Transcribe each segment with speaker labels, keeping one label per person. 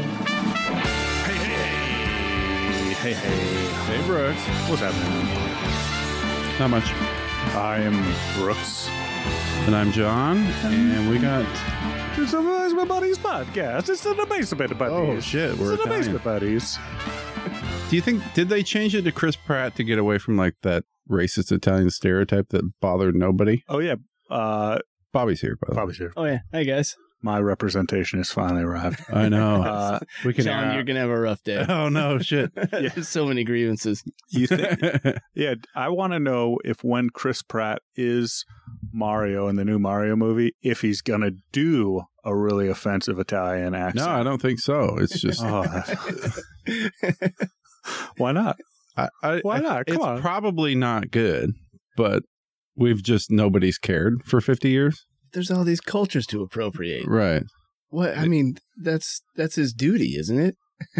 Speaker 1: Hey, hey, hey, hey, hey, hey, Brooks. What's happening?
Speaker 2: Not much.
Speaker 1: I am Brooks.
Speaker 2: And I'm John,
Speaker 1: Um,
Speaker 2: and we got
Speaker 1: It's the Basement Buddies podcast. It's the Basement Buddies.
Speaker 2: Oh, shit,
Speaker 1: It's
Speaker 2: we're
Speaker 1: the
Speaker 2: Italian.
Speaker 1: Basement Buddies.
Speaker 2: Do you think did they change it to Chris Pratt to get away from like that racist Italian stereotype that bothered nobody?
Speaker 1: Oh, yeah. Uh,
Speaker 2: Bobby's here, by the way.
Speaker 1: probably sure.
Speaker 3: Oh yeah, hey guys.
Speaker 1: My representation has finally arrived.
Speaker 2: I know.
Speaker 1: Uh,
Speaker 2: we can
Speaker 3: John,
Speaker 2: air
Speaker 3: you're
Speaker 2: out.
Speaker 3: gonna have a rough day.
Speaker 2: Oh no, shit.
Speaker 3: There's so many grievances.
Speaker 1: you think? Yeah, I want to know if when Chris Pratt is Mario in the new Mario movie, if he's going to do a really offensive Italian
Speaker 2: no, I
Speaker 1: accent.
Speaker 2: don't think so. It's just
Speaker 1: Oh, why not?
Speaker 2: I, I,
Speaker 1: Why
Speaker 2: I-
Speaker 1: not? Come
Speaker 2: it's
Speaker 1: on.
Speaker 2: probably not good, but we've just nobody's cared for 50 years.
Speaker 3: There's all these cultures to appropriate.
Speaker 2: Right.
Speaker 3: What I mean, that's that's his duty, isn't it?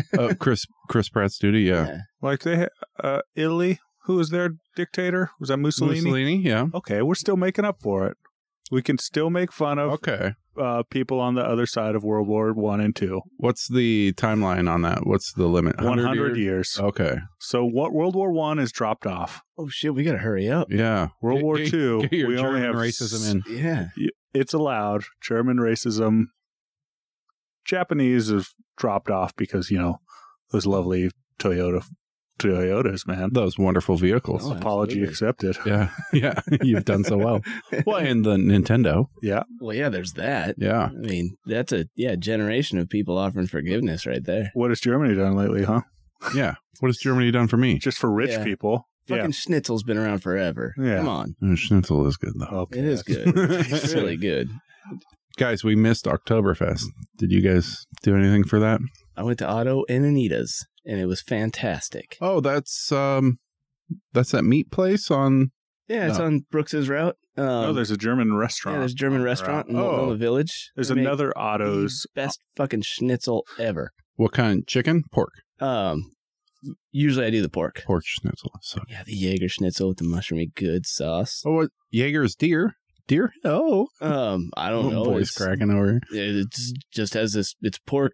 Speaker 2: Oh, Chris Chris Pratt's duty, yeah.
Speaker 1: Like they, uh, Italy, who was their dictator? Was that Mussolini?
Speaker 2: Mussolini, yeah.
Speaker 1: Okay, we're still making up for it. We can still make fun of
Speaker 2: Okay.
Speaker 1: uh, people on the other side of World War One and Two.
Speaker 2: What's the timeline on that? What's the limit?
Speaker 1: One hundred years.
Speaker 2: Okay.
Speaker 1: So what? World War One is dropped off.
Speaker 3: Oh shit, we gotta hurry up.
Speaker 2: Yeah.
Speaker 1: World
Speaker 2: Get-
Speaker 1: War
Speaker 2: get-
Speaker 1: Two.
Speaker 2: Get your
Speaker 1: we only
Speaker 2: German
Speaker 1: have
Speaker 2: racism in.
Speaker 3: Yeah.
Speaker 1: It's allowed. German racism. Japanese is dropped off because you know those lovely Toyota Toyotas, man.
Speaker 2: Those wonderful vehicles.
Speaker 3: Oh,
Speaker 1: Apology
Speaker 3: absolutely.
Speaker 1: accepted.
Speaker 2: Yeah. Yeah. You've done so well. Well, and the Nintendo.
Speaker 3: Well, yeah. There's that.
Speaker 2: Yeah.
Speaker 3: I mean, that's a yeah generation of people offering forgiveness right there.
Speaker 1: What has Germany done lately, huh?
Speaker 2: Yeah. What has Germany done for me?
Speaker 1: Just for rich
Speaker 3: Yeah.
Speaker 1: people.
Speaker 3: Fucking schnitzel's been around forever.
Speaker 1: Yeah.
Speaker 3: Come on,
Speaker 2: Uh, Schnitzel is good,
Speaker 1: yeah.
Speaker 2: though.
Speaker 1: Okay.
Speaker 3: it is
Speaker 1: that's-
Speaker 3: good. it's really good.
Speaker 2: Guys, we missed Oktoberfest. Did you guys do anything for that?
Speaker 3: I went to Otto and Anita's, and it was fantastic.
Speaker 2: Oh, that's um, that's that meat place on.
Speaker 3: Yeah, it's
Speaker 2: No.
Speaker 3: on Brooks's route. Um,
Speaker 1: No, Oh, there's a German restaurant.
Speaker 3: yeah, there's a German restaurant in
Speaker 2: Oh.
Speaker 3: Multnomah Village.
Speaker 1: There's
Speaker 3: They make
Speaker 1: another
Speaker 3: the
Speaker 1: Otto's.
Speaker 2: uh,
Speaker 3: best fucking schnitzel ever.
Speaker 2: What kind? Chicken, pork,
Speaker 3: Um, usually I do the pork.
Speaker 2: pork schnitzel. So,
Speaker 3: Yeah, the Jaeger schnitzel with the mushroomy good sauce.
Speaker 2: oh, what? Jaeger's deer, deer. Oh,
Speaker 3: Um, I don't know.
Speaker 2: voice
Speaker 3: it's,
Speaker 2: cracking over. here.
Speaker 3: it's just has this. It's pork,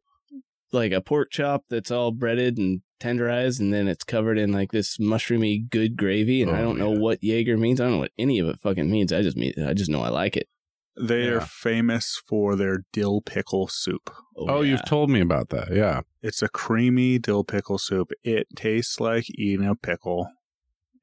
Speaker 3: like a pork chop that's all breaded and tenderized, and then it's covered in like this mushroomy good gravy. And I
Speaker 2: Oh,
Speaker 3: don't know
Speaker 2: yeah.
Speaker 3: what Jaeger means. I don't know what any of it fucking means. I just mean I just know I like it.
Speaker 1: They are
Speaker 2: Yeah.
Speaker 1: famous for their dill pickle soup.
Speaker 2: Oh,
Speaker 3: yeah.
Speaker 2: you've told me about that. Yeah,
Speaker 1: It's a creamy dill pickle soup. It tastes like eating a pickle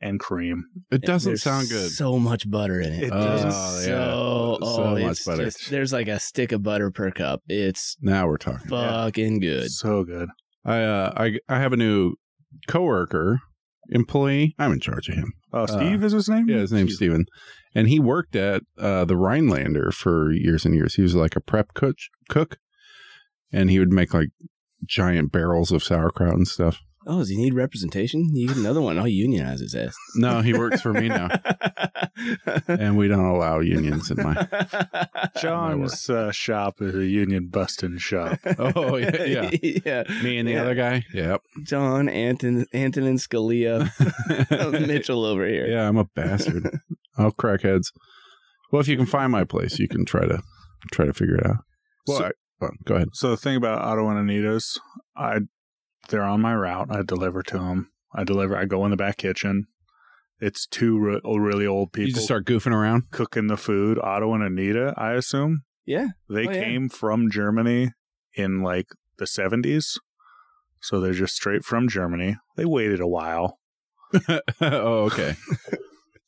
Speaker 1: and cream.
Speaker 2: it doesn't
Speaker 3: There's
Speaker 2: sound good.
Speaker 3: So much butter in it.
Speaker 1: It
Speaker 2: Oh,
Speaker 1: doesn't
Speaker 2: yeah.
Speaker 3: So,
Speaker 2: So
Speaker 3: oh,
Speaker 2: much
Speaker 3: it's
Speaker 2: butter.
Speaker 3: just- there's like a stick of butter per cup. It's
Speaker 2: now we're talking.
Speaker 1: Yeah.
Speaker 3: fucking good.
Speaker 1: So good.
Speaker 2: I uh, I I have a new coworker employee. I'm in charge of him.
Speaker 1: Oh, Steve is his name?
Speaker 2: Yeah, his name's Steven. And he worked at uh, the Rhinelander for years and years. He was like a prep cook, cook, and he would make like giant barrels of sauerkraut and stuff.
Speaker 3: Oh, does he need representation? You get another one. I'll unionize his ass.
Speaker 2: No, he works for me now, and we don't allow unions in my.
Speaker 1: John's uh, shop is a union busting shop.
Speaker 2: Oh yeah, yeah.
Speaker 3: yeah.
Speaker 2: me and the
Speaker 3: Yeah.
Speaker 2: other guy. Yep.
Speaker 3: John, Anton, Antonin Scalia, Mitchell over here.
Speaker 2: Yeah, I'm a bastard. I'll crack heads. Well, if you can find my place, you can try to try to figure it out. Well,
Speaker 1: So-
Speaker 2: I- well, go ahead.
Speaker 1: So the thing about Otto and Anita's, I they're on my route. I deliver to them. I deliver. I go in the back kitchen. It's two re- oh, really old people.
Speaker 2: You just start goofing around.
Speaker 1: cooking the food, Otto and Anita, I assume.
Speaker 3: Yeah.
Speaker 1: They
Speaker 3: Oh, yeah.
Speaker 1: came from Germany in like the 70s. So they're just straight from Germany. They waited a while.
Speaker 2: oh, okay.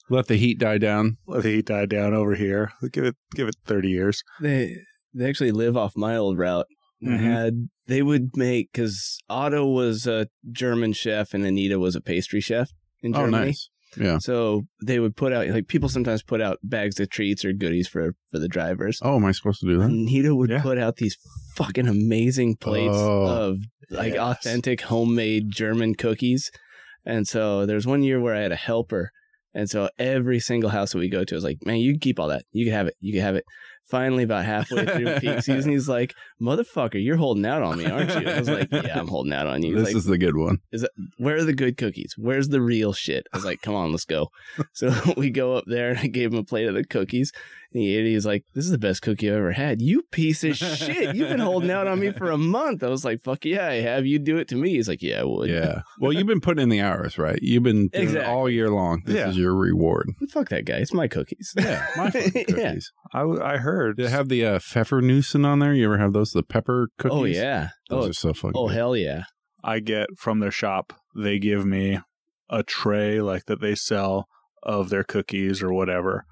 Speaker 2: Let the heat die down.
Speaker 1: Let the heat die down over here. Give it give it 30 years.
Speaker 3: They they actually live off my old route.
Speaker 1: Mhm.
Speaker 3: I
Speaker 2: Mm-hmm.
Speaker 3: had they would make because Otto was a German chef and Anita was a pastry chef in
Speaker 2: Oh,
Speaker 3: Germany.
Speaker 2: nice. Yeah.
Speaker 3: So they would put out like people sometimes put out bags of treats or goodies for for the drivers.
Speaker 2: Oh, am I supposed to do that?
Speaker 3: Anita would
Speaker 1: Yeah.
Speaker 3: put out these fucking amazing plates
Speaker 2: Oh.
Speaker 3: of like
Speaker 1: Yes.
Speaker 3: authentic homemade German cookies. And so there's one year where I had a helper. And so every single house that we go to, I was like, man, you can keep all that. You can have it. You can have it. Finally, about halfway through peak season, he's like, "Motherfucker, you're holding out on me, aren't you?" I was like, "Yeah, I'm holding out on you." He's
Speaker 2: this
Speaker 3: like,
Speaker 2: is the good one.
Speaker 3: where are the good cookies? Where's the real shit? I was like, come on, let's go. So we go up there and I gave him a plate of the cookies. And he ate it. He's like, this is the best cookie I've ever had. You piece of shit. You've been holding out on me for a month. I was like, fuck yeah, I have. You do it to me. He's like, yeah, I would.
Speaker 2: Yeah. Well, you've been putting in the hours, right? You've been doing it
Speaker 3: Exactly.
Speaker 2: all year long. This
Speaker 1: Yeah.
Speaker 2: is your reward.
Speaker 3: Fuck that guy. It's my cookies.
Speaker 2: Yeah, my fucking
Speaker 3: Yeah.
Speaker 2: cookies.
Speaker 1: I, w- I heard.
Speaker 2: Did it have the uh, Pfeffernussen on there? You ever have those? The pepper cookies?
Speaker 3: Oh, yeah.
Speaker 2: Those
Speaker 3: oh,
Speaker 2: are so fucking
Speaker 3: oh,
Speaker 2: good.
Speaker 3: hell yeah.
Speaker 1: I get from their shop, they give me a tray like that they sell of their cookies or whatever.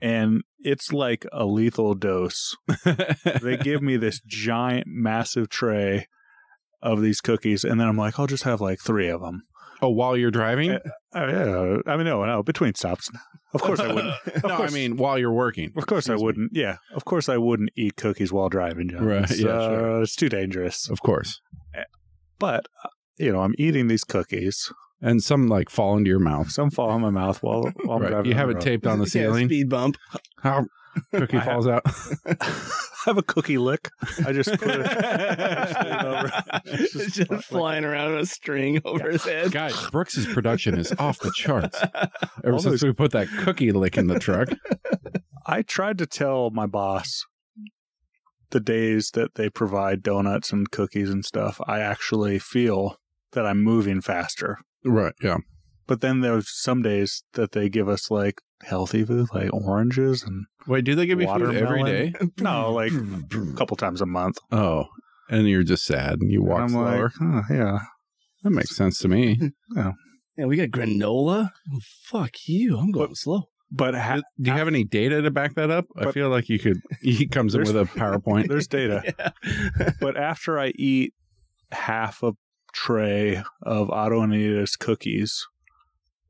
Speaker 1: And it's like a lethal dose. They give me this giant, massive tray of these cookies. And then I'm like, I'll just have like three of them.
Speaker 2: oh, while you're driving?
Speaker 1: Yeah. I, Oh, yeah, I mean, no, no, between stops. Of course I wouldn't. Of
Speaker 2: no, I
Speaker 1: course-
Speaker 2: mean, while you're working.
Speaker 1: Of course I
Speaker 2: Excuse me.
Speaker 1: wouldn't. Yeah. Of course I wouldn't eat cookies while driving, John.
Speaker 2: Right,
Speaker 1: It's,
Speaker 2: yeah,
Speaker 1: uh,
Speaker 2: sure.
Speaker 1: it's too dangerous.
Speaker 2: Of course.
Speaker 1: But, uh, you know, I'm eating these cookies.
Speaker 2: And some like fall into your mouth.
Speaker 1: Some fall in my mouth while, while I'm
Speaker 2: Right.
Speaker 1: driving.
Speaker 2: You
Speaker 1: on
Speaker 2: have
Speaker 1: the
Speaker 2: it
Speaker 1: road.
Speaker 2: taped on the
Speaker 3: Yeah,
Speaker 2: ceiling.
Speaker 3: speed bump.
Speaker 2: How cookie
Speaker 1: I
Speaker 2: falls out.
Speaker 1: have a cookie lick. I just put it.
Speaker 3: It's
Speaker 1: Just
Speaker 3: just,
Speaker 1: like-
Speaker 3: flying around on a string over his head.
Speaker 2: Guys, Brooks's production is off the charts. Ever
Speaker 1: All
Speaker 2: since
Speaker 1: those-
Speaker 2: we put that cookie lick in the truck.
Speaker 1: I tried to tell my boss the days that they provide donuts and cookies and stuff. I actually feel that I'm moving faster.
Speaker 2: Right. Yeah.
Speaker 1: But then there's some days that they give us like healthy food, like oranges and
Speaker 2: Wait, do they give you food every
Speaker 1: Watermelon.
Speaker 2: day?
Speaker 1: no, like a couple times a month.
Speaker 2: Oh, and you're just sad and you walk
Speaker 1: And I'm
Speaker 2: slower.
Speaker 1: like, huh, yeah.
Speaker 2: that makes sense to me.
Speaker 3: Yeah, we got granola. Fuck you. I'm going slow.
Speaker 1: But ha-
Speaker 2: Do you have any data to back that up? I
Speaker 1: But-
Speaker 2: feel like you could. He comes in
Speaker 1: There's-
Speaker 2: with a PowerPoint.
Speaker 1: there's data.
Speaker 3: Yeah.
Speaker 1: but after I eat half a tray of Otto and Anita's cookies,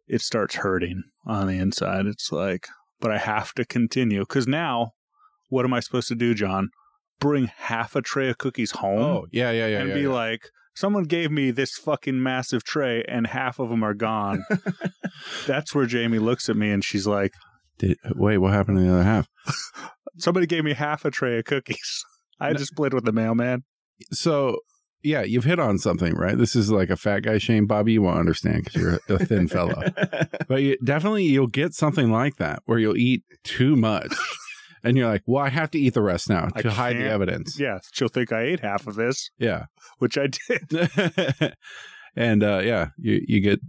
Speaker 1: it starts hurting on the inside. It's like, but I have to continue because now, what am I supposed to do, John? Bring half a tray of cookies home
Speaker 2: Oh, yeah, yeah, yeah.
Speaker 1: and
Speaker 2: yeah,
Speaker 1: be
Speaker 2: yeah.
Speaker 1: like, someone gave me this fucking massive tray, and half of them are gone. That's where Jamie looks at me and she's like,
Speaker 2: Did, wait, what happened to the other half?
Speaker 1: somebody gave me half a tray of cookies. I just played with the mailman.
Speaker 2: So, yeah, you've hit on something, right? This is like a fat guy shame, Bobby. You won't understand because you're a thin fellow. But you, definitely, you'll get something like that where you'll eat too much, and you're like, "Well, I have to eat the rest now
Speaker 1: I
Speaker 2: to hide the
Speaker 1: can't-
Speaker 2: evidence."
Speaker 1: Yeah, she'll think I ate half of this,
Speaker 2: Yeah.
Speaker 1: which I did.
Speaker 2: and uh, yeah, you you get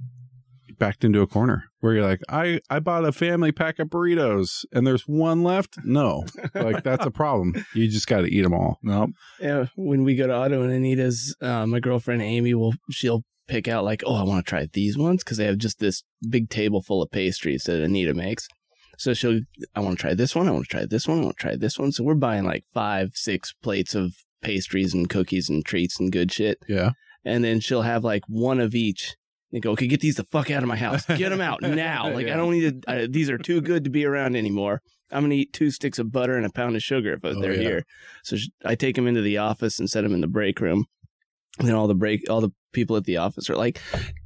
Speaker 2: backed into a corner where you're like, I I bought a family pack of burritos and there's one left. No, like that's a problem. You just got to eat them all.
Speaker 1: No,
Speaker 3: Yeah, when we go to Otto and Anita's, uh, my girlfriend Amy will she'll pick out like, oh, I want to try these ones because they have just this big table full of pastries that Anita makes. So she'll, I want to try this one. I want to try this one. I want to try this one. So we're buying like five, six plates of pastries and cookies and treats and good shit,
Speaker 2: Yeah,
Speaker 3: and then she'll have like one of each. And go, okay, get these the fuck out of my house. Get them out now. Like
Speaker 2: Yeah.
Speaker 3: I don't need to. I, these are too good to be around anymore. I'm gonna eat two sticks of butter and a pound of sugar if
Speaker 2: Oh,
Speaker 3: they're
Speaker 2: yeah.
Speaker 3: here. So sh I take them into the office and set them in the break room. And then all the break, all the people at the office are like,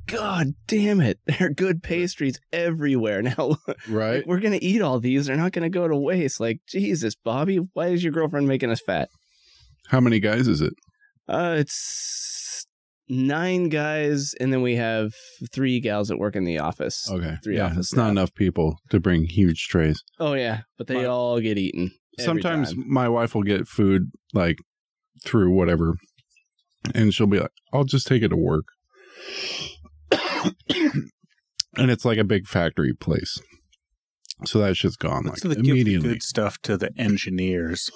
Speaker 3: "God damn it! There are good pastries everywhere now.
Speaker 2: right.
Speaker 3: We're gonna eat all these. They're not gonna go to waste." Like Jesus, Bobby, why is your girlfriend making us fat?
Speaker 2: How many guys is it?
Speaker 3: Uh, it's nine guys, and then we have three gals that work in the office.
Speaker 2: Okay,
Speaker 3: Three
Speaker 2: yeah,
Speaker 3: office
Speaker 2: it's not
Speaker 3: staff.
Speaker 2: enough people to bring huge trays.
Speaker 3: Oh yeah, but they
Speaker 2: My-
Speaker 3: all get eaten. every
Speaker 2: Sometimes
Speaker 3: time.
Speaker 2: my wife will get food like through whatever, and she'll be like, "I'll just take it to work," and it's like a big factory place, so that shit's gone
Speaker 1: let's
Speaker 2: like
Speaker 1: give the
Speaker 2: immediately.
Speaker 1: good stuff to the engineers,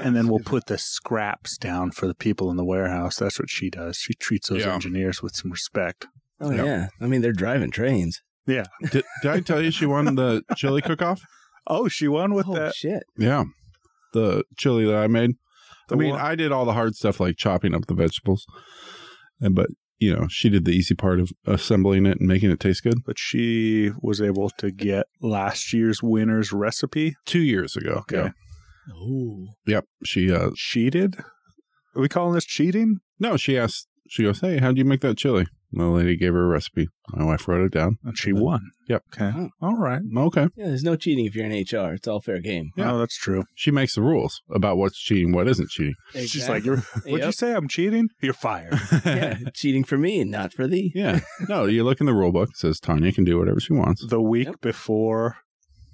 Speaker 1: and then we'll put the scraps down for the people in the warehouse. That's what she does. She treats those
Speaker 2: Yeah.
Speaker 1: engineers with some respect.
Speaker 3: Oh
Speaker 2: Yeah.
Speaker 3: yeah. I mean they're driving trains.
Speaker 2: did, did I tell you she won the chili cook-off?
Speaker 1: Oh, she won with
Speaker 3: oh
Speaker 1: that.
Speaker 3: shit!
Speaker 2: Yeah, the chili that I made. I
Speaker 1: The
Speaker 2: mean,
Speaker 1: one-
Speaker 2: I did all the hard stuff like chopping up the vegetables, and but you know, she did the easy part of assembling it and making it taste good.
Speaker 1: but she was able to get last year's winner's recipe.
Speaker 2: Two years ago,
Speaker 1: Okay.
Speaker 2: yeah.
Speaker 3: Oh,
Speaker 2: Yep. She uh
Speaker 1: Cheated? Are we calling this cheating?
Speaker 2: no, she asked she goes, Hey, how'd you make that chili? The lady gave her a recipe. My wife wrote it down.
Speaker 1: And she won.
Speaker 2: Mm-hmm. Yep.
Speaker 1: Okay.
Speaker 3: Oh.
Speaker 1: All right.
Speaker 2: Okay.
Speaker 3: Yeah, there's no cheating if you're in HR. It's all fair game.
Speaker 1: Yeah,
Speaker 2: Yeah.
Speaker 1: Oh, that's true.
Speaker 2: She makes the rules about what's cheating, what isn't cheating.
Speaker 1: She's like, "You're- "Would you
Speaker 3: Yep.
Speaker 1: say I'm cheating? You're fired."
Speaker 3: yeah, cheating for me, not for thee.
Speaker 2: Yeah. No, you look in the rule book. It says Tanya can do whatever she wants.
Speaker 1: the week
Speaker 3: Yep.
Speaker 1: before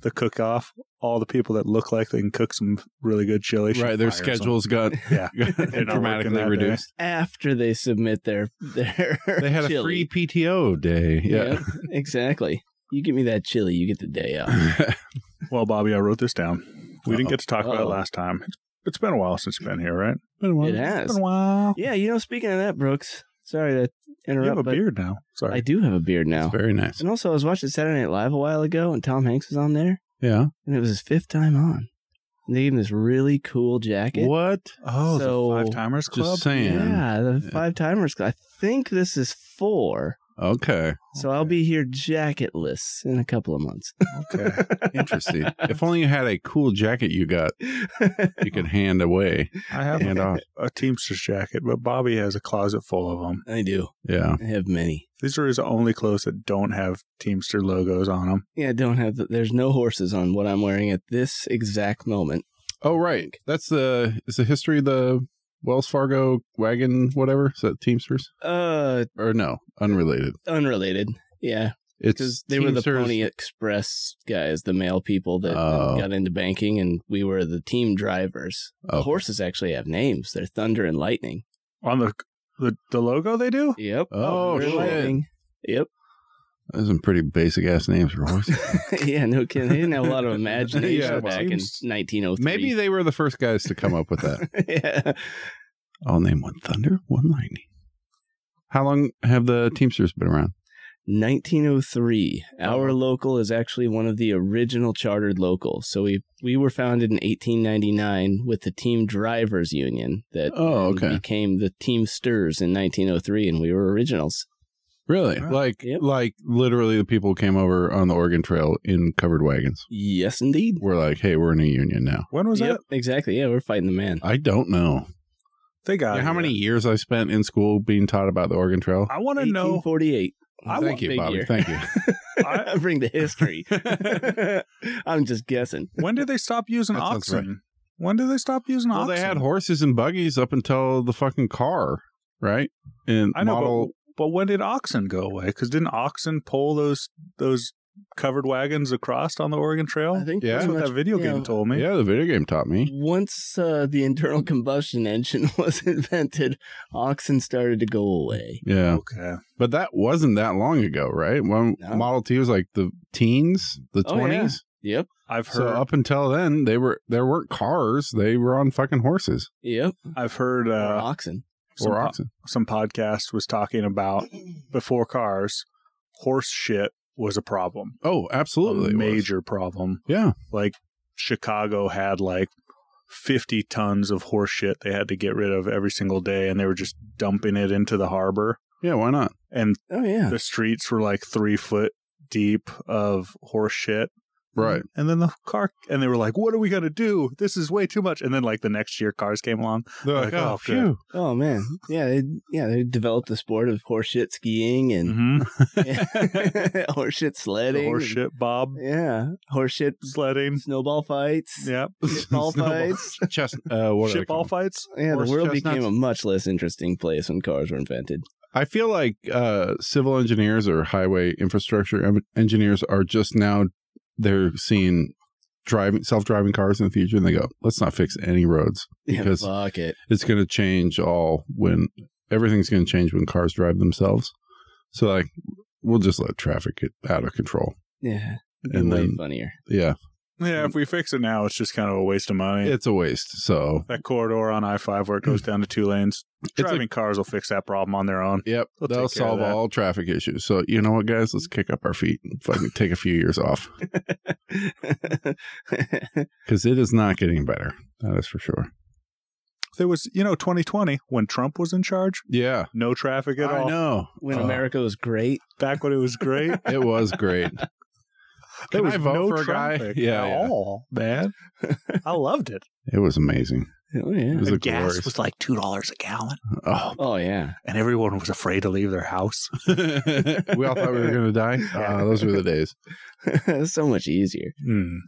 Speaker 1: the cook-off, all the people that look like they can cook some really good chili, should
Speaker 2: Right. Their
Speaker 1: fire some.
Speaker 2: schedules got,
Speaker 1: Yeah. They're not
Speaker 2: got
Speaker 1: working
Speaker 2: dramatically
Speaker 1: that day.
Speaker 2: reduced.
Speaker 3: After they submit their their
Speaker 2: They had
Speaker 3: chili.
Speaker 2: a free PTO day. Yeah.
Speaker 3: Yep, exactly. You give me that chili, you get the day off.
Speaker 1: Well, Bobby, I wrote this down. We didn't
Speaker 2: Uh-oh.
Speaker 1: get to talk about it
Speaker 3: Uh-oh.
Speaker 1: last time. It's- It's been a while since you've been here, right?
Speaker 2: Been a while.
Speaker 3: It
Speaker 1: It's
Speaker 3: has.
Speaker 1: been a while.
Speaker 3: Yeah, you know, speaking of that, Brooks. Sorry to
Speaker 1: You
Speaker 3: interrupt.
Speaker 1: have a
Speaker 3: but
Speaker 1: beard now. Sorry.
Speaker 3: I do have a beard now.
Speaker 2: Very nice.
Speaker 3: And also, I was watching Saturday Night Live a while ago, and Tom Hanks was on there,
Speaker 2: Yeah.
Speaker 3: and it was his fifth time on. And they gave him this really cool jacket.
Speaker 2: What?
Speaker 1: oh,
Speaker 3: So-
Speaker 1: the Five Timers
Speaker 2: Just
Speaker 1: Club.
Speaker 2: saying.
Speaker 3: Yeah, the
Speaker 2: Yeah.
Speaker 3: five timers. I think this is four.
Speaker 2: Okay.
Speaker 3: So I'll be here jacketless in a couple of months.
Speaker 1: Okay.
Speaker 2: Interesting. if only you had a cool jacket you got you could hand away,
Speaker 1: I have
Speaker 2: hand off.
Speaker 1: a Teamsters jacket, but Bobby has a closet full of them.
Speaker 3: I do.
Speaker 2: Yeah.
Speaker 3: I have many.
Speaker 1: These are his only clothes that don't have Teamster logos on them.
Speaker 3: Yeah, I don't have. The, there's no horses on what I'm wearing at this exact moment.
Speaker 2: Oh, right. That's the, is the history of the Wells Fargo wagon, whatever? Is that Teamsters?
Speaker 3: Uh,
Speaker 2: Or no, unrelated.
Speaker 3: unrelated. Yeah,
Speaker 2: It's
Speaker 3: because they were the
Speaker 2: Teamsters-
Speaker 3: Pony Express guys, the mail people that
Speaker 2: Oh.
Speaker 3: got into banking, and we were the team drivers.
Speaker 2: Oh.
Speaker 3: Horses actually have names. They're Thunder and Lightning.
Speaker 1: On the the, the logo, they do.
Speaker 3: Yep.
Speaker 2: Oh,
Speaker 3: Thunder and
Speaker 2: shit.
Speaker 3: Lightning. Yep.
Speaker 2: Those are some pretty basic ass names for horses.
Speaker 3: yeah, no kidding. They didn't have a lot of imagination
Speaker 2: Yeah, it
Speaker 3: back
Speaker 2: seems-
Speaker 3: in 1903.
Speaker 2: Maybe they were the first guys to come up with that.
Speaker 3: yeah.
Speaker 2: I'll name one thunder, one lightning. How long have the Teamsters been around?
Speaker 3: 1903. Our
Speaker 2: Uh-huh.
Speaker 3: local is actually one of the original chartered locals. So we we were founded in 1899 with the Team Drivers Union that
Speaker 2: Oh, okay.
Speaker 3: became the Teamsters in 1903, and we were originals.
Speaker 2: Really?
Speaker 1: Wow.
Speaker 2: Like,
Speaker 3: Yep.
Speaker 2: like literally, the people who came over on the Oregon Trail in covered wagons.
Speaker 3: Yes, indeed.
Speaker 2: We're like, hey, we're in a union now.
Speaker 1: When was
Speaker 3: yep,
Speaker 1: that?
Speaker 3: exactly. Yeah, we're fighting the man.
Speaker 2: I don't know
Speaker 1: They got
Speaker 2: You know how
Speaker 1: it.
Speaker 2: many years I spent in school being taught about the Oregon Trail.
Speaker 1: I want to know.
Speaker 3: 1848.
Speaker 1: I
Speaker 2: Thank you,
Speaker 3: big
Speaker 2: Bobby.
Speaker 3: year.
Speaker 2: Thank you.
Speaker 1: I-
Speaker 3: Bring the history. I'm just guessing.
Speaker 1: When did they stop using
Speaker 2: That sounds
Speaker 1: oxen? When did they stop using
Speaker 2: well,
Speaker 1: oxen?
Speaker 2: they had horses and buggies up until the fucking car, right? And
Speaker 1: I know,
Speaker 2: model.
Speaker 1: but when did oxen go away? Because didn't oxen pull those those covered wagons across on the Oregon Trail?
Speaker 3: I think
Speaker 2: Yeah.
Speaker 1: That's
Speaker 3: pretty
Speaker 1: what
Speaker 3: much,
Speaker 1: that video
Speaker 3: yeah,
Speaker 1: game told me.
Speaker 2: yeah, the video game taught me.
Speaker 3: Once uh, the internal combustion engine was invented, oxen started to go away.
Speaker 2: Yeah,
Speaker 1: Okay.
Speaker 2: but that wasn't that long ago, right? When
Speaker 3: No.
Speaker 2: Model T was like the teens, the
Speaker 3: Oh, yeah.
Speaker 2: twenties.
Speaker 3: Yep.
Speaker 1: I've
Speaker 2: So
Speaker 1: heard
Speaker 2: up until then, they were there weren't cars; they were on fucking horses
Speaker 3: Yep.
Speaker 1: I've heard
Speaker 3: or
Speaker 1: uh,
Speaker 3: oxen.
Speaker 1: some,
Speaker 2: or
Speaker 1: po-
Speaker 2: oxen.
Speaker 1: some podcast was talking about
Speaker 3: Oh,
Speaker 1: before cars, horse shit was a problem.
Speaker 2: Oh, absolutely,
Speaker 1: a
Speaker 2: it was.
Speaker 1: major problem.
Speaker 2: Yeah,
Speaker 1: Like Chicago had like 50 tons of horse shit they had to get rid of every single day and they were just dumping it into the harbor
Speaker 2: yeah. Why not?
Speaker 1: and
Speaker 3: Oh yeah.
Speaker 1: the streets were like three foot deep of horse shit.
Speaker 2: Right.
Speaker 1: And then the car, and they were like, what are we going to do? This is way too much. And then, like, the next year, cars came along.
Speaker 2: They're
Speaker 1: Like,
Speaker 2: like,
Speaker 1: oh,
Speaker 2: oh,
Speaker 1: good.
Speaker 2: phew.
Speaker 3: Oh man. Yeah. They, yeah. They developed the sport of horseshit skiing and
Speaker 1: Mm-hmm.
Speaker 3: horseshit
Speaker 1: The
Speaker 3: sledding.
Speaker 1: horse shit, Bob.
Speaker 3: Yeah. Horseshit
Speaker 1: Sledding.
Speaker 3: snowball fights.
Speaker 1: Yep.
Speaker 3: Ball fights.
Speaker 2: Chest. Uh, what are they
Speaker 1: Shit ball
Speaker 2: called?
Speaker 1: fights.
Speaker 3: Yeah,
Speaker 2: Horse
Speaker 3: the world
Speaker 2: chestnuts.
Speaker 3: became a much less interesting place when cars were invented.
Speaker 2: I feel like uh, civil engineers or highway infrastructure em- engineers are just now they're seeing driving self-driving cars in the future, and they go, "Let's not fix any roads because
Speaker 3: yeah, fuck it.
Speaker 2: it's going to change all when everything's going to change when cars drive themselves." So like, we'll just let traffic get out of control,
Speaker 3: Yeah.
Speaker 2: and
Speaker 3: way
Speaker 2: then
Speaker 3: funnier.
Speaker 2: yeah,
Speaker 1: Yeah, if we fix it now, it's just kind of a waste of money.
Speaker 2: it's a waste. So
Speaker 1: that corridor on I 5 where it goes down to two lanes,
Speaker 2: it's
Speaker 1: driving
Speaker 2: a,
Speaker 1: cars will fix that problem on their own.
Speaker 2: yep,
Speaker 1: They'll
Speaker 2: they'll
Speaker 1: take care of
Speaker 2: solve
Speaker 1: that.
Speaker 2: all traffic issues. So you know what, guys, let's kick up our feet and fucking take a few years off because it is not getting better. That is for sure.
Speaker 1: There was, you know, 2020 when Trump was in charge,
Speaker 2: Yeah.
Speaker 1: no traffic at
Speaker 2: I
Speaker 1: all.
Speaker 2: know.
Speaker 3: when
Speaker 2: Uh,
Speaker 3: America was great.
Speaker 1: Back when it was great,
Speaker 2: it was great.
Speaker 1: there
Speaker 2: Can
Speaker 1: was
Speaker 2: I vote
Speaker 1: no
Speaker 2: for a guy?
Speaker 1: traffic
Speaker 2: Yeah,
Speaker 1: at
Speaker 2: yeah.
Speaker 1: all, man. I loved it.
Speaker 2: It was amazing.
Speaker 3: Oh yeah.
Speaker 2: was
Speaker 1: The
Speaker 2: the
Speaker 1: gas
Speaker 2: glories.
Speaker 1: was like two dollars a gallon,
Speaker 2: Oh,
Speaker 3: Oh yeah.
Speaker 1: and everyone was afraid to leave their house.
Speaker 2: we all thought we were going to die.
Speaker 3: Yeah.
Speaker 2: Uh, those were the days.
Speaker 3: so much easier.
Speaker 1: Mm.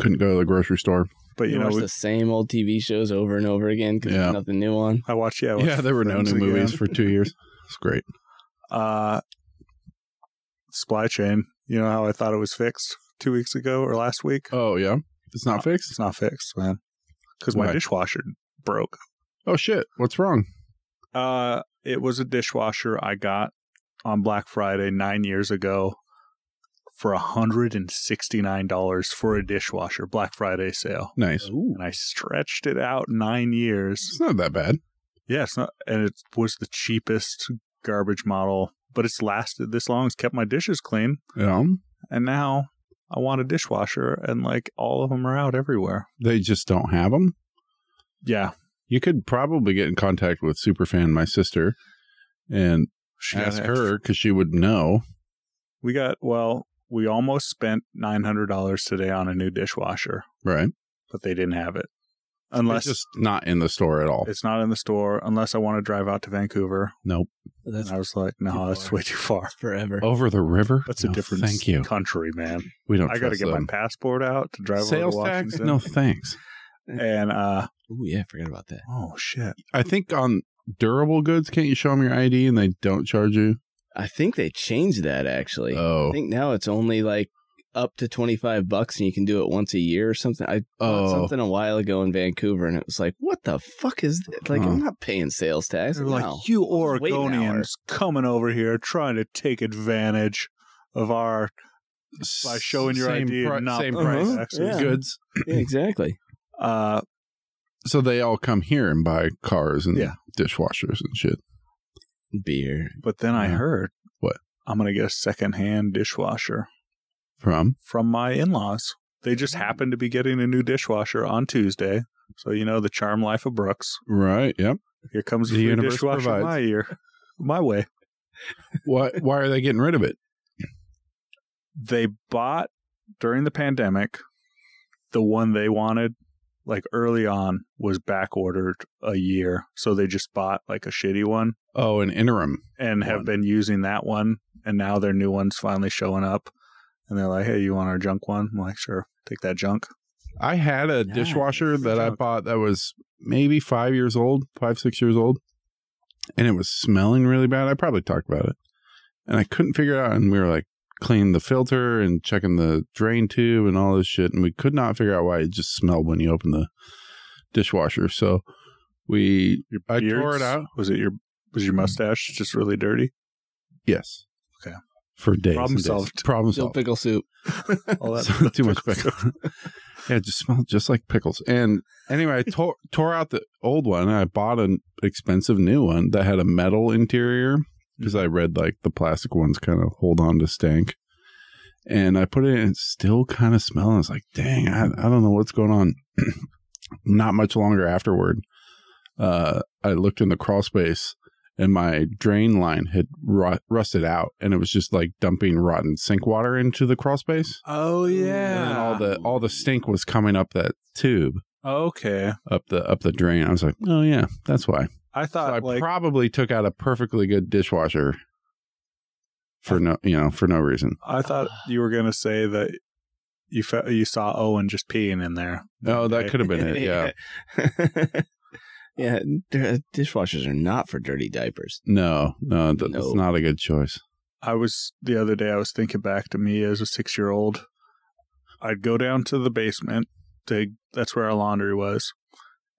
Speaker 2: Couldn't go to the grocery store.
Speaker 1: But
Speaker 3: You,
Speaker 1: you know,
Speaker 3: watch
Speaker 1: we-
Speaker 3: the same old TV shows over and over again because
Speaker 2: Yeah.
Speaker 3: there's nothing new on.
Speaker 1: I watched. Yeah, I watched
Speaker 2: yeah, there were no
Speaker 1: Friends
Speaker 2: new
Speaker 1: again.
Speaker 2: movies for two years. It's great.
Speaker 1: Uh, supply chain. You know how I thought it was fixed two weeks ago or last week?
Speaker 2: Oh yeah, it's not
Speaker 1: Uh, It's
Speaker 2: fixed.
Speaker 1: not fixed, man, because my
Speaker 2: Why?
Speaker 1: dishwasher broke.
Speaker 2: Oh shit, what's wrong?
Speaker 1: Uh, it was a dishwasher I got on Black Friday nine years ago for hundred and sixty nine dollars for a dishwasher Black Friday sale,
Speaker 2: Nice.
Speaker 3: Ooh.
Speaker 1: and I stretched it out nine years.
Speaker 2: It's not that bad.
Speaker 1: Yeah, it's not, and it was the cheapest garbage model, but it's lasted this long. It's kept my dishes clean,
Speaker 2: Yeah,
Speaker 1: and now I want a dishwasher, and like all of them are out everywhere.
Speaker 2: they just don't have them.
Speaker 1: Yeah,
Speaker 2: You could probably get in contact with Superfan, my sister, and
Speaker 1: she got
Speaker 2: ask
Speaker 1: an extra-
Speaker 2: her because she would know.
Speaker 1: We got well, we almost spent nine hundred dollars today on a new dishwasher.
Speaker 2: Right?
Speaker 1: but they didn't have it.
Speaker 2: It's
Speaker 1: Unless
Speaker 2: just not in the store at all.
Speaker 1: it's not in the store, unless I want to drive out to Vancouver.
Speaker 2: Nope.
Speaker 3: That's
Speaker 1: and I was like, no,
Speaker 3: too
Speaker 1: that's
Speaker 3: far.
Speaker 1: way too far.
Speaker 3: forever.
Speaker 2: Over the river?
Speaker 1: That's
Speaker 2: No,
Speaker 1: a different
Speaker 2: Thank you.
Speaker 1: country, man.
Speaker 2: We don't.
Speaker 1: I got to
Speaker 2: trust
Speaker 1: get my
Speaker 2: them.
Speaker 1: passport out to drive
Speaker 2: sales
Speaker 1: over to
Speaker 2: tax.
Speaker 1: Washington.
Speaker 2: No thanks.
Speaker 1: And uh,
Speaker 3: Ooh yeah, forget about that.
Speaker 1: oh shit,
Speaker 2: I think on durable goods, can't you show them your ID and they don't charge you?
Speaker 3: I think they changed that actually. I
Speaker 2: Oh,
Speaker 3: think now it's only like up to twenty five bucks, and you can do it once a year or something. I bought
Speaker 2: Oh.
Speaker 3: something a while ago in Vancouver, and it was like, what the fuck is that? Like,
Speaker 2: Huh.
Speaker 3: I'm not paying sales tax.
Speaker 1: they're
Speaker 3: no.
Speaker 1: like you
Speaker 3: I'll just wait an
Speaker 1: Oregonians coming over here trying to take advantage of our by showing your
Speaker 2: Same
Speaker 1: ID,
Speaker 2: pri-
Speaker 1: and not
Speaker 2: same
Speaker 1: price
Speaker 2: price.
Speaker 1: taxes.
Speaker 3: Yeah.
Speaker 2: Goods.
Speaker 3: Yeah, exactly.
Speaker 1: Uh,
Speaker 2: So they all come here and buy cars and
Speaker 1: Yeah.
Speaker 2: dishwashers and shit.
Speaker 3: Beer.
Speaker 1: but then I
Speaker 2: Yeah.
Speaker 1: heard
Speaker 2: What?
Speaker 1: I'm gonna get a secondhand dishwasher.
Speaker 2: From
Speaker 1: from my in laws. They just happened to be getting a new dishwasher on Tuesday. So, you know, the charm life of Brooks.
Speaker 2: right, yep.
Speaker 1: Here comes the
Speaker 2: The
Speaker 1: free
Speaker 2: universe
Speaker 1: dishwasher
Speaker 2: provides.
Speaker 1: my year, my way.
Speaker 2: Why? Why are they getting rid of it?
Speaker 1: They bought during the pandemic the one they wanted, like early on, was back ordered a year. So they just bought like a shitty one
Speaker 2: Oh, an interim.
Speaker 1: and have
Speaker 2: One.
Speaker 1: been using that one. And now their new one's finally showing up. And they're like, hey, you want our junk one? I'm like, sure, take that junk.
Speaker 2: I had a
Speaker 3: Nice.
Speaker 2: dishwasher that I
Speaker 1: Junk.
Speaker 2: bought that was maybe five years old, five six years old, and it was smelling really bad. I probably talked about it, and I couldn't figure it out. And we were like cleaning the filter and checking the drain tube and all this shit, and we could not figure out why it just smelled when you opened the dishwasher. So we,
Speaker 1: Your
Speaker 2: I tore
Speaker 1: beards?
Speaker 2: it out. Mm.
Speaker 1: Was it your was your mustache just really dirty?
Speaker 2: yes,
Speaker 1: Okay.
Speaker 2: for days.
Speaker 1: Problem
Speaker 2: and days.
Speaker 1: solved.
Speaker 2: Problem
Speaker 3: Still
Speaker 2: solved.
Speaker 3: pickle soup.
Speaker 1: All that
Speaker 2: So- too much pickle. yeah, it just smelled just like pickles. And anyway, I tore tore out the old one. And I bought an expensive new one that had a metal interior because I read like the plastic ones kind of hold on to stank. And I put it in, and it's still kind of smelling. It's like, dang, I, I don't know what's going on. Not much longer afterward, uh, I looked in the crawl space and my drain line had rot- rusted out and it was just like dumping rotten sink water into the crawl space
Speaker 1: Oh
Speaker 2: and then
Speaker 1: yeah.
Speaker 2: all the all the stink was coming up that tube
Speaker 1: okay.
Speaker 2: up the up the drain i was like oh yeah that's why
Speaker 1: I
Speaker 2: so
Speaker 1: thought
Speaker 2: i
Speaker 1: like
Speaker 2: probably took out a perfectly good dishwasher for no you know for no reason
Speaker 1: I thought you were gonna say that you fe- you saw Owen just peeing in there.
Speaker 2: oh that could have been it yeah
Speaker 3: yeah. d- uh, Dishwashers are not for dirty diapers.
Speaker 2: no no th- that's
Speaker 3: No.
Speaker 2: not a good choice
Speaker 1: I was the other day. I was thinking back to me as a six year old. I'd go down to the basement. To that's where our laundry was,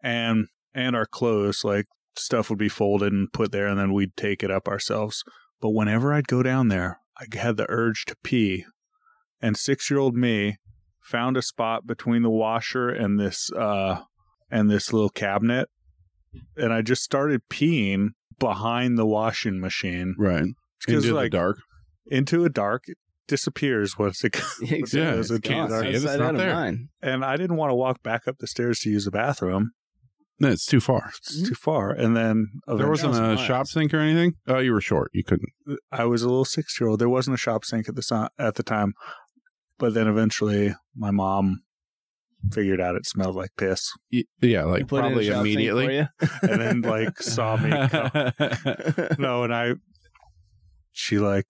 Speaker 1: and and our clothes like stuff would be folded and put there, and then we'd take it up ourselves. But whenever I'd go down there, I had the urge to pee, and six year old me found a spot between the washer and this uh and this little cabinet, and I just started peeing behind the washing machine
Speaker 2: right
Speaker 1: because
Speaker 2: into
Speaker 1: like
Speaker 2: the dark
Speaker 1: into a dark it disappears once it goes.
Speaker 3: exactly.
Speaker 1: it's can't
Speaker 3: gone.
Speaker 1: see
Speaker 2: it, it's
Speaker 3: Outside
Speaker 2: not
Speaker 3: out of
Speaker 2: there.
Speaker 3: mine.
Speaker 1: and i didn't want to walk back up the stairs to use the bathroom
Speaker 2: no it's too far
Speaker 1: it's too far and then
Speaker 2: Mm-hmm. there wasn't
Speaker 1: eventually-
Speaker 2: a
Speaker 3: miles.
Speaker 2: shop sink or anything oh you were short you couldn't
Speaker 1: I was a little six year old there wasn't a shop sink at the si- at the time but then eventually my mom figured out it smelled like piss,
Speaker 2: Y- Yeah, like
Speaker 3: Put it in
Speaker 2: probably
Speaker 3: a shop sink
Speaker 2: immediately.
Speaker 1: and then like saw me. Come.
Speaker 3: for you.
Speaker 1: No, and I, she like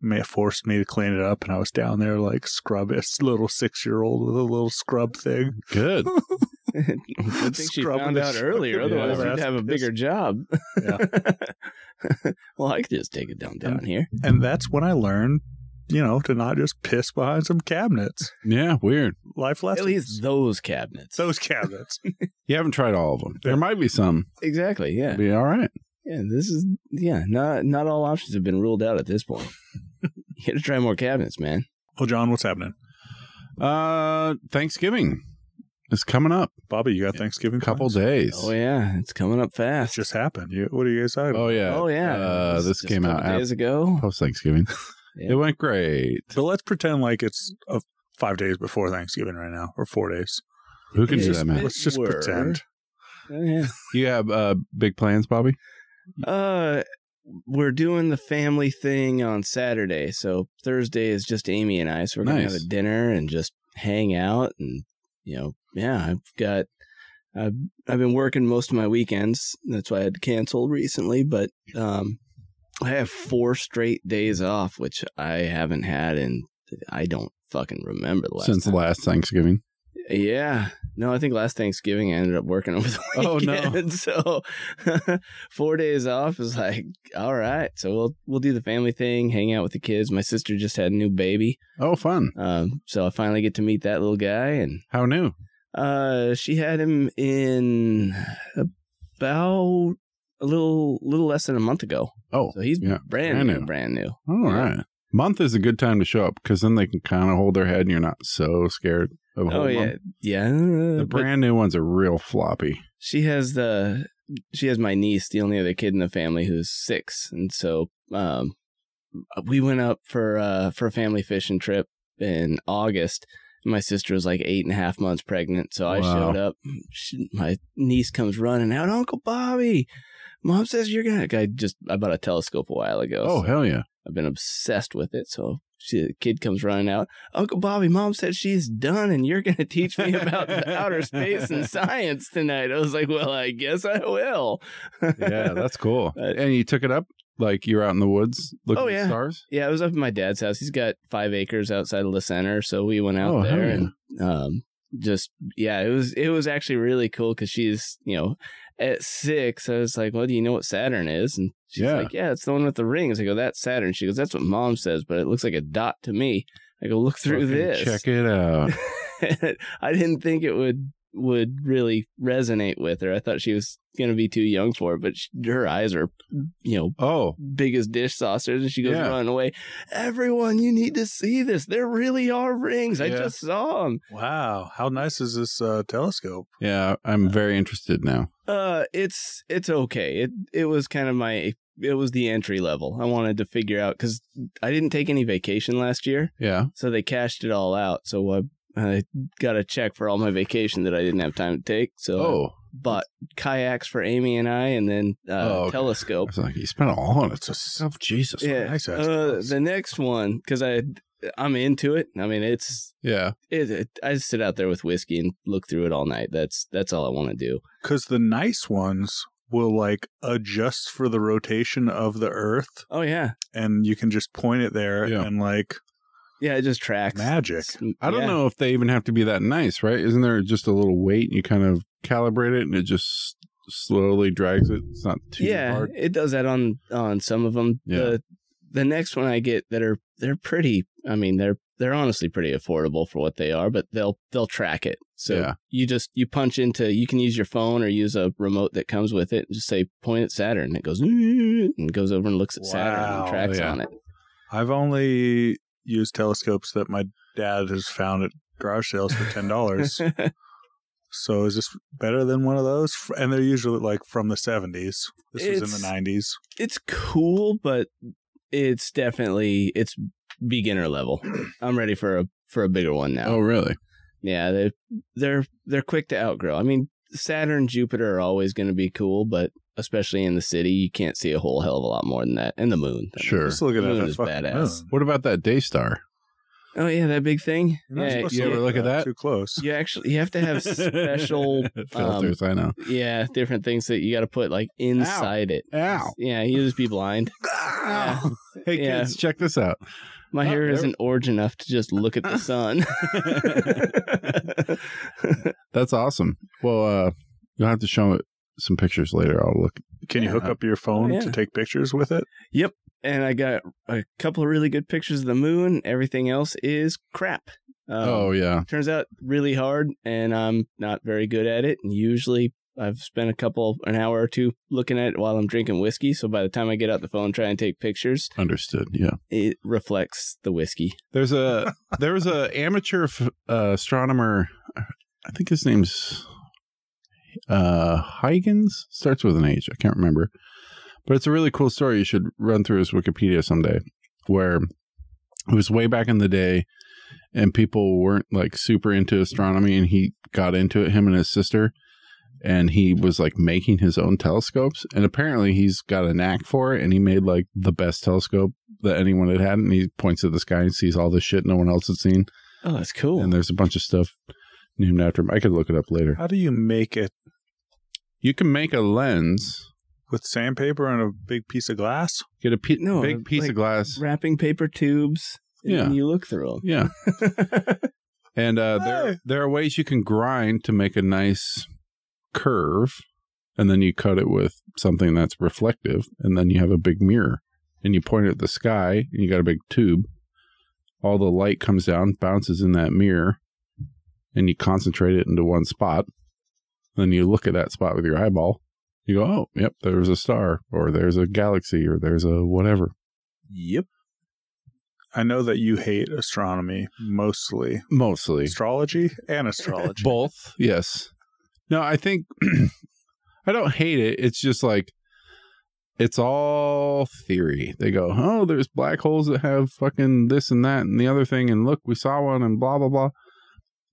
Speaker 1: ma- forced me to clean it up, and I was down there like scrub a s- little six year old with a little scrub thing.
Speaker 2: Good.
Speaker 3: I think she
Speaker 1: Scrubbing
Speaker 3: found
Speaker 1: the
Speaker 3: out
Speaker 1: shit
Speaker 3: earlier.
Speaker 1: out of
Speaker 3: Otherwise,
Speaker 1: your
Speaker 3: you'd
Speaker 1: ass
Speaker 3: have a
Speaker 1: piss.
Speaker 3: bigger job.
Speaker 1: Yeah.
Speaker 3: well, I could just take it down down here.
Speaker 1: And that's when I learned, you know, to not just piss behind some cabinets.
Speaker 2: Yeah, weird.
Speaker 1: Life lessons.
Speaker 3: At least those cabinets.
Speaker 1: those cabinets.
Speaker 2: You haven't tried all of them.
Speaker 1: Yeah.
Speaker 2: There might be some.
Speaker 3: exactly. Yeah.
Speaker 2: Be all right.
Speaker 3: Yeah. This is yeah. Not not all options have been ruled out at this point. you got to try more cabinets, man.
Speaker 1: well, John, what's happening?
Speaker 2: Uh, Thanksgiving is coming up.
Speaker 1: Bobby, you got Thanksgiving?
Speaker 2: A couple
Speaker 1: plans?
Speaker 2: days.
Speaker 3: Oh yeah, it's coming up
Speaker 1: It
Speaker 3: fast.
Speaker 1: just happened. You, what are you guys talking about?
Speaker 2: Oh, yeah.
Speaker 3: oh yeah.
Speaker 2: Uh,
Speaker 3: It's
Speaker 2: this
Speaker 3: just
Speaker 2: came
Speaker 3: a couple
Speaker 2: out after
Speaker 3: days ago.
Speaker 2: post Thanksgiving.
Speaker 3: Yeah.
Speaker 2: It went great.
Speaker 1: So let's pretend like it's uh, five days before Thanksgiving right now, or four days.
Speaker 2: Who can
Speaker 3: Yeah,
Speaker 2: do
Speaker 3: it's
Speaker 2: that, man?
Speaker 3: been-
Speaker 1: Let's just
Speaker 3: Were.
Speaker 1: pretend.
Speaker 3: Oh, yeah.
Speaker 2: You have uh, big plans, Bobby?
Speaker 3: Uh, we're doing the family thing on Saturday, so Thursday is just Amy and I. So we're gonna have
Speaker 2: Nice.
Speaker 3: a dinner and just hang out, and you know, yeah, I've got, I've I've been working most of my weekends. That's why I had to cancel recently, but um, I have four straight days off, which I haven't had in I don't fucking remember the last
Speaker 2: Since
Speaker 3: time.
Speaker 2: last Thanksgiving.
Speaker 3: Yeah. No, I think last Thanksgiving I ended up working over the
Speaker 2: Oh, no.
Speaker 3: weekend. So four days off is like, all right. So we'll we'll do the family thing, hang out with the kids. My sister just had a new baby.
Speaker 2: Oh, fun.
Speaker 3: Um, so I finally get to meet that little guy and
Speaker 2: How new?
Speaker 3: uh she had him in about a little little less than a month ago.
Speaker 2: Oh,
Speaker 3: So he's
Speaker 2: Yeah,
Speaker 3: brand,
Speaker 2: brand
Speaker 3: new,
Speaker 2: new.
Speaker 3: brand new.
Speaker 2: all right. Month is a good time to show up because then they can kind of hold their head and you're not so scared of a whole
Speaker 3: Oh yeah.
Speaker 2: month.
Speaker 3: Yeah.
Speaker 2: The
Speaker 3: but-
Speaker 2: brand new ones are real floppy.
Speaker 3: she has the she has my niece, the only other kid in the family who's six, and so um, we went up for uh, for a family fishing trip in August. My sister was like eight and a half months pregnant, so I
Speaker 2: Wow.
Speaker 3: showed up. She, my niece comes running out, Uncle Bobby. Mom says you're gonna. I just I bought a telescope a while ago.
Speaker 2: Oh,
Speaker 3: so
Speaker 2: hell yeah.
Speaker 3: I've been obsessed with it. So she, the kid comes running out. Uncle Bobby, mom said she's done, and you're going to teach me about the outer space and science tonight. I was like, well, I guess I will.
Speaker 2: Yeah, that's cool.
Speaker 3: Uh,
Speaker 2: and you took it up like you were out in the woods looking
Speaker 3: Oh,
Speaker 2: at
Speaker 3: yeah.
Speaker 2: stars?
Speaker 3: Yeah, I was up at my dad's house. He's got five acres outside of the center, so we went out
Speaker 2: Oh, hell
Speaker 3: there and um, just yeah, it was it was actually really cool because she's you know at six. I was like, well, do you know what Saturn is? And she's
Speaker 2: Yeah.
Speaker 3: like, yeah, it's the one with the rings. I go, that's Saturn. She goes, that's what mom says, but it looks like a dot to me. I go, look through
Speaker 2: Fucking
Speaker 3: this.
Speaker 2: Check it out.
Speaker 3: I didn't think it would would really resonate with her. I thought she was gonna be too young for it, but she, her eyes are, you know,
Speaker 2: Oh,
Speaker 3: big as dish saucers, and she goes
Speaker 2: Yeah.
Speaker 3: running away. Everyone, you need to see this. There really are rings. I
Speaker 2: Yeah.
Speaker 3: just saw them.
Speaker 1: Wow, how nice is this uh, telescope?
Speaker 2: yeah. I'm very interested now.
Speaker 3: Uh, it's it's okay. It it was kind of my it was the entry level. I wanted to figure out because I didn't take any vacation last year.
Speaker 2: Yeah.
Speaker 3: So they cashed it all out. So I, I got a check for all my vacation that I didn't have time to take. So I
Speaker 2: Oh,
Speaker 3: bought kayaks for Amy and I, and then uh,
Speaker 2: Oh, okay. I
Speaker 3: telescope.
Speaker 2: was like, you spent all on it.
Speaker 1: It's a s-
Speaker 2: Oh, Jesus.
Speaker 3: Yeah.
Speaker 1: nice ass
Speaker 3: Uh,
Speaker 1: house.
Speaker 3: the next one because I I'm into it. I mean, it's
Speaker 2: Yeah.
Speaker 3: it, it. I just sit out there with whiskey and look through it all night. That's that's all I want to do.
Speaker 1: because the nice ones will like adjust for the rotation of the Earth,
Speaker 3: Oh yeah,
Speaker 1: and you can just point it there
Speaker 2: Yeah.
Speaker 1: and like
Speaker 3: yeah. It just tracks
Speaker 1: magic.
Speaker 3: It's-
Speaker 2: I don't
Speaker 3: yeah.
Speaker 2: know if they even have to be that nice, right? Isn't there just a little weight and you kind of calibrate it and it just slowly drags it? It's not too
Speaker 3: yeah,
Speaker 2: hard.
Speaker 3: it does that on on some of them.
Speaker 2: Yeah.
Speaker 3: The the next one I get that are they're pretty. I mean, they're they're honestly pretty affordable for what they are, but they'll they'll track it. So
Speaker 2: Yeah.
Speaker 3: you just you punch into you can use your phone or use a remote that comes with it and just say point at Saturn and it goes and goes over and looks at Saturn
Speaker 1: Wow,
Speaker 3: and tracks
Speaker 2: yeah.
Speaker 3: on it.
Speaker 1: I've only used telescopes that my dad has found at garage sales for ten dollars. so is this better than one of those? F- And they're usually like from the seventies. This was in
Speaker 3: It's-
Speaker 1: the nineties.
Speaker 3: it's cool, but it's definitely it's beginner level. I'm ready for a for a bigger one now.
Speaker 2: Oh, really?
Speaker 3: Yeah, they they're they're quick to outgrow. I mean, Saturn, Jupiter are always going to be cool, but especially in the city, you can't see a whole hell of a lot more than that. And the moon, I mean,
Speaker 2: Sure.
Speaker 1: Just look at
Speaker 3: Moon
Speaker 1: that
Speaker 3: is
Speaker 1: fucking
Speaker 3: badass.
Speaker 1: moon.
Speaker 2: What about that Daystar?
Speaker 3: Oh yeah, that big thing.
Speaker 1: You're not
Speaker 3: Yeah,
Speaker 1: supposed
Speaker 2: you
Speaker 1: to
Speaker 2: ever look at that?
Speaker 1: Too close.
Speaker 3: You actually you have to have special
Speaker 2: um,
Speaker 3: um,
Speaker 2: filters. I know.
Speaker 3: yeah different things that you got to put like inside it.
Speaker 2: Ow.
Speaker 3: Yeah, you just be blind.
Speaker 2: Ow. Hey
Speaker 3: Yeah.
Speaker 2: kids, check this out.
Speaker 3: My
Speaker 2: Oh,
Speaker 3: hair
Speaker 2: there-
Speaker 3: isn't orange enough to just look at the sun.
Speaker 2: That's awesome. Well, uh, you'll have to show it some pictures later. I'll look.
Speaker 1: Can you hook up
Speaker 2: Oh,
Speaker 1: your phone
Speaker 3: Yeah.
Speaker 1: to take pictures with it?
Speaker 3: and I got a couple of really good pictures of the moon. Everything else is crap. Um,
Speaker 2: oh yeah,
Speaker 3: turns out really hard, and I'm not very good at it. And usually, I've spent a couple an hour or two looking at it while I'm drinking whiskey. So by the time I get out the phone, and try and take pictures,
Speaker 2: understood. Yeah.
Speaker 3: it reflects the whiskey.
Speaker 2: There's a there was a amateur f- uh, astronomer. I think his name's uh, Huygens. Starts with an H. I can't remember, but it's a really cool story. You should run through his Wikipedia someday. Where it was way back in the day, and people weren't like super into astronomy, and he got into it. Him and his sister. And he was like making his own telescopes, and apparently he's got a knack for it. And he made like the best telescope that anyone had had, and he points at the sky and sees all this shit no one else had seen.
Speaker 3: Oh, that's cool.
Speaker 2: And there's a bunch of stuff named after him. I could look it up later.
Speaker 1: How do you make it
Speaker 2: You can make a lens,
Speaker 1: with sandpaper and a big piece of glass?
Speaker 2: get a pe-
Speaker 3: No,
Speaker 2: big piece
Speaker 3: like-
Speaker 2: of glass.
Speaker 3: Wrapping paper tubes. And
Speaker 2: Yeah.
Speaker 3: you look through them.
Speaker 2: Yeah, and uh,
Speaker 1: Hey.
Speaker 2: there there are ways you can grind to make a nice curve, and then you cut it with something that's reflective, and then you have a big mirror, and you point it at the sky, and you got a big tube. All the light comes down, bounces in that mirror, and you concentrate it into one spot. Then you look at that spot with your eyeball. You go, oh, yep, there's a star, or there's a galaxy, or there's a whatever.
Speaker 1: Yep. I know that you hate astronomy mostly.
Speaker 2: Mostly.
Speaker 1: Astrology and astrology.
Speaker 2: Both, yes. No, I think I don't hate it. It's just like it's all theory. They go, oh, there's black holes that have fucking this and that and the other thing, and look, we saw one, and blah blah blah.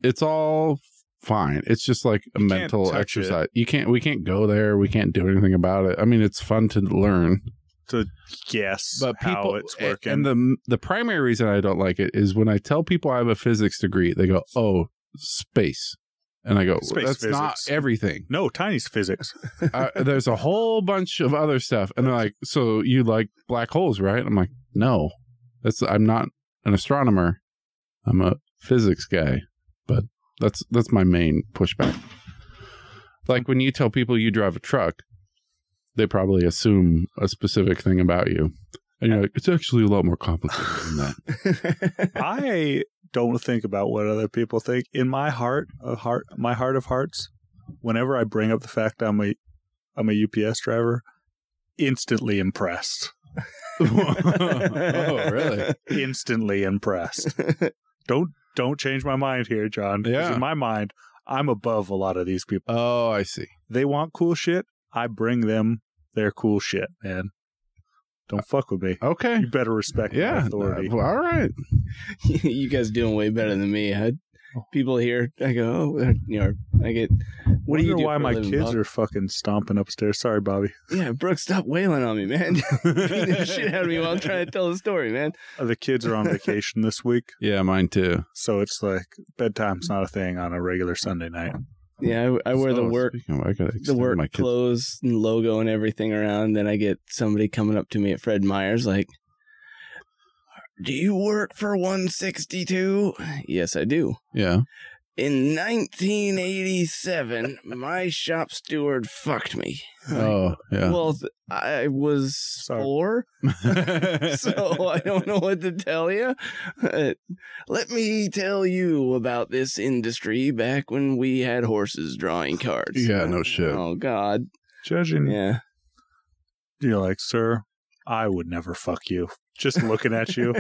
Speaker 2: It's all fine. It's just like a
Speaker 1: You can't
Speaker 2: mental
Speaker 1: touch it.
Speaker 2: exercise. You can't. We can't go there. We can't do anything about it. I mean, it's fun to learn,
Speaker 1: to guess
Speaker 2: but people,
Speaker 1: how it's working.
Speaker 2: And the the primary reason I don't like it is when I tell people I have a physics degree, they go, "Oh, space," and I go, well,
Speaker 1: Space
Speaker 2: "That's not
Speaker 1: physics.
Speaker 2: everything.
Speaker 1: no, Tiny's physics.
Speaker 2: uh, there's a whole bunch of other stuff." And they're like, "So you like black holes, right?" I'm like, "No, that's I'm not an astronomer. I'm a physics guy." But that's that's my main pushback. Like when you tell people you drive a truck, they probably assume a specific thing about you. And you're like, it's actually a lot more complicated than that.
Speaker 1: I don't think about what other people think. In my heart of heart, my heart of hearts, whenever I bring up the fact I'm a I'm a UPS driver, instantly impressed.
Speaker 2: oh, really?
Speaker 1: Instantly impressed. don't don't change my mind here, John. 'cause
Speaker 2: Yeah.
Speaker 1: In my mind, I'm above a lot of these people.
Speaker 2: Oh, I see.
Speaker 1: They want cool shit. I bring them their cool shit, man. Don't fuck with me.
Speaker 2: Okay.
Speaker 1: You better respect
Speaker 2: Yeah.
Speaker 1: my authority.
Speaker 2: Uh, well, all right.
Speaker 3: you guys doing way better than me. I, people here, I go, oh, you know, I get. What do you
Speaker 1: Wonder
Speaker 3: do?
Speaker 1: Why
Speaker 3: for a
Speaker 1: my
Speaker 3: living,
Speaker 1: kids
Speaker 3: Bob?"
Speaker 1: are fucking stomping upstairs? Sorry, Bobby.
Speaker 3: Yeah, Brooke, stop wailing on me, man. Beating the shit out of me while I'm trying to tell the story, man.
Speaker 1: Uh, The kids are on vacation this week,
Speaker 2: Yeah, mine too.
Speaker 1: so it's like bedtime's
Speaker 2: Mm-hmm.
Speaker 1: not a thing on a regular Sunday night.
Speaker 3: Yeah, I, I wear the
Speaker 1: Oh,
Speaker 2: So,
Speaker 3: work,
Speaker 2: Oh, speaking of, I gotta
Speaker 3: the
Speaker 2: extend
Speaker 3: work
Speaker 2: my kids.
Speaker 3: clothes and logo and everything around. Then I get somebody coming up to me at Fred Meyer's, like, "Do you work for 162?" Yes, I do.
Speaker 2: Yeah.
Speaker 3: In 1987, my shop steward fucked me.
Speaker 2: Oh, yeah.
Speaker 3: Well, th- I was
Speaker 1: Sorry.
Speaker 3: four, so I don't know what to tell you. Uh, Let me tell you about this industry back when we had horses drawing cards.
Speaker 2: Yeah, no shit.
Speaker 3: Oh God,
Speaker 1: Judging,
Speaker 3: yeah.
Speaker 1: you're like, sir, I would never fuck you. Just looking at you,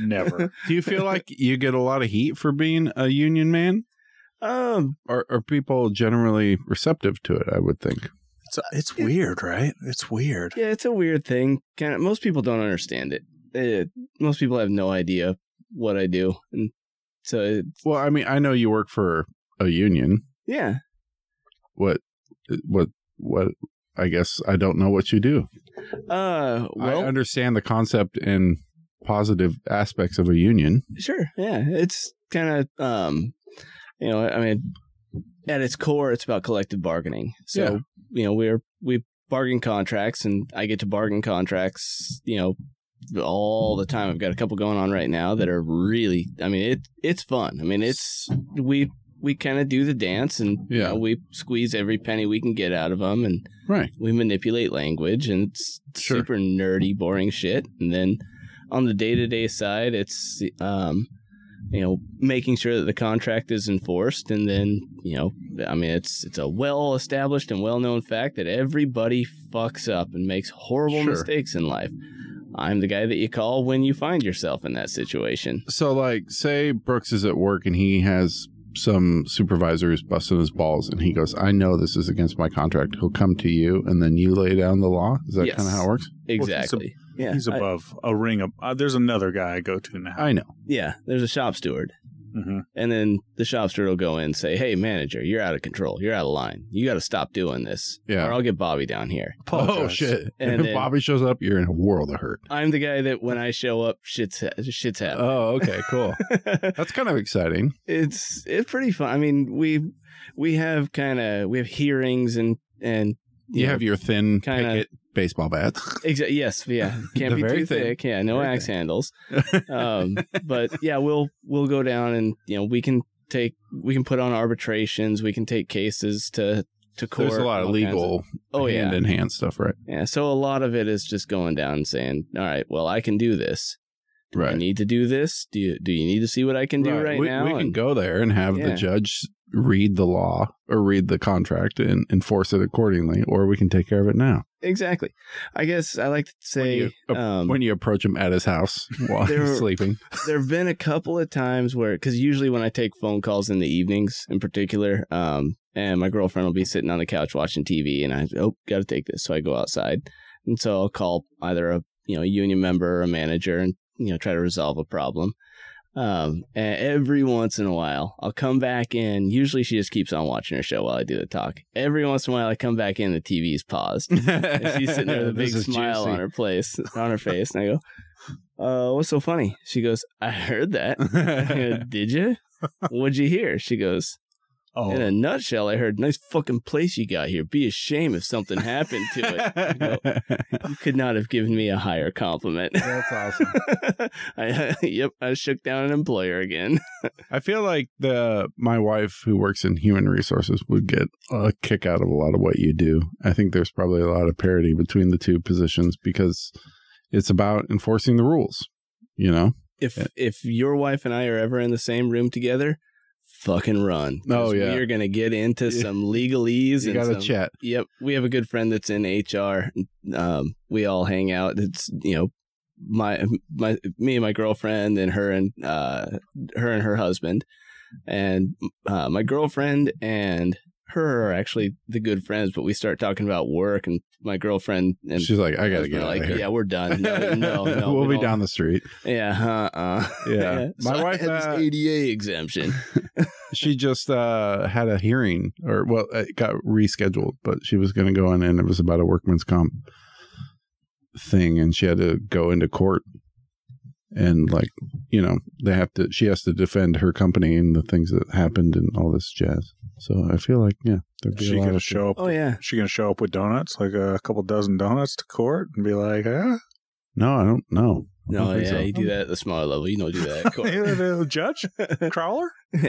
Speaker 1: never.
Speaker 2: Do you feel like you get a lot of heat for being a union man?
Speaker 3: um,
Speaker 2: Are, are people generally receptive to it? I would think.
Speaker 1: It's it's weird, right? It's weird.
Speaker 3: yeah, it's a weird thing. Kind of, most people don't understand it. Uh, most people have no idea what I do, and so it,
Speaker 2: Well, I mean, I know you work for a union.
Speaker 3: yeah.
Speaker 2: What? What? What? I guess I don't know what you do.
Speaker 3: Uh, well,
Speaker 2: I understand the concept and positive aspects of a union.
Speaker 3: Sure. Yeah. It's kind of, um, you know, I mean, at its core, it's about collective bargaining. So,
Speaker 2: Yeah.
Speaker 3: you know, we're, we bargain contracts and I get to bargain contracts, you know, all the time. I've got a couple going on right now that are really, I mean, it, it's fun. I mean, it's, we, we kind of do the dance and you
Speaker 2: Yeah.
Speaker 3: know, we squeeze every penny we can get out of them and
Speaker 2: Right.
Speaker 3: we manipulate language and it's
Speaker 2: Sure.
Speaker 3: super nerdy, boring shit. And then on the day to day side, it's um, you know making sure that the contract is enforced. And then you know, I mean, it's it's a well established and well known fact that everybody fucks up and makes horrible
Speaker 2: Sure.
Speaker 3: mistakes in life. I'm the guy that you call when you find yourself in that situation.
Speaker 2: So, like, say Brooks is at work and he has some supervisor who's busting his balls, and he goes, "I know this is against my contract." He'll come to you, and then you lay down the law. Is that
Speaker 3: Yes.
Speaker 2: kind of how it works?
Speaker 1: he's a-
Speaker 3: Exactly. yeah.
Speaker 1: He's
Speaker 3: I-
Speaker 1: above a ring. Of, uh, there's another guy I go to now.
Speaker 2: I know.
Speaker 3: yeah. There's a shop steward.
Speaker 1: hmm
Speaker 2: Oh,
Speaker 3: And then the shop steward will go in and say, Hey, manager, you're out of control. You're out of line. You got to stop doing this, or
Speaker 2: Yeah.
Speaker 3: I'll get Bobby down here.
Speaker 2: Oh shit!
Speaker 3: And
Speaker 2: And if
Speaker 3: then-
Speaker 2: Bobby shows up, you're in a world of hurt.
Speaker 3: I'm the guy that when I show up, shit's, ha- shit's happening.
Speaker 2: Oh, okay, cool. That's kind of exciting.
Speaker 3: it's it's pretty fun. I mean, we we have kind of we have hearings and and
Speaker 2: You have your thin
Speaker 3: Kinda-
Speaker 2: picket baseball bats.
Speaker 3: Exa- yes, yeah, can't
Speaker 2: The
Speaker 3: be
Speaker 2: very
Speaker 3: too
Speaker 2: thing.
Speaker 3: thick. Yeah, no
Speaker 2: Very
Speaker 3: axe handles. Um, but yeah, we'll we'll go down and you know we can take we can put on arbitrations. We can take cases to to court.
Speaker 2: There's a lot of
Speaker 3: all kinds
Speaker 2: legal
Speaker 3: oh yeah,
Speaker 2: hand in hand stuff, right?
Speaker 3: Yeah, so a lot of it is just going down and saying, "All right, well, I can do this. Do I
Speaker 2: Right.
Speaker 3: need to do this. Do you do you need to see what I can do right
Speaker 2: we,
Speaker 3: now?"
Speaker 2: we can
Speaker 3: And-
Speaker 2: go there and have
Speaker 3: Yeah.
Speaker 2: the judge read the law or read the contract and enforce it accordingly, or we can take care of it now.
Speaker 3: Exactly. I guess I like to say
Speaker 2: you- uh,
Speaker 3: um,
Speaker 2: when you approach him at his house while
Speaker 3: There-
Speaker 2: he's sleeping.
Speaker 3: there have been a couple of times where because usually when i take phone calls in the evenings in particular um and my girlfriend will be sitting on the couch watching tv and i oh gotta take this so i go outside and so i'll call either a you know union member or a manager and you know try to resolve a problem um and every once in a while i'll come back in usually she just keeps on watching her show while i do the talk every once in a while i come back in the tv's paused and she's sitting there with a big
Speaker 2: This is
Speaker 3: smile
Speaker 2: juicy.
Speaker 3: on her place, on her face, and I go, "Uh, what's so funny?" She goes, "I heard that." I go, Did you? What'd you hear? She goes,
Speaker 1: Oh,
Speaker 3: "In a nutshell, I heard nice fucking place you got here. Be ashamed if something happened to it. You could not have given me a higher compliment."
Speaker 2: That's awesome.
Speaker 3: I, yep, I shook down an employer again.
Speaker 2: I feel like the my wife who works in human resources would get a kick out of a lot of what you do. I think there's probably a lot of parity between the two positions because it's about enforcing the rules, you know?
Speaker 3: If
Speaker 2: Yeah.
Speaker 3: if your wife and I are ever in the same room together, fucking run.
Speaker 2: Oh,
Speaker 3: 'Cause
Speaker 2: yeah.
Speaker 3: we are gonna get into
Speaker 2: Yeah.
Speaker 3: some legalese
Speaker 2: You
Speaker 3: and
Speaker 2: got to
Speaker 3: some
Speaker 2: chat.
Speaker 3: Yep, we have a good friend that's in HR. Um, we all hang out. It's you know, my my me and my girlfriend and her and uh her and her husband, and uh, my girlfriend and her are actually the good friends. But we start talking about work, and my girlfriend and
Speaker 2: She's like, I got to
Speaker 3: husband
Speaker 2: get
Speaker 3: are
Speaker 2: out
Speaker 3: like,
Speaker 2: of here.
Speaker 3: yeah, we're done. No, no, no
Speaker 2: we'll be
Speaker 3: we don't-
Speaker 2: down the street.
Speaker 3: Yeah, uh, uh
Speaker 2: Yeah. My
Speaker 3: I
Speaker 2: wife,
Speaker 3: had this
Speaker 2: uh,
Speaker 3: ADA exemption.
Speaker 2: She just uh, had a hearing, or well, it got rescheduled, but she was going to go in, and it was about a workman's comp thing, and she had to go into court, and like you know, they have to. She has to defend her company and the things that happened and all this jazz. So I feel like yeah, there'd be
Speaker 1: she
Speaker 2: a lot
Speaker 1: gonna
Speaker 2: of
Speaker 1: show up.
Speaker 3: Oh yeah,
Speaker 1: She gonna show up with donuts, like a couple dozen donuts to court, and be like, "Ah,
Speaker 2: No, I don't know.
Speaker 3: no,
Speaker 2: I don't
Speaker 3: yeah,
Speaker 2: think
Speaker 3: you do that at the smaller level. You don't do that. At
Speaker 1: hey,
Speaker 3: court.
Speaker 1: uh, judge Crowler,
Speaker 2: so.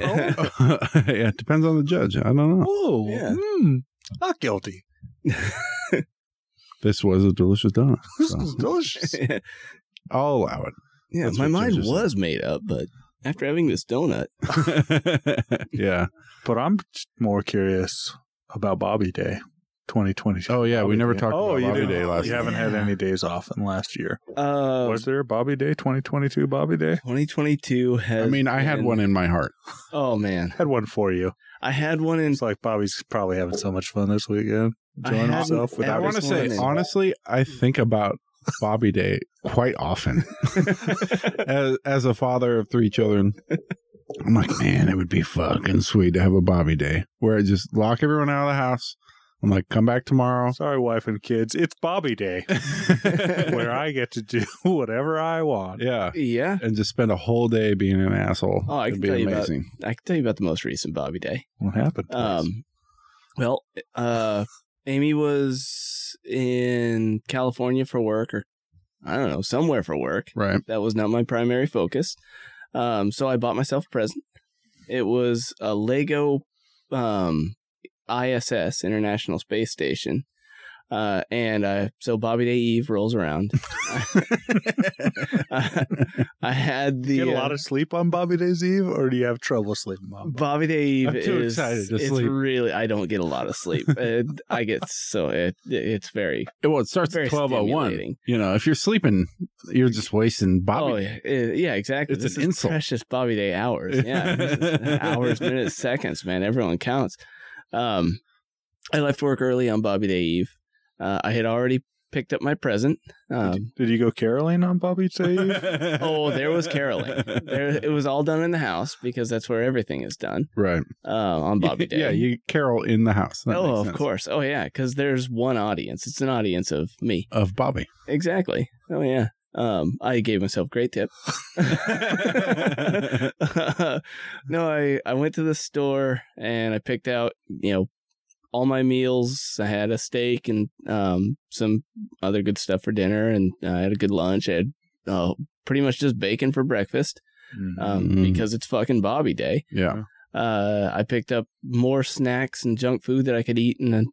Speaker 2: yeah, it depends on the judge. I don't know.
Speaker 1: oh,
Speaker 3: Yeah.
Speaker 1: not guilty.
Speaker 2: This was a delicious donut.
Speaker 1: This
Speaker 2: So
Speaker 1: is delicious."
Speaker 2: I'll allow
Speaker 3: Yeah,
Speaker 2: That's
Speaker 3: my
Speaker 2: what
Speaker 3: mind
Speaker 2: judges
Speaker 3: was made up, but after having this donut,
Speaker 2: it. yeah.
Speaker 1: But I'm more curious about Bobby Day, 2022.
Speaker 2: Oh yeah, we
Speaker 1: Bobby
Speaker 2: never
Speaker 1: Day.
Speaker 2: talked
Speaker 1: oh,
Speaker 2: about
Speaker 1: you
Speaker 2: Bobby
Speaker 1: didn't-
Speaker 2: Day last. Oh.
Speaker 1: You
Speaker 2: night.
Speaker 1: haven't had any days off in last year.
Speaker 3: uh,
Speaker 1: Was there a Bobby Day 2022 Bobby Day?
Speaker 3: 2022 has.
Speaker 2: I mean, I had
Speaker 3: been-
Speaker 2: one in my heart.
Speaker 3: Oh man,
Speaker 1: Had one for you.
Speaker 3: I had one in.
Speaker 1: It's like Bobby's probably having so much fun this weekend,
Speaker 3: I
Speaker 1: enjoying
Speaker 3: hadn't-
Speaker 1: himself
Speaker 2: I
Speaker 1: without.
Speaker 2: want to
Speaker 3: this
Speaker 2: say
Speaker 3: one.
Speaker 2: honestly, I think about Bobby Day quite often. as, as a father of three children, I'm like, man, it would be fucking sweet to have a Bobby Day where I just lock everyone out of the house, I'm like, come back tomorrow.
Speaker 1: Sorry, wife and kids. It's Bobby Day where I get to do whatever I want.
Speaker 2: yeah.
Speaker 3: Yeah.
Speaker 2: And just spend a whole day being an asshole.
Speaker 3: Oh, I
Speaker 2: It'd
Speaker 3: can
Speaker 2: be
Speaker 3: tell you about-
Speaker 2: amazing.
Speaker 3: I can tell you about the most recent Bobby Day.
Speaker 1: What happened? to us?
Speaker 3: Um, well, uh, Amy was in California for work, or I don't know, somewhere for work.
Speaker 2: Right.
Speaker 3: That was not my primary focus. Um, so I bought myself a present. It was a Lego um, ISS International Space Station. Uh, and uh, so Bobby Day Eve rolls around. I, had the
Speaker 1: get a
Speaker 3: uh,
Speaker 1: lot of sleep on Bobby Day's Eve, or do you have trouble sleeping on?
Speaker 3: Bobby Day Eve
Speaker 2: I'm too
Speaker 3: is
Speaker 2: excited to
Speaker 3: it's
Speaker 2: sleep.
Speaker 3: really I don't get a lot of sleep. Uh, I get so it it's very
Speaker 2: It- Well, it starts
Speaker 3: Very
Speaker 2: at 1201.
Speaker 3: stimulating.
Speaker 2: You know, if you're sleeping, you're just wasting Bobby.
Speaker 3: oh yeah, it- yeah exactly.
Speaker 2: It's
Speaker 3: This
Speaker 2: an
Speaker 3: is
Speaker 2: insult.
Speaker 3: Precious Bobby Day hours. Oh, Yeah, this is hours, minutes, seconds, man. Everyone counts. Um, I left work early on Bobby Day Eve. Uh, I had already picked up my present. Um,
Speaker 1: Did you go caroling on Bobby Day Eve?
Speaker 3: oh, there was caroling. There, it was all done in the house because that's where everything is done
Speaker 2: right.
Speaker 3: uh, on Bobby Day.
Speaker 2: Yeah, you carol in the house. That
Speaker 3: oh,
Speaker 2: makes
Speaker 3: of
Speaker 2: sense.
Speaker 3: course. Oh, yeah, because there's one audience. It's an audience of me.
Speaker 2: Of Bobby.
Speaker 3: Exactly. Oh yeah. Um, I gave myself a great tip. no, I I went to the store and I picked out you know all my meals. I had a steak and um some other good stuff for dinner, and I had a good lunch. I had uh, pretty much just bacon for breakfast
Speaker 1: Mm,
Speaker 3: um,
Speaker 2: Mhm.
Speaker 3: because it's fucking Bobby Day.
Speaker 2: Yeah.
Speaker 3: Uh, I picked up more snacks and junk food that I could eat in a,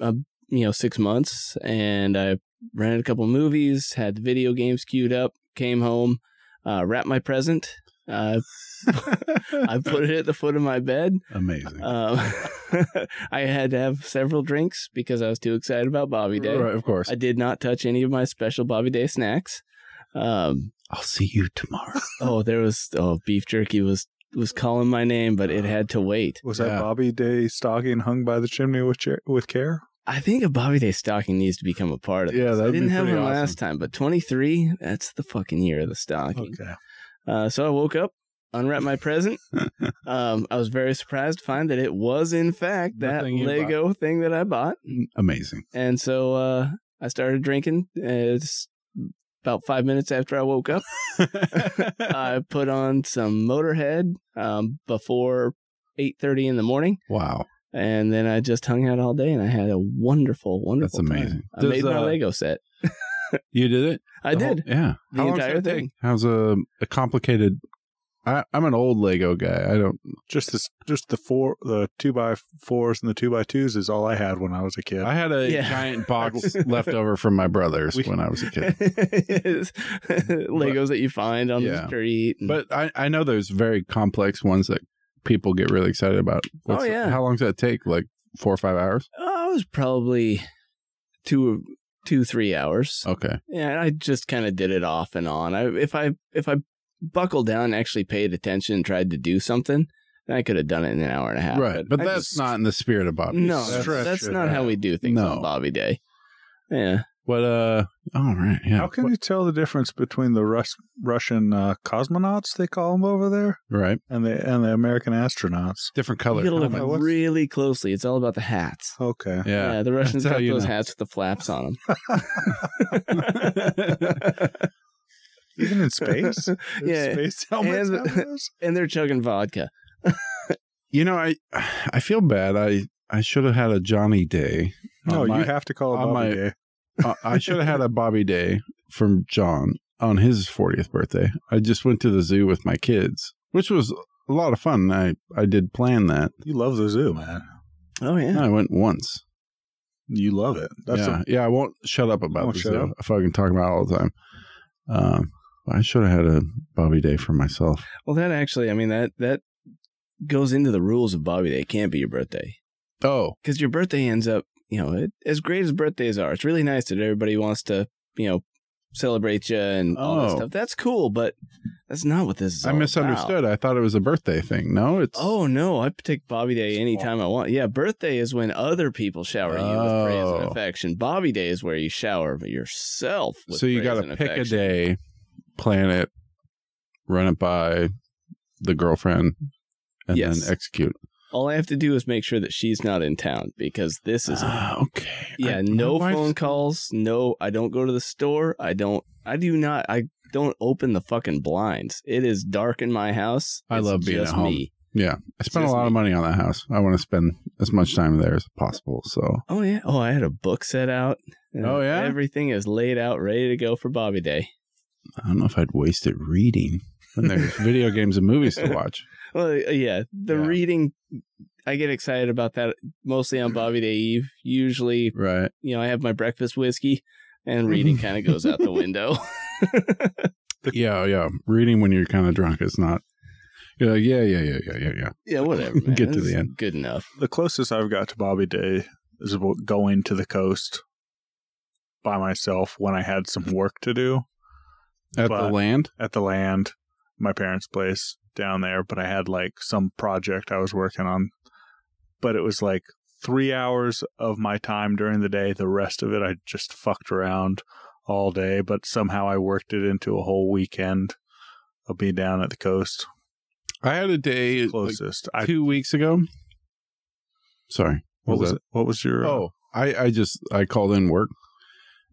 Speaker 3: a you know six months, and I rented a couple movies, had the video games queued up, came home, uh, wrapped my present. Uh, I put it at the foot of my bed.
Speaker 2: Amazing.
Speaker 3: Um, I had to have several drinks because I was too excited about Bobby Day.
Speaker 2: Right, of course.
Speaker 3: I did not touch any of my special Bobby Day snacks. Um,
Speaker 2: I'll see you tomorrow.
Speaker 3: oh, there was oh beef jerky was was calling my name, but it had to wait.
Speaker 1: Was
Speaker 2: Yeah.
Speaker 1: that Bobby Day stocking hung by the chimney with chair, with care?
Speaker 3: I think a Bobby Day stocking needs to become a part of it.
Speaker 2: Yeah,
Speaker 3: I
Speaker 2: that'd be
Speaker 3: didn't have
Speaker 2: pretty
Speaker 3: one
Speaker 2: awesome.
Speaker 3: last time, but 23, that's the fucking year of the stocking.
Speaker 1: Okay.
Speaker 3: Uh, so I woke up, unwrapped my present. um, I was very surprised to find that it was, in fact,
Speaker 2: The
Speaker 3: that
Speaker 2: thing you
Speaker 3: Lego thing that I bought.
Speaker 2: Amazing.
Speaker 3: And so uh, I started drinking. Uh, It's about five minutes after I woke up. I put on some Motorhead um, before 8.30 in the morning.
Speaker 2: wow.
Speaker 3: And then I just hung out all day, and I had a wonderful, wonderful. time.
Speaker 2: amazing.
Speaker 3: I
Speaker 2: Does,
Speaker 3: made my
Speaker 2: uh,
Speaker 3: Lego set.
Speaker 2: You did it?
Speaker 3: I
Speaker 2: The whole-
Speaker 3: did
Speaker 2: yeah.
Speaker 3: the
Speaker 2: long does
Speaker 3: entire
Speaker 2: that take?
Speaker 3: thing.
Speaker 2: How's a, a complicated. I, I'm an old Lego guy. I don't.
Speaker 1: Just this, just the four, the two by fours and the two by twos is all I had when I was a kid.
Speaker 2: I had a
Speaker 3: Yeah.
Speaker 2: giant box left over from my brothers
Speaker 1: We-
Speaker 2: when I was a kid.
Speaker 3: Legos that you find on
Speaker 2: Yeah.
Speaker 3: the street. and-
Speaker 2: But I, I know there's very complex ones that people get really excited about.
Speaker 3: Oh, yeah.
Speaker 2: How long does that take? Like four or five hours?
Speaker 3: oh, it was probably two, two, three hours.
Speaker 2: Okay.
Speaker 3: Yeah, and I just kind of did it off and on. I if I if I buckled down, and actually paid attention, and tried to do something, then I could have done it in an hour and a half.
Speaker 2: right. But
Speaker 3: I
Speaker 2: that's
Speaker 3: just-
Speaker 2: not in the spirit of Bobby.
Speaker 3: no,
Speaker 1: stretch
Speaker 3: that's, that's
Speaker 1: it
Speaker 3: not how
Speaker 1: out.
Speaker 3: we do things
Speaker 2: No.
Speaker 3: on Bobby Day. Yeah,
Speaker 2: But, uh, all right. Yeah.
Speaker 1: How can you tell the difference between the Rus- Russian uh, cosmonauts they call them over there
Speaker 2: Right.
Speaker 1: and the and the American astronauts?
Speaker 2: Different
Speaker 3: you
Speaker 2: color.
Speaker 3: gotta look
Speaker 1: Helmet. What's-
Speaker 3: really closely. It's all about the hats.
Speaker 1: Okay.
Speaker 2: yeah.
Speaker 3: the Russians
Speaker 2: how
Speaker 3: got
Speaker 2: you
Speaker 3: those
Speaker 2: know.
Speaker 3: hats with the flaps on them.
Speaker 1: Even in space, There's
Speaker 3: Yeah.
Speaker 1: space helmets.
Speaker 3: And-
Speaker 1: have those?
Speaker 3: and they're chugging vodka.
Speaker 2: You know, I I feel bad. I I should have had a Johnny Day.
Speaker 1: No,
Speaker 2: on my-
Speaker 1: you have to call it Bobby
Speaker 2: on my-
Speaker 1: Day.
Speaker 2: uh, I should have had a Bobby Day from John on his 40th birthday. I just went to the zoo with my kids, which was a lot of fun. I I did plan that.
Speaker 1: You love the zoo, man.
Speaker 3: Oh yeah.
Speaker 2: I went once.
Speaker 1: You love it. That's
Speaker 2: yeah, yeah. I won't shut up about
Speaker 1: Won't
Speaker 2: the
Speaker 1: shut
Speaker 2: zoo.
Speaker 1: up.
Speaker 2: I fucking talk about it all the time. Um, I should have had a Bobby Day for myself.
Speaker 3: Well, that actually, I mean that that goes into the rules of Bobby Day. It can't be your birthday
Speaker 2: Oh,
Speaker 3: because your birthday ends up, you know, it, as great as birthdays are. It's really nice that everybody wants to, you know, celebrate you and all that
Speaker 2: Oh.
Speaker 3: stuff. That's cool, but that's not what this is.
Speaker 2: I
Speaker 3: all
Speaker 2: misunderstood.
Speaker 3: about.
Speaker 2: I thought it was a birthday thing. No, it's
Speaker 3: Oh no, I take Bobby Day anytime I want. Yeah, birthday is when other people shower you with praise
Speaker 2: Oh.
Speaker 3: and affection. Bobby Day is where you shower yourself. With
Speaker 2: so you
Speaker 3: praise
Speaker 2: got to
Speaker 3: and
Speaker 2: pick a
Speaker 3: affection.
Speaker 2: day, plan it, run it by the girlfriend, and
Speaker 3: Yes.
Speaker 2: then execute.
Speaker 3: All I have to do is make sure that she's not in town because this is
Speaker 2: Ah, okay.
Speaker 3: yeah,
Speaker 2: I-
Speaker 3: no
Speaker 2: my wife's-
Speaker 3: phone calls. No, I don't go to the store. I don't. I do not. I don't open the fucking blinds. It is dark in my house.
Speaker 2: I
Speaker 3: It's
Speaker 2: love being at
Speaker 3: just
Speaker 2: home.
Speaker 3: me.
Speaker 2: I spent a
Speaker 3: Just
Speaker 2: lot of money on that house. I want to spend as much time there as possible. So
Speaker 3: Oh yeah. Oh, I had a book set out. and
Speaker 2: Oh, yeah?
Speaker 3: Everything is laid out, ready to go for Bobby Day.
Speaker 2: I don't know if I'd waste it reading when there's video games and movies to watch.
Speaker 3: Well, uh, yeah, the
Speaker 2: Yeah.
Speaker 3: reading. I get excited about that mostly on Bobby Day Eve. Usually,
Speaker 2: Right.
Speaker 3: you know, I have my breakfast whiskey, and reading kind of goes out the window.
Speaker 2: Yeah, yeah. Reading when you're kind of drunk is not. You're like, yeah, yeah, yeah, yeah, yeah, yeah.
Speaker 3: yeah, whatever. Man.
Speaker 2: Get to
Speaker 3: It's
Speaker 2: the end.
Speaker 3: Good enough.
Speaker 1: The closest I've got to Bobby Day is about going to the coast by myself when I had some work to do
Speaker 2: At the
Speaker 1: But-
Speaker 2: land.
Speaker 1: at the land, my parents' place down there, but I had like some project I was working on. But it was like three hours of my time during the day. The rest of it, I just fucked around all day, but somehow I worked it into a whole weekend of being down at the coast.
Speaker 2: I had a day like,
Speaker 1: Closest. I,
Speaker 2: two weeks ago. Sorry.
Speaker 1: what was
Speaker 2: that?
Speaker 1: it? What was your. uh,
Speaker 2: Oh, I, I just I called in work,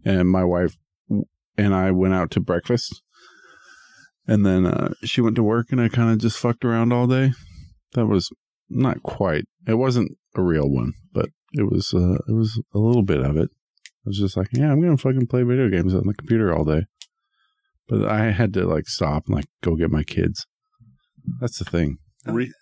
Speaker 2: and my wife w- and I went out to breakfast, and then uh, she went to work, and I kind of just fucked around all day. That was not quite. It wasn't a real one, but it was. Uh, it was a little bit of it. I was just like, yeah, I'm gonna fucking play video games on the computer all day. But I had to like stop and like go get my kids. That's the thing.
Speaker 1: uh, re-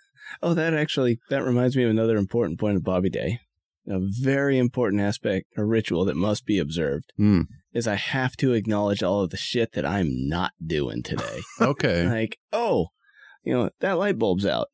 Speaker 3: Oh, that actually that reminds me of another important point of Bobby Day. A very important aspect or ritual that must be observed
Speaker 2: Hmm.
Speaker 3: is I have to acknowledge all of the shit that I'm not doing today.
Speaker 2: Okay.
Speaker 3: like, oh, you know, that light bulb's out.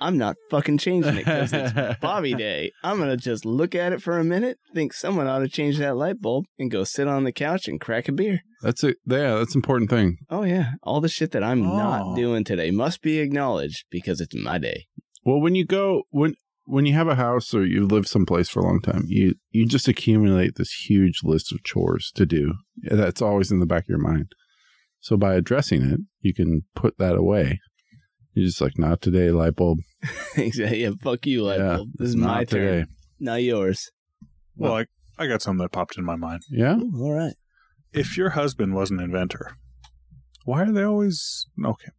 Speaker 3: I'm not fucking changing it because it's Bobby Day. I'm gonna just look at it for a minute, think someone ought to change that light bulb, and go sit on the couch and crack a beer.
Speaker 2: That's it. Yeah, that's an important thing.
Speaker 3: Oh yeah, all the shit that I'm
Speaker 1: Oh.
Speaker 3: not doing today must be acknowledged because it's my day.
Speaker 2: Well, when you go when when you have a house or you live someplace for a long time, you you just accumulate this huge list of chores to do. That's always in the back of your mind. So by addressing it, you can put that away. You're just like, not today, light bulb.
Speaker 3: exactly. Yeah, fuck you, light
Speaker 2: Yeah,
Speaker 3: bulb. This is my
Speaker 2: Not
Speaker 3: turn. Not yours.
Speaker 1: well, I, I got something that popped in my mind.
Speaker 2: Yeah.
Speaker 3: all right.
Speaker 1: if your husband was an inventor, why are they always okay?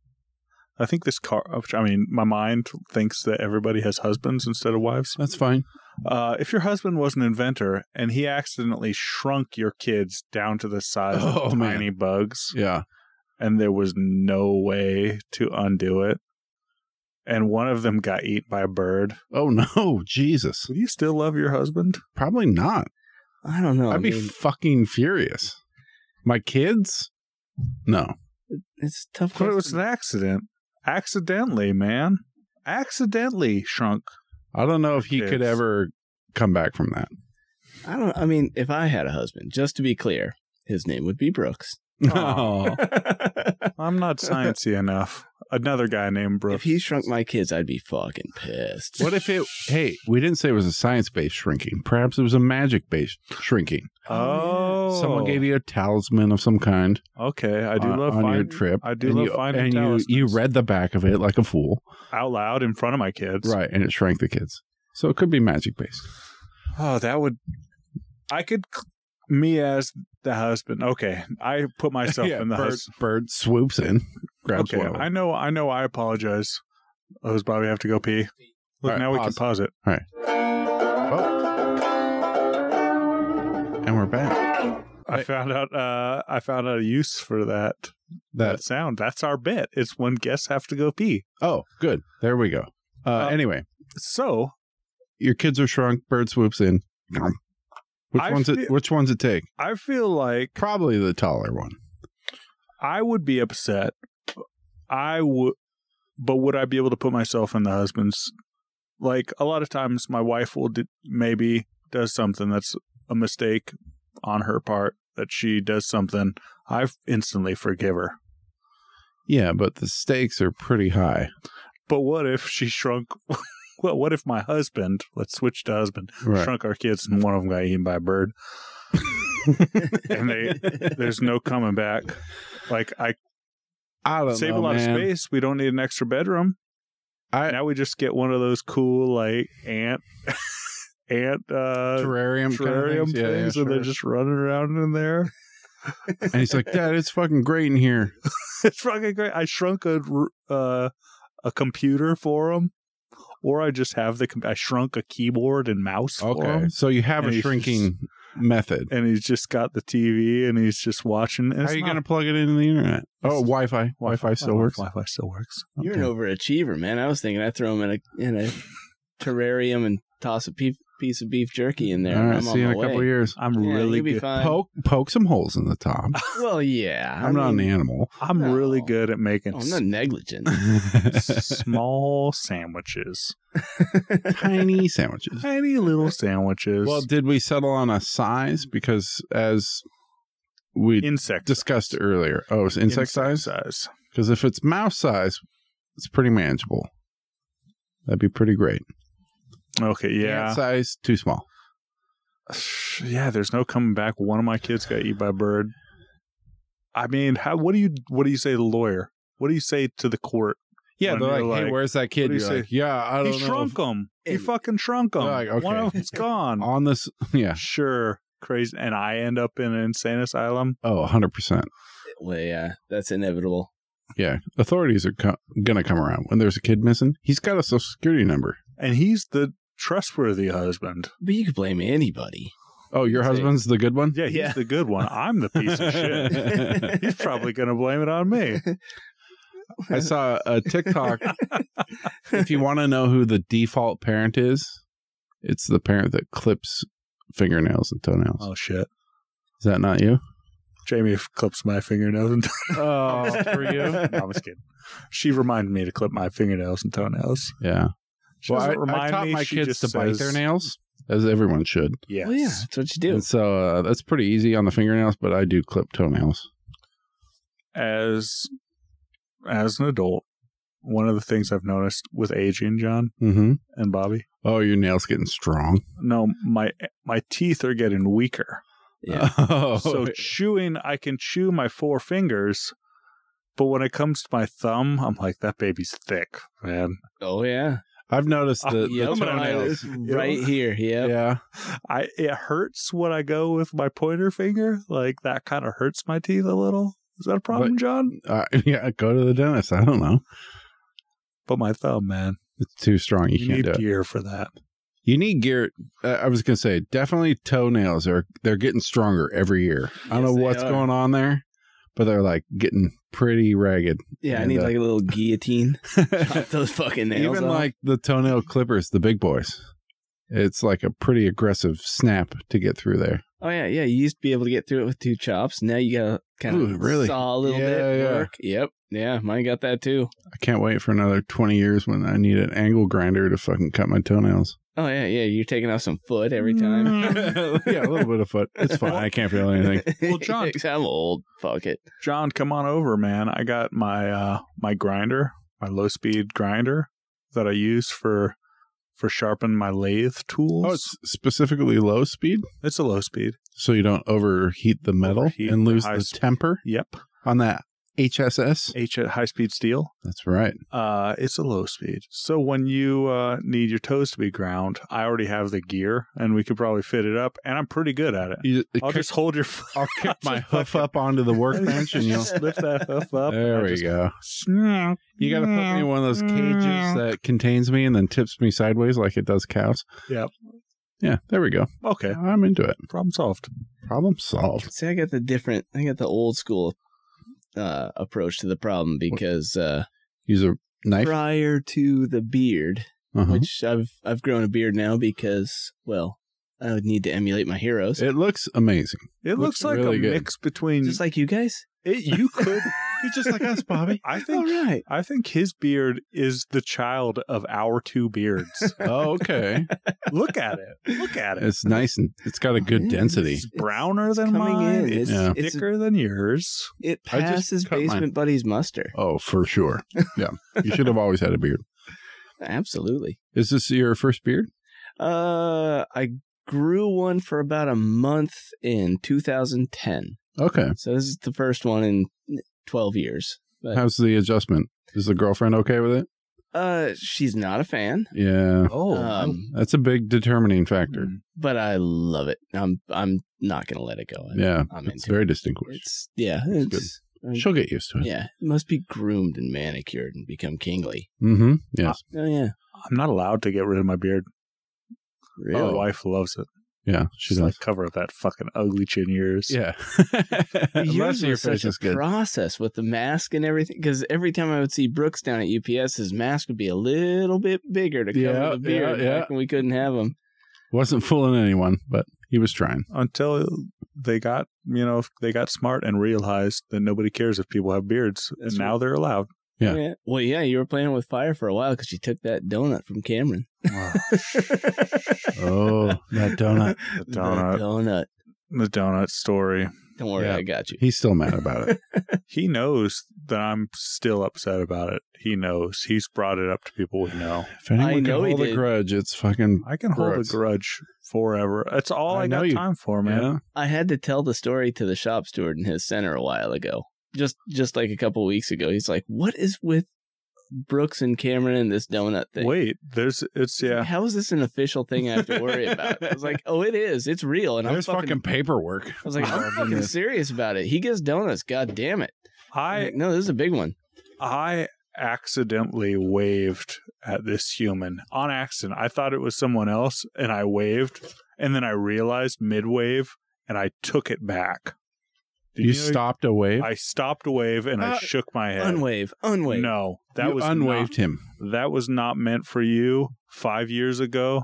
Speaker 1: I think this car. I mean, my mind thinks that everybody has husbands instead of wives.
Speaker 2: That's fine.
Speaker 1: Uh, if your husband was an inventor and he accidentally shrunk your kids down to the size
Speaker 2: Oh,
Speaker 1: of
Speaker 2: man.
Speaker 1: tiny bugs,
Speaker 2: Yeah.
Speaker 1: and there was no way to undo it, and one of them got eaten by a bird,
Speaker 2: Oh no, Jesus.
Speaker 1: would you still love your husband?
Speaker 2: Probably not.
Speaker 3: I don't know. I
Speaker 2: I'd be
Speaker 3: mean,
Speaker 2: fucking furious. My kids? No.
Speaker 3: it's a tough.
Speaker 1: But it was an
Speaker 3: question.
Speaker 1: accident. Accidentally, man. Accidentally shrunk.
Speaker 2: I don't know if he could
Speaker 1: Kids.
Speaker 2: ever come back from that.
Speaker 3: I don't. I mean, if I had a husband, just to be clear, his name would be Brooks.
Speaker 1: Aw. I'm not sciencey enough. Another guy named
Speaker 3: If
Speaker 1: Brooks.
Speaker 3: he shrunk my kids, I'd be fucking pissed.
Speaker 2: What if it? Hey, we didn't say it was a science based shrinking. Perhaps it was a magic based shrinking.
Speaker 1: oh,
Speaker 2: Someone gave you a talisman of some kind.
Speaker 1: Okay, I do
Speaker 2: on,
Speaker 1: love
Speaker 2: on your
Speaker 1: finding
Speaker 2: trip.
Speaker 1: I do
Speaker 2: and
Speaker 1: love
Speaker 2: you,
Speaker 1: finding
Speaker 2: And you, you
Speaker 1: talismans.
Speaker 2: read the back of it like a fool,
Speaker 1: out loud in front of my kids.
Speaker 2: right? And it shrank the kids. So it could be magic based.
Speaker 1: Oh, that would. I could. c- Me as the husband. Okay, I put myself in the
Speaker 2: bird,
Speaker 1: hus-
Speaker 2: bird swoops in, grabs
Speaker 1: Okay,
Speaker 2: one. of them.
Speaker 1: I know. I know. I apologize. Those Bobby have to go pee. Look,
Speaker 2: All right,
Speaker 1: now we can pause
Speaker 2: pause.
Speaker 1: it.
Speaker 2: and we're back.
Speaker 1: I
Speaker 2: Wait.
Speaker 1: found out. Uh, I found out a use for that. That
Speaker 2: That's
Speaker 1: sound. That's our bit. It's when guests have to go pee.
Speaker 2: oh, good. There we go. Uh,
Speaker 1: Uh,
Speaker 2: anyway,
Speaker 1: So
Speaker 2: your kids are shrunk. Bird swoops in. Which
Speaker 1: I
Speaker 2: ones? it,
Speaker 1: feel-
Speaker 2: which ones it take?
Speaker 1: I feel like
Speaker 2: Probably the taller one.
Speaker 1: I would be upset. I would, but would I be able to put myself in the husband's? Like a lot of times, my wife will d- maybe does something that's a mistake on her part that she does something. I instantly forgive her.
Speaker 2: Yeah, but the stakes are pretty high.
Speaker 1: But what if she shrunk? Well, what if my husband? Let's switch to husband.
Speaker 2: Right.
Speaker 1: Shrunk our kids, and one of them got eaten by a bird. and they, there's no coming back. Like I
Speaker 2: I don't
Speaker 1: save
Speaker 2: know,
Speaker 1: a lot
Speaker 2: uh, man.
Speaker 1: of space. We don't need an extra bedroom.
Speaker 2: I-
Speaker 1: now we just get one of those cool like ant ant uh
Speaker 2: terrarium, kind of
Speaker 1: terrarium
Speaker 2: things,
Speaker 1: things,
Speaker 2: Yeah, yeah,
Speaker 1: and they're
Speaker 2: sure.
Speaker 1: just running around in there.
Speaker 2: and he's like, Dad, it's fucking great in here.
Speaker 1: it's fucking great. I shrunk a r- uh, a computer for him, or I just have the com- I shrunk a keyboard and mouse for
Speaker 2: Okay,
Speaker 1: him,
Speaker 2: so you have
Speaker 1: And
Speaker 2: a
Speaker 1: he's
Speaker 2: shrinking method.
Speaker 1: and he's just got the TV and he's just watching. And
Speaker 2: How
Speaker 1: it's
Speaker 2: are you
Speaker 1: not-
Speaker 2: going to plug it into the internet?
Speaker 1: It's-
Speaker 2: Oh, Wi-Fi. Wi-Fi still works.
Speaker 1: Wi-Fi still works.
Speaker 3: You're
Speaker 2: Okay.
Speaker 3: an overachiever, man. I was thinking I throw him in a in a terrarium and toss a pe- piece of beef jerky in there.
Speaker 2: All
Speaker 3: and
Speaker 2: right,
Speaker 3: I'm
Speaker 2: see
Speaker 3: on
Speaker 2: you in
Speaker 3: my
Speaker 2: a couple
Speaker 3: way.
Speaker 2: years.
Speaker 1: I'm
Speaker 3: Yeah,
Speaker 1: really
Speaker 3: you'll be
Speaker 1: good.
Speaker 3: fine.
Speaker 2: Poke poke some holes in the top.
Speaker 3: Well, yeah.
Speaker 2: I'm not an animal.
Speaker 1: I'm really
Speaker 3: No.
Speaker 1: good at making
Speaker 3: Oh, I'm not negligent.
Speaker 1: s- small sandwiches,
Speaker 2: Tiny sandwiches.
Speaker 1: tiny little sandwiches.
Speaker 2: Well, did we settle on a size? Because as we
Speaker 1: insect
Speaker 2: discussed earlier, oh, it's insect, size.
Speaker 1: size.
Speaker 2: Because if it's mouse size, it's pretty manageable. That'd be pretty great.
Speaker 1: Okay,
Speaker 2: Ant
Speaker 1: yeah,
Speaker 2: size too small.
Speaker 1: yeah. There's no coming back. One of my kids got eaten by a bird. I mean, how? What do you? What do you say to the lawyer? What do you say to the court?
Speaker 2: Yeah,
Speaker 1: When
Speaker 2: they're like,
Speaker 1: you're
Speaker 2: hey,
Speaker 1: like,
Speaker 2: where's that kid?
Speaker 1: do you
Speaker 2: You're
Speaker 1: say?
Speaker 2: like, yeah, I don't
Speaker 1: He
Speaker 2: know.
Speaker 1: shrunk him. He
Speaker 3: And-
Speaker 1: fucking shrunk him.
Speaker 2: They're like,
Speaker 1: One
Speaker 2: okay.
Speaker 1: of them's gone.
Speaker 2: On this, yeah.
Speaker 1: sure, crazy. And I end up in an insane asylum.
Speaker 2: Oh, 100%.
Speaker 3: well, yeah, that's inevitable.
Speaker 2: Yeah, authorities are co- gonna come around when there's a kid missing. He's got a social security number.
Speaker 1: And he's the trustworthy husband.
Speaker 3: But you could blame anybody.
Speaker 2: Oh, your
Speaker 3: Say-
Speaker 2: husband's the good one.
Speaker 1: Yeah, he's
Speaker 3: Yeah.
Speaker 1: the good one. I'm the piece of shit. He's probably going to blame it on me.
Speaker 2: I saw a TikTok. if you want to know who the default parent is, it's the parent that clips fingernails and toenails.
Speaker 1: Oh, shit.
Speaker 2: Is that not you?
Speaker 1: Jamie f- clips my fingernails and
Speaker 2: Oh,
Speaker 3: for you?
Speaker 1: No, I'm just kidding. She reminded me to clip my fingernails and toenails.
Speaker 2: Yeah.
Speaker 1: She doesn't remind
Speaker 2: taught
Speaker 1: me.
Speaker 2: my
Speaker 1: she
Speaker 2: kids
Speaker 1: just
Speaker 2: to bite their
Speaker 1: says,
Speaker 2: nails, as everyone should.
Speaker 1: Yes.
Speaker 3: Well, yeah, that's what you do.
Speaker 2: And so uh, that's pretty easy on the fingernails, but I do clip toenails.
Speaker 1: As as an adult, one of the things I've noticed with aging, John
Speaker 2: Mm-hmm.
Speaker 1: and Bobby,
Speaker 2: Oh, your nails getting strong.
Speaker 1: no, my my teeth are getting weaker.
Speaker 3: Yeah.
Speaker 2: Oh,
Speaker 1: so chewing, I can chew my four fingers, but when it comes to my thumb, I'm like that baby's thick, man.
Speaker 3: Oh yeah.
Speaker 2: I've noticed the,
Speaker 1: Yeah,
Speaker 2: the
Speaker 1: I'm gonna-
Speaker 2: toenails.
Speaker 3: It's right here. Yep.
Speaker 2: Yeah.
Speaker 1: I it hurts when I go with my pointer finger. Like that kind of hurts my teeth a little. Is that a problem, John?
Speaker 2: Uh, yeah, go to the dentist. I don't know.
Speaker 1: But my thumb, man.
Speaker 2: It's too strong. Oh, You,
Speaker 1: You,
Speaker 2: can't
Speaker 1: need
Speaker 2: do it.
Speaker 1: gear for that.
Speaker 2: You need gear. Uh, I was gonna say definitely toenails are they're getting stronger every year. I don't
Speaker 3: Yes,
Speaker 2: know
Speaker 3: they
Speaker 2: what's
Speaker 3: are.
Speaker 2: going on there, but they're like getting pretty ragged.
Speaker 3: Yeah, I
Speaker 2: And,
Speaker 3: need
Speaker 2: uh,
Speaker 3: like a little guillotine. Chop those fucking nails.
Speaker 2: Even
Speaker 3: off.
Speaker 2: like the toenail clippers, the big boys. It's like a pretty aggressive snap to get through there.
Speaker 3: Oh yeah, yeah. You used to be able to get through it with two chops. Now you gotta kind
Speaker 2: Ooh,
Speaker 3: of
Speaker 2: really?
Speaker 3: saw a little
Speaker 2: Yeah,
Speaker 3: bit.
Speaker 2: yeah.
Speaker 3: Work. Yep. Yeah, mine got that too.
Speaker 2: I can't wait for another twenty years when I need an angle grinder to fucking cut my toenails.
Speaker 3: Oh yeah, yeah. You're taking off some foot every time.
Speaker 2: Mm. yeah, a little bit of foot. It's fine. I can't feel anything.
Speaker 1: Well, John-
Speaker 3: I'm old. Fuck it.
Speaker 1: John, come on over, man. I got my uh my grinder, my low speed grinder that I use for for sharpen my lathe tools.
Speaker 2: Oh, it's specifically low speed.
Speaker 1: it's a low speed.
Speaker 2: so you don't overheat the metal
Speaker 1: Overheat
Speaker 2: and lose
Speaker 1: the
Speaker 2: the
Speaker 1: high-
Speaker 2: temper
Speaker 1: Yep.
Speaker 2: on that HSS.
Speaker 1: H at high speed steel.
Speaker 2: That's right.
Speaker 1: Uh, it's a low speed. So when you uh, need your toes to be ground, I already have the gear, and we could probably fit it up. And I'm pretty good at it.
Speaker 2: You, it
Speaker 1: I'll
Speaker 2: kick-
Speaker 1: just hold your foot.
Speaker 2: I'll kick my
Speaker 1: I'll just
Speaker 2: hoof up onto the workbench and you'll.
Speaker 1: just lift that hoof up.
Speaker 2: There we go.
Speaker 1: go.
Speaker 2: You got to put me in one of those cages that contains me and then tips me sideways like it does cows.
Speaker 1: Yep.
Speaker 2: Yeah, there we go.
Speaker 1: Okay,
Speaker 2: I'm into it.
Speaker 1: problem solved.
Speaker 2: Problem solved.
Speaker 3: See, I got the different. I got the old school uh, approach to the problem because uh,
Speaker 2: Use a knife.
Speaker 3: prior to the beard,
Speaker 2: Uh-huh.
Speaker 3: which I've I've grown a beard now because well, I would need to emulate my heroes,
Speaker 2: It looks amazing.
Speaker 1: It looks,
Speaker 2: Looks
Speaker 1: like
Speaker 2: really
Speaker 1: a
Speaker 2: good.
Speaker 1: mix between.
Speaker 3: just like you guys.
Speaker 1: it, you could.
Speaker 2: You're just like us, Bobby.
Speaker 1: I
Speaker 3: All
Speaker 1: think.
Speaker 3: right.
Speaker 1: I think his beard is the child of our two beards.
Speaker 2: Oh, okay.
Speaker 1: Look at it. Look at it.
Speaker 2: It's nice and it's got a good
Speaker 3: Yeah,
Speaker 2: density.
Speaker 1: It's browner than
Speaker 3: coming
Speaker 1: mine.
Speaker 3: in.
Speaker 1: It's
Speaker 2: Yeah.
Speaker 3: It's-
Speaker 1: thicker than yours.
Speaker 3: It
Speaker 2: I just
Speaker 3: passes
Speaker 2: cut mine.
Speaker 3: basement buddies muster.
Speaker 2: Oh, for sure. Yeah. You should have always had a beard.
Speaker 3: Absolutely.
Speaker 2: Is this your first beard?
Speaker 3: Uh, I grew one for about a month in 2010.
Speaker 2: Okay.
Speaker 3: So this is the first one in 12 years. But
Speaker 2: How's the adjustment? Is the girlfriend okay with it?
Speaker 3: Uh, she's not a fan,
Speaker 2: Yeah.
Speaker 1: Oh,
Speaker 3: um,
Speaker 2: That's a big determining factor.
Speaker 3: but I love it. I'm I'm not gonna let it go. I'm,
Speaker 2: Yeah.
Speaker 3: I'm
Speaker 2: It's
Speaker 3: into
Speaker 2: very distinguished.
Speaker 3: it. It's yeah,
Speaker 2: It's good.
Speaker 3: it's um,
Speaker 2: She'll get used to it.
Speaker 3: yeah. It must be groomed and manicured and become kingly.
Speaker 2: Mm-hmm. Yes.
Speaker 3: Oh yeah,
Speaker 1: I'm not allowed to get rid of my beard.
Speaker 3: really.
Speaker 2: Oh.
Speaker 1: My wife loves it.
Speaker 2: Yeah. She's
Speaker 1: She's
Speaker 2: like,
Speaker 1: like, cover up that fucking ugly chin of yours.
Speaker 2: yeah.
Speaker 3: Yours
Speaker 2: Unless
Speaker 3: was
Speaker 2: your
Speaker 3: such
Speaker 2: face
Speaker 3: a
Speaker 2: is good.
Speaker 3: process with the mask and everything. Because every time I would see Brooks down at UPS, his mask would be a little bit bigger to cover
Speaker 2: Yeah,
Speaker 3: the beard,
Speaker 2: yeah, yeah.
Speaker 3: back when we couldn't have him.
Speaker 2: Wasn't fooling anyone, but he was trying.
Speaker 1: Until they got, you know, they got smart and realized that nobody cares if people have beards,
Speaker 3: That's
Speaker 1: and now they're allowed.
Speaker 2: Yeah.
Speaker 3: Well, yeah, you were playing with fire for a while because you took that donut from Cameron.
Speaker 2: Oh, that donut.
Speaker 3: The
Speaker 1: donut.
Speaker 3: donut.
Speaker 1: The donut story.
Speaker 3: Don't worry,
Speaker 2: Yeah.
Speaker 3: I got you.
Speaker 2: He's still mad about it.
Speaker 1: He knows that I'm still upset about it. He knows. He's brought it up to people we know.
Speaker 2: If anyone
Speaker 3: I
Speaker 2: can
Speaker 3: know he
Speaker 2: hold a
Speaker 3: did.
Speaker 2: grudge, it's fucking
Speaker 1: I can hold
Speaker 2: Gross.
Speaker 1: a grudge forever. That's all
Speaker 2: I
Speaker 1: I,
Speaker 2: know
Speaker 1: got
Speaker 2: you-
Speaker 1: time
Speaker 3: Oh,
Speaker 1: for, man.
Speaker 2: Yeah.
Speaker 3: I had to tell the story to the shop steward in his center a while ago. Just just like a couple weeks ago, he's like, "What is with Brooks and Cameron and this donut thing?"
Speaker 1: Wait, there's it's yeah.
Speaker 3: How is this an official thing I have to worry about? I was like, "Oh, it is. It's real." And
Speaker 2: There's
Speaker 3: I'm
Speaker 2: fucking, paperwork.
Speaker 3: I was like, I'm
Speaker 2: involved in
Speaker 3: fucking
Speaker 2: this.
Speaker 3: serious about it. He gets donuts. God damn it. I'm
Speaker 1: I
Speaker 3: like, no, this is a big one.
Speaker 1: I accidentally waved at this human on accident. I thought it was someone else and I waved and then I realized mid wave and I took it back. Did
Speaker 2: You
Speaker 1: know-
Speaker 2: stopped a wave.
Speaker 1: I stopped a wave and I
Speaker 2: Uh,
Speaker 1: shook my head.
Speaker 3: Unwave. Unwave.
Speaker 1: No, that
Speaker 2: You
Speaker 1: was
Speaker 2: unwaved him.
Speaker 1: not- that was not meant for you. Five years ago,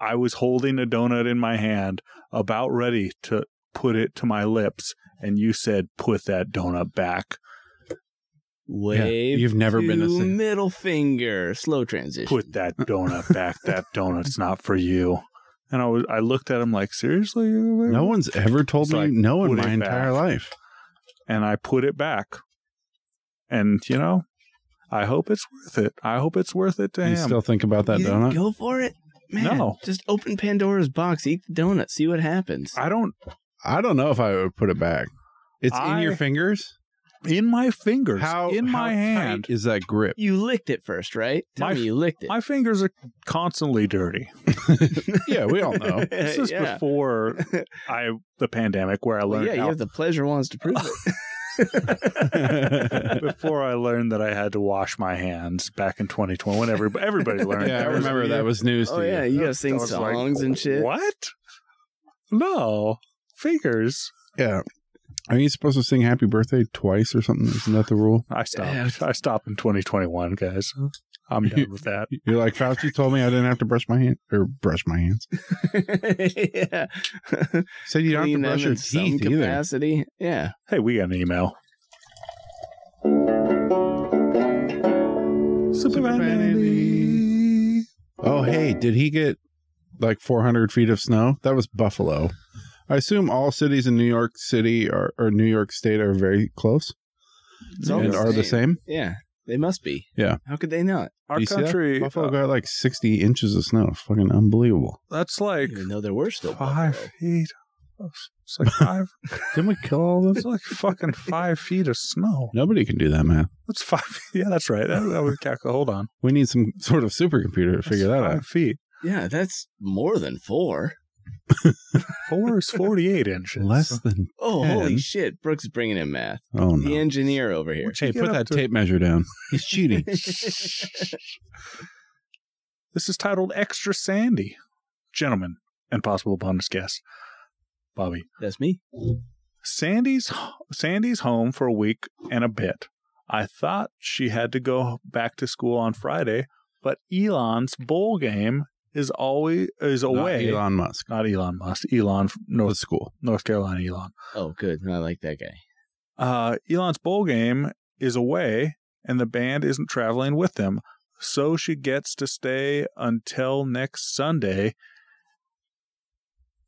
Speaker 1: I was holding a donut in my hand, about ready to put it to my lips, and you said, "Put that donut back.
Speaker 3: Wave.
Speaker 2: you've never been the
Speaker 3: to
Speaker 2: same.
Speaker 3: middle finger. Slow transition.
Speaker 1: Put that donut back. that donut's not for you." And I was, I looked at him like, "Seriously?"
Speaker 2: No one's ever told
Speaker 1: He's
Speaker 2: me
Speaker 1: like,
Speaker 2: no in
Speaker 1: "Put it
Speaker 2: my entire
Speaker 1: back."
Speaker 2: life.
Speaker 1: And I put it back. And you know, I hope it's worth it. I hope it's worth it to him.
Speaker 2: You still think about that
Speaker 3: you didn't
Speaker 2: donut?
Speaker 3: Go for it. Man,
Speaker 1: No.
Speaker 3: Just open Pandora's box, eat the donut, see what happens.
Speaker 1: I don't
Speaker 2: I don't know if I would put it back. It's in your
Speaker 1: I-
Speaker 2: fingers.
Speaker 1: in my fingers,
Speaker 2: How
Speaker 1: in
Speaker 2: how
Speaker 1: my hand.
Speaker 2: tight is that grip?
Speaker 3: you licked it first, right? Tell
Speaker 1: My-
Speaker 3: me you licked it.
Speaker 1: My fingers are constantly dirty.
Speaker 2: yeah, we all
Speaker 3: Oh.
Speaker 2: know.
Speaker 1: This is
Speaker 3: yeah.
Speaker 1: before I the pandemic where I
Speaker 3: Well,
Speaker 1: learned
Speaker 3: yeah, you
Speaker 1: how-
Speaker 3: have the pleasure ones to prove it.
Speaker 1: before I learned that I had to wash my hands back in 2020 when everybody, everybody learned.
Speaker 2: yeah, I
Speaker 1: That was
Speaker 2: remember that
Speaker 1: weird.
Speaker 2: was news to
Speaker 3: oh, yeah.
Speaker 2: you.
Speaker 3: You got to sing
Speaker 1: I was like,
Speaker 3: songs and shit.
Speaker 1: What? No. Fingers.
Speaker 2: Yeah. Are you supposed to sing happy birthday twice or something? Isn't that the rule?
Speaker 1: I
Speaker 3: Yeah.
Speaker 1: stopped. I stopped in 2021, guys. I'm done with that.
Speaker 2: You're like Fauci told me I didn't have to brush my hand or brush my hands.
Speaker 3: yeah.
Speaker 2: Said you don't have
Speaker 3: Clean
Speaker 2: to
Speaker 3: them
Speaker 2: brush your
Speaker 3: in some
Speaker 2: teeth either.
Speaker 3: capacity. Yeah.
Speaker 1: Hey, we got an email. Superman Andy.
Speaker 2: Oh hey, did he get like 400 feet of snow? That was Buffalo. I assume all cities in New York City are, or New York State are very close
Speaker 3: It's all
Speaker 2: and
Speaker 3: the
Speaker 2: are the same.
Speaker 3: Yeah, they must be.
Speaker 2: Yeah.
Speaker 3: How could they not?
Speaker 1: Our
Speaker 2: You see that?
Speaker 1: country,
Speaker 2: Buffalo
Speaker 1: uh,
Speaker 2: got like 60 inches of snow. Fucking unbelievable.
Speaker 1: that's
Speaker 3: I
Speaker 1: like
Speaker 3: didn't even though there were still
Speaker 1: five
Speaker 3: buffalo.
Speaker 1: feet. of- It's like five.
Speaker 2: Didn't we kill all of
Speaker 1: it's
Speaker 2: them?
Speaker 1: like fucking five feet of snow.
Speaker 2: Nobody can do that, man.
Speaker 1: That's five. Yeah, that's right. That, that was calc- Hold on.
Speaker 2: We need some sort of supercomputer to figure
Speaker 1: That's
Speaker 2: that out.
Speaker 1: Five feet.
Speaker 3: Yeah, that's more than four.
Speaker 1: Four is forty-eight inches.
Speaker 2: Less than.
Speaker 3: Oh, holy
Speaker 2: Ten.
Speaker 3: shit! Brooks is bringing in math.
Speaker 2: Oh, no.
Speaker 3: The engineer over here.
Speaker 2: Hey,
Speaker 1: Get
Speaker 2: put
Speaker 1: up
Speaker 2: that
Speaker 1: to-
Speaker 2: tape measure down. He's cheating.
Speaker 1: This is titled "Extra Sandy," gentlemen, and possible bonus guest, Bobby.
Speaker 3: That's me.
Speaker 1: Sandy's Sandy's home for a week and a bit. I thought she had to go back to school on Friday, but Elon's bowl game is always is
Speaker 2: Not
Speaker 1: away.
Speaker 2: Elon Musk.
Speaker 1: Not Elon Musk. Elon
Speaker 2: The
Speaker 1: North
Speaker 2: school.
Speaker 1: North Carolina Elon.
Speaker 3: Oh, good. I like that guy.
Speaker 1: Uh, Elon's bowl game is away, and the band isn't traveling with them, so she gets to stay until next Sunday.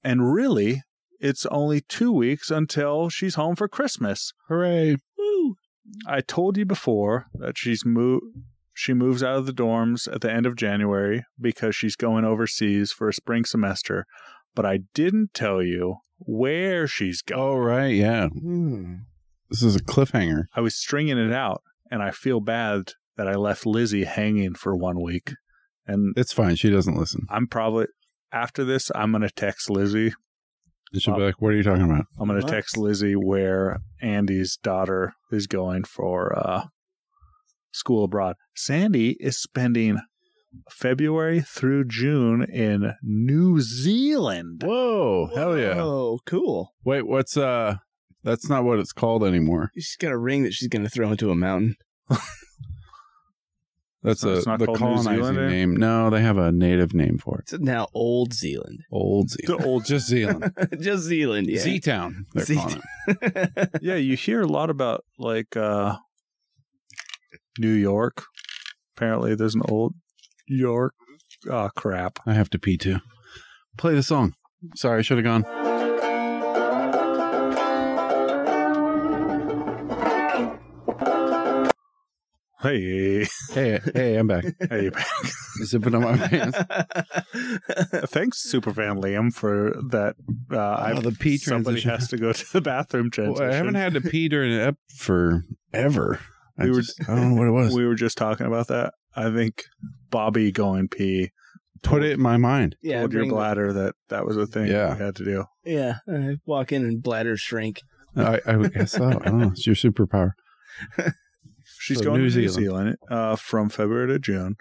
Speaker 1: And really, it's only two weeks until she's home for Christmas.
Speaker 2: Hooray.
Speaker 3: Woo!
Speaker 1: I told you before that she's mo- she moves out of the dorms at the end of January because she's going overseas for a spring semester, but I didn't tell you where she's going.
Speaker 2: Oh, right.
Speaker 1: Hmm.
Speaker 2: Yeah. This is a cliffhanger.
Speaker 1: I was stringing it out and I feel bad that I left Lizzie hanging for one week. And
Speaker 2: It's fine. She doesn't listen.
Speaker 1: I'm probably after this, I'm going to text Lizzie.
Speaker 2: And she'll be like, "What are you talking about?"
Speaker 1: I'm going to
Speaker 3: What?
Speaker 1: text Lizzie where Andy's daughter is going for uh, school abroad. Sandy is spending February through June in New Zealand.
Speaker 2: Whoa, hell yeah!
Speaker 3: Oh, cool.
Speaker 2: Wait, what's uh? That's not what it's called anymore.
Speaker 3: She's got a ring that she's going to throw into a mountain.
Speaker 2: That's
Speaker 1: So
Speaker 2: a
Speaker 1: it's not
Speaker 2: the
Speaker 1: called New
Speaker 2: colonizing
Speaker 1: Zealand, eh?
Speaker 2: name. No, they have a native name for it.
Speaker 3: It's now Old Zealand.
Speaker 2: Old Zealand. Old just Zealand.
Speaker 3: Just Zealand, yeah.
Speaker 2: Z Town. They're
Speaker 3: Z-
Speaker 2: calling it.
Speaker 1: yeah, you hear a lot about like uh, New York. Apparently, there's an old York. Oh, crap.
Speaker 2: I have to pee too. Play the song. Sorry, I should have gone.
Speaker 1: Hey,
Speaker 2: Hey, hey, I'm back.
Speaker 1: hey,
Speaker 2: Zipping on my pants.
Speaker 1: thanks, Superfan Liam, for that. Uh,
Speaker 2: Oh,
Speaker 1: I
Speaker 2: the pee
Speaker 1: somebody
Speaker 2: transition.
Speaker 1: has to go to the bathroom
Speaker 2: Well,
Speaker 1: transition.
Speaker 2: I haven't had to pee during an ep for ever. I,
Speaker 1: We were-
Speaker 2: just- I don't know what it was.
Speaker 1: we were just talking about that. I think Bobby going pee
Speaker 2: Put it in my mind.
Speaker 3: yeah,
Speaker 1: told your
Speaker 3: bring-
Speaker 1: bladder that that was a thing
Speaker 2: Yeah.
Speaker 1: you had to do.
Speaker 3: Yeah, I walk in and bladder shrink.
Speaker 2: I, I would guess so. I don't know. It's your superpower.
Speaker 1: She's
Speaker 2: So
Speaker 1: going
Speaker 2: New
Speaker 1: to New
Speaker 2: Zealand.
Speaker 1: Zealand uh, from February to June.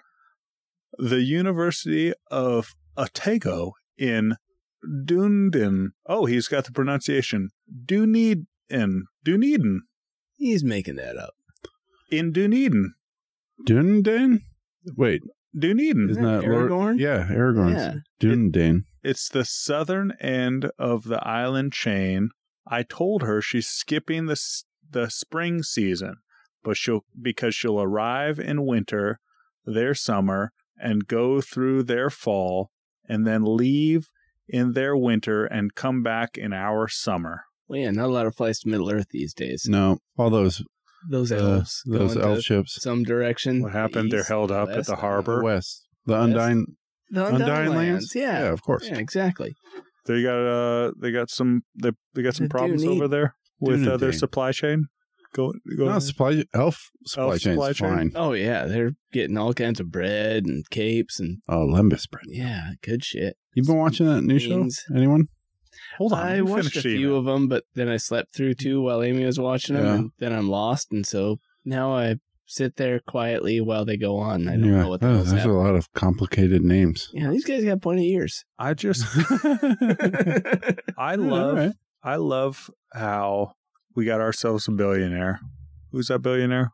Speaker 1: The University of Otago in Dunedin. Oh, he's got the pronunciation Dunedin. Dunedin.
Speaker 3: He's making that up.
Speaker 1: In Dunedin.
Speaker 2: Dunedin? Wait,
Speaker 1: Dunedin.
Speaker 2: isn't that Lord-
Speaker 3: Aragorn?
Speaker 2: Yeah, Aragorn.
Speaker 3: Yeah.
Speaker 2: Dunedin.
Speaker 1: It's the southern end of the island chain. I told her she's skipping the s- the spring season, but she'll because she'll arrive in winter, their summer, and go through their fall, and then leave in their winter and come back in our summer.
Speaker 3: Well, yeah, not a lot of flights to Middle Earth these days.
Speaker 2: No, all those
Speaker 3: Mm. Those
Speaker 2: uh,
Speaker 3: elves.
Speaker 2: those
Speaker 3: going to
Speaker 2: elf ships.
Speaker 3: Some direction.
Speaker 1: What happened? They're
Speaker 3: east,
Speaker 1: held up at
Speaker 3: west,
Speaker 1: the
Speaker 2: The
Speaker 1: harbor.
Speaker 2: West. The
Speaker 3: West?
Speaker 2: Undying,
Speaker 3: The
Speaker 2: Undying,
Speaker 3: Undying,
Speaker 2: Lands?
Speaker 3: Yeah.
Speaker 2: of course.
Speaker 3: Yeah, exactly.
Speaker 1: They got uh they got some they they got some
Speaker 3: They do
Speaker 1: problems
Speaker 3: need-
Speaker 1: over there with uh, their
Speaker 2: Dunedin.
Speaker 1: supply chain. Go go.
Speaker 2: No, supply elf supply
Speaker 1: Elf
Speaker 2: chain's
Speaker 1: supply chain?
Speaker 2: fine.
Speaker 3: Oh yeah, they're getting all kinds of bread and capes and
Speaker 2: Oh, Lembus bread.
Speaker 3: yeah, good shit.
Speaker 2: You've been watching that new show?
Speaker 3: Beans.
Speaker 2: Anyone?
Speaker 1: Hold on,
Speaker 3: I
Speaker 1: you
Speaker 3: watched
Speaker 1: finish
Speaker 3: a
Speaker 1: eating
Speaker 3: few
Speaker 1: it.
Speaker 3: of them, but then I slept through two while Amy was watching them,
Speaker 2: Mm. Yeah.
Speaker 3: and then I'm lost, and so now I sit there quietly while they go on. I don't
Speaker 2: You're
Speaker 3: know what
Speaker 2: like,
Speaker 3: the
Speaker 2: oh,
Speaker 3: hell's
Speaker 2: There's a
Speaker 3: happening.
Speaker 2: lot of complicated names.
Speaker 3: Yeah, these guys got pointy ears.
Speaker 1: I just I love
Speaker 2: Alright.
Speaker 1: I love how we got ourselves a billionaire. Who's that billionaire?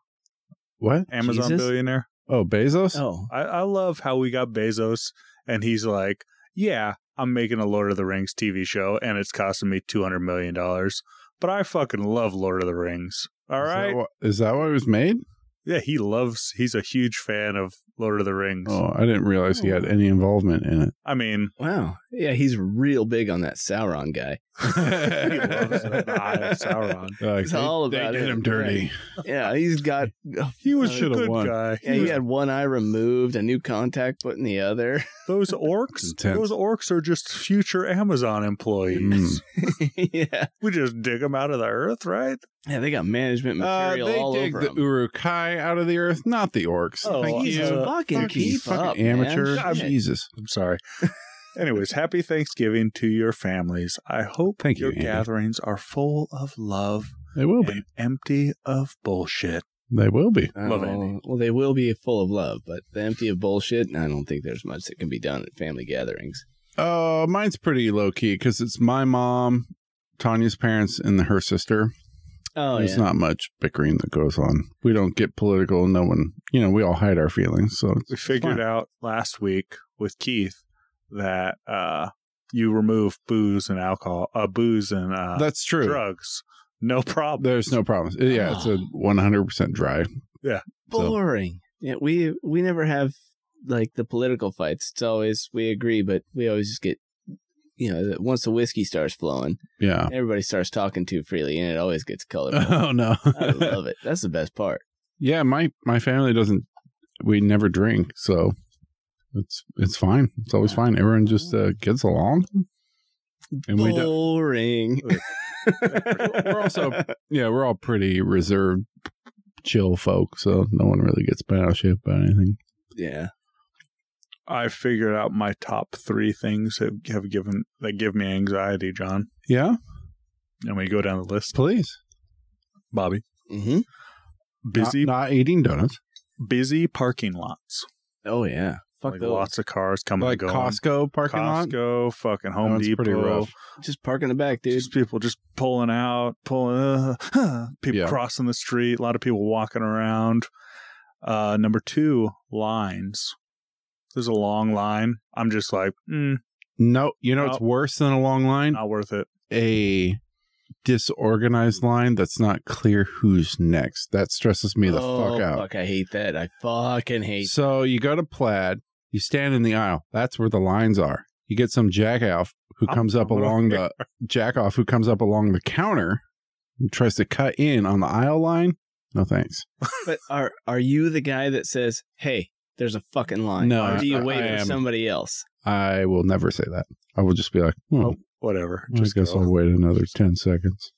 Speaker 2: What?
Speaker 1: Amazon
Speaker 3: Jesus?
Speaker 1: billionaire.
Speaker 2: Oh, Bezos?
Speaker 3: Oh,
Speaker 1: I, I love how we got Bezos and he's like, Yeah, I'm making a Lord of the Rings TV show and it's costing me two hundred million dollars. But I fucking love Lord of the Rings. All
Speaker 2: Is that
Speaker 1: right.
Speaker 2: wha- Is that why it was made?
Speaker 1: yeah, he loves he's a huge fan of Lord of the Rings.
Speaker 2: Oh, I didn't realize he had any involvement in it.
Speaker 1: I mean
Speaker 3: wow. Yeah, he's real big on that Sauron guy.
Speaker 1: he loves the eye of Sauron.
Speaker 2: Like,
Speaker 3: It's all
Speaker 2: they,
Speaker 3: about
Speaker 2: they did
Speaker 3: him,
Speaker 2: him dirty.
Speaker 3: Yeah, he's got.
Speaker 1: He was a
Speaker 2: Should've
Speaker 1: good
Speaker 2: won.
Speaker 1: guy.
Speaker 3: Yeah, he had one eye removed, a new contact put in the other.
Speaker 1: Those orcs,
Speaker 2: Intense.
Speaker 1: those orcs are just future Amazon employees.
Speaker 3: yeah,
Speaker 1: We just dig them out of the earth, right?
Speaker 3: yeah, they got management
Speaker 2: Uh,
Speaker 3: material
Speaker 2: they
Speaker 3: all
Speaker 2: dig
Speaker 3: over
Speaker 2: the
Speaker 3: him.
Speaker 2: Urukai out of the earth, not the orcs.
Speaker 1: Oh,
Speaker 2: Thank
Speaker 1: Jesus.
Speaker 2: you.
Speaker 3: fucking
Speaker 2: Fuck you,
Speaker 3: keep
Speaker 2: fucking
Speaker 3: up,
Speaker 2: amateur.
Speaker 3: man. Shit.
Speaker 2: Jesus.
Speaker 1: I'm sorry. Anyways, happy Thanksgiving to your families. I hope
Speaker 2: Thank you,
Speaker 1: your
Speaker 2: Andy.
Speaker 1: gatherings are full of love
Speaker 2: They will be.
Speaker 1: and empty of bullshit.
Speaker 2: They will be.
Speaker 1: Love
Speaker 3: Oh,
Speaker 1: Andy.
Speaker 3: Well, they will be full of love, but the empty of bullshit. I don't think there's much that can be done at family gatherings.
Speaker 2: Uh, mine's pretty low key because it's my mom, Tanya's parents, and her sister.
Speaker 3: Oh
Speaker 2: There's
Speaker 3: yeah,
Speaker 2: not much bickering that goes on. We don't get political. No one, you know, we all hide our feelings. So it's
Speaker 1: We figured
Speaker 2: fine.
Speaker 1: out last week with Keith that uh, you remove booze and alcohol, uh, booze and uh,
Speaker 2: that's true.
Speaker 1: drugs, no problem.
Speaker 2: There's no problems. Yeah, it's a
Speaker 3: Ah.
Speaker 2: 100% dry. so-
Speaker 3: boring. Yeah, we we never have like the political fights. It's always we agree, but we always just get you know that once the whiskey starts flowing,
Speaker 2: Yeah.
Speaker 3: everybody starts talking too freely, and it always gets colorful.
Speaker 2: Oh no.
Speaker 3: I love it. That's the best part.
Speaker 2: yeah, my my family doesn't. We never drink, so it's it's fine. It's always fine. Everyone just uh, gets along. And we do,
Speaker 3: boring.
Speaker 2: we're also yeah, we're all pretty reserved chill folk, so no one really gets battleship about anything.
Speaker 3: Yeah.
Speaker 1: I figured out my top three things that have given that give me anxiety, John.
Speaker 2: Yeah,
Speaker 1: And we go down the list.
Speaker 2: please.
Speaker 1: Bobby,
Speaker 3: Mm-hmm.
Speaker 1: busy,
Speaker 2: not, not eating donuts
Speaker 1: busy parking lots.
Speaker 3: Oh yeah. Fuck
Speaker 1: like
Speaker 3: those.
Speaker 1: lots of cars coming
Speaker 2: like
Speaker 1: and going.
Speaker 2: Costco parking lot.
Speaker 1: Costco, fucking
Speaker 2: That
Speaker 1: Home
Speaker 2: one's
Speaker 1: Depot.
Speaker 2: pretty rough.
Speaker 3: Just park in the back, dude.
Speaker 1: Just people just pulling out, pulling. Uh, huh, people
Speaker 2: Yeah.
Speaker 1: crossing the street. A lot of people walking around. Uh, number two, lines. There's a long line. I'm just like, mm,
Speaker 2: No, you know
Speaker 1: No.
Speaker 2: it's worse than a long line.
Speaker 1: not worth it.
Speaker 2: A disorganized line that's not clear who's next. That stresses me the
Speaker 3: oh,
Speaker 2: fuck out.
Speaker 3: Fuck, I hate that. I fucking hate.
Speaker 2: So you go to plaid, you stand in the aisle. That's where the lines are. You get some jack off who
Speaker 1: I'm
Speaker 2: comes up
Speaker 1: coming
Speaker 2: along the jack off who comes up along the counter and tries to cut in on the aisle line. No thanks.
Speaker 3: But are are you the guy that says, "Hey, there's a fucking line"?
Speaker 2: No,
Speaker 3: or do you
Speaker 2: I-
Speaker 3: wait
Speaker 2: I
Speaker 3: for
Speaker 2: am.
Speaker 3: somebody else?
Speaker 2: I will never say that. I will just be like, hmm,
Speaker 1: Oh, whatever.
Speaker 2: I
Speaker 1: Just
Speaker 2: guess
Speaker 1: go.
Speaker 2: I'll wait another ten seconds.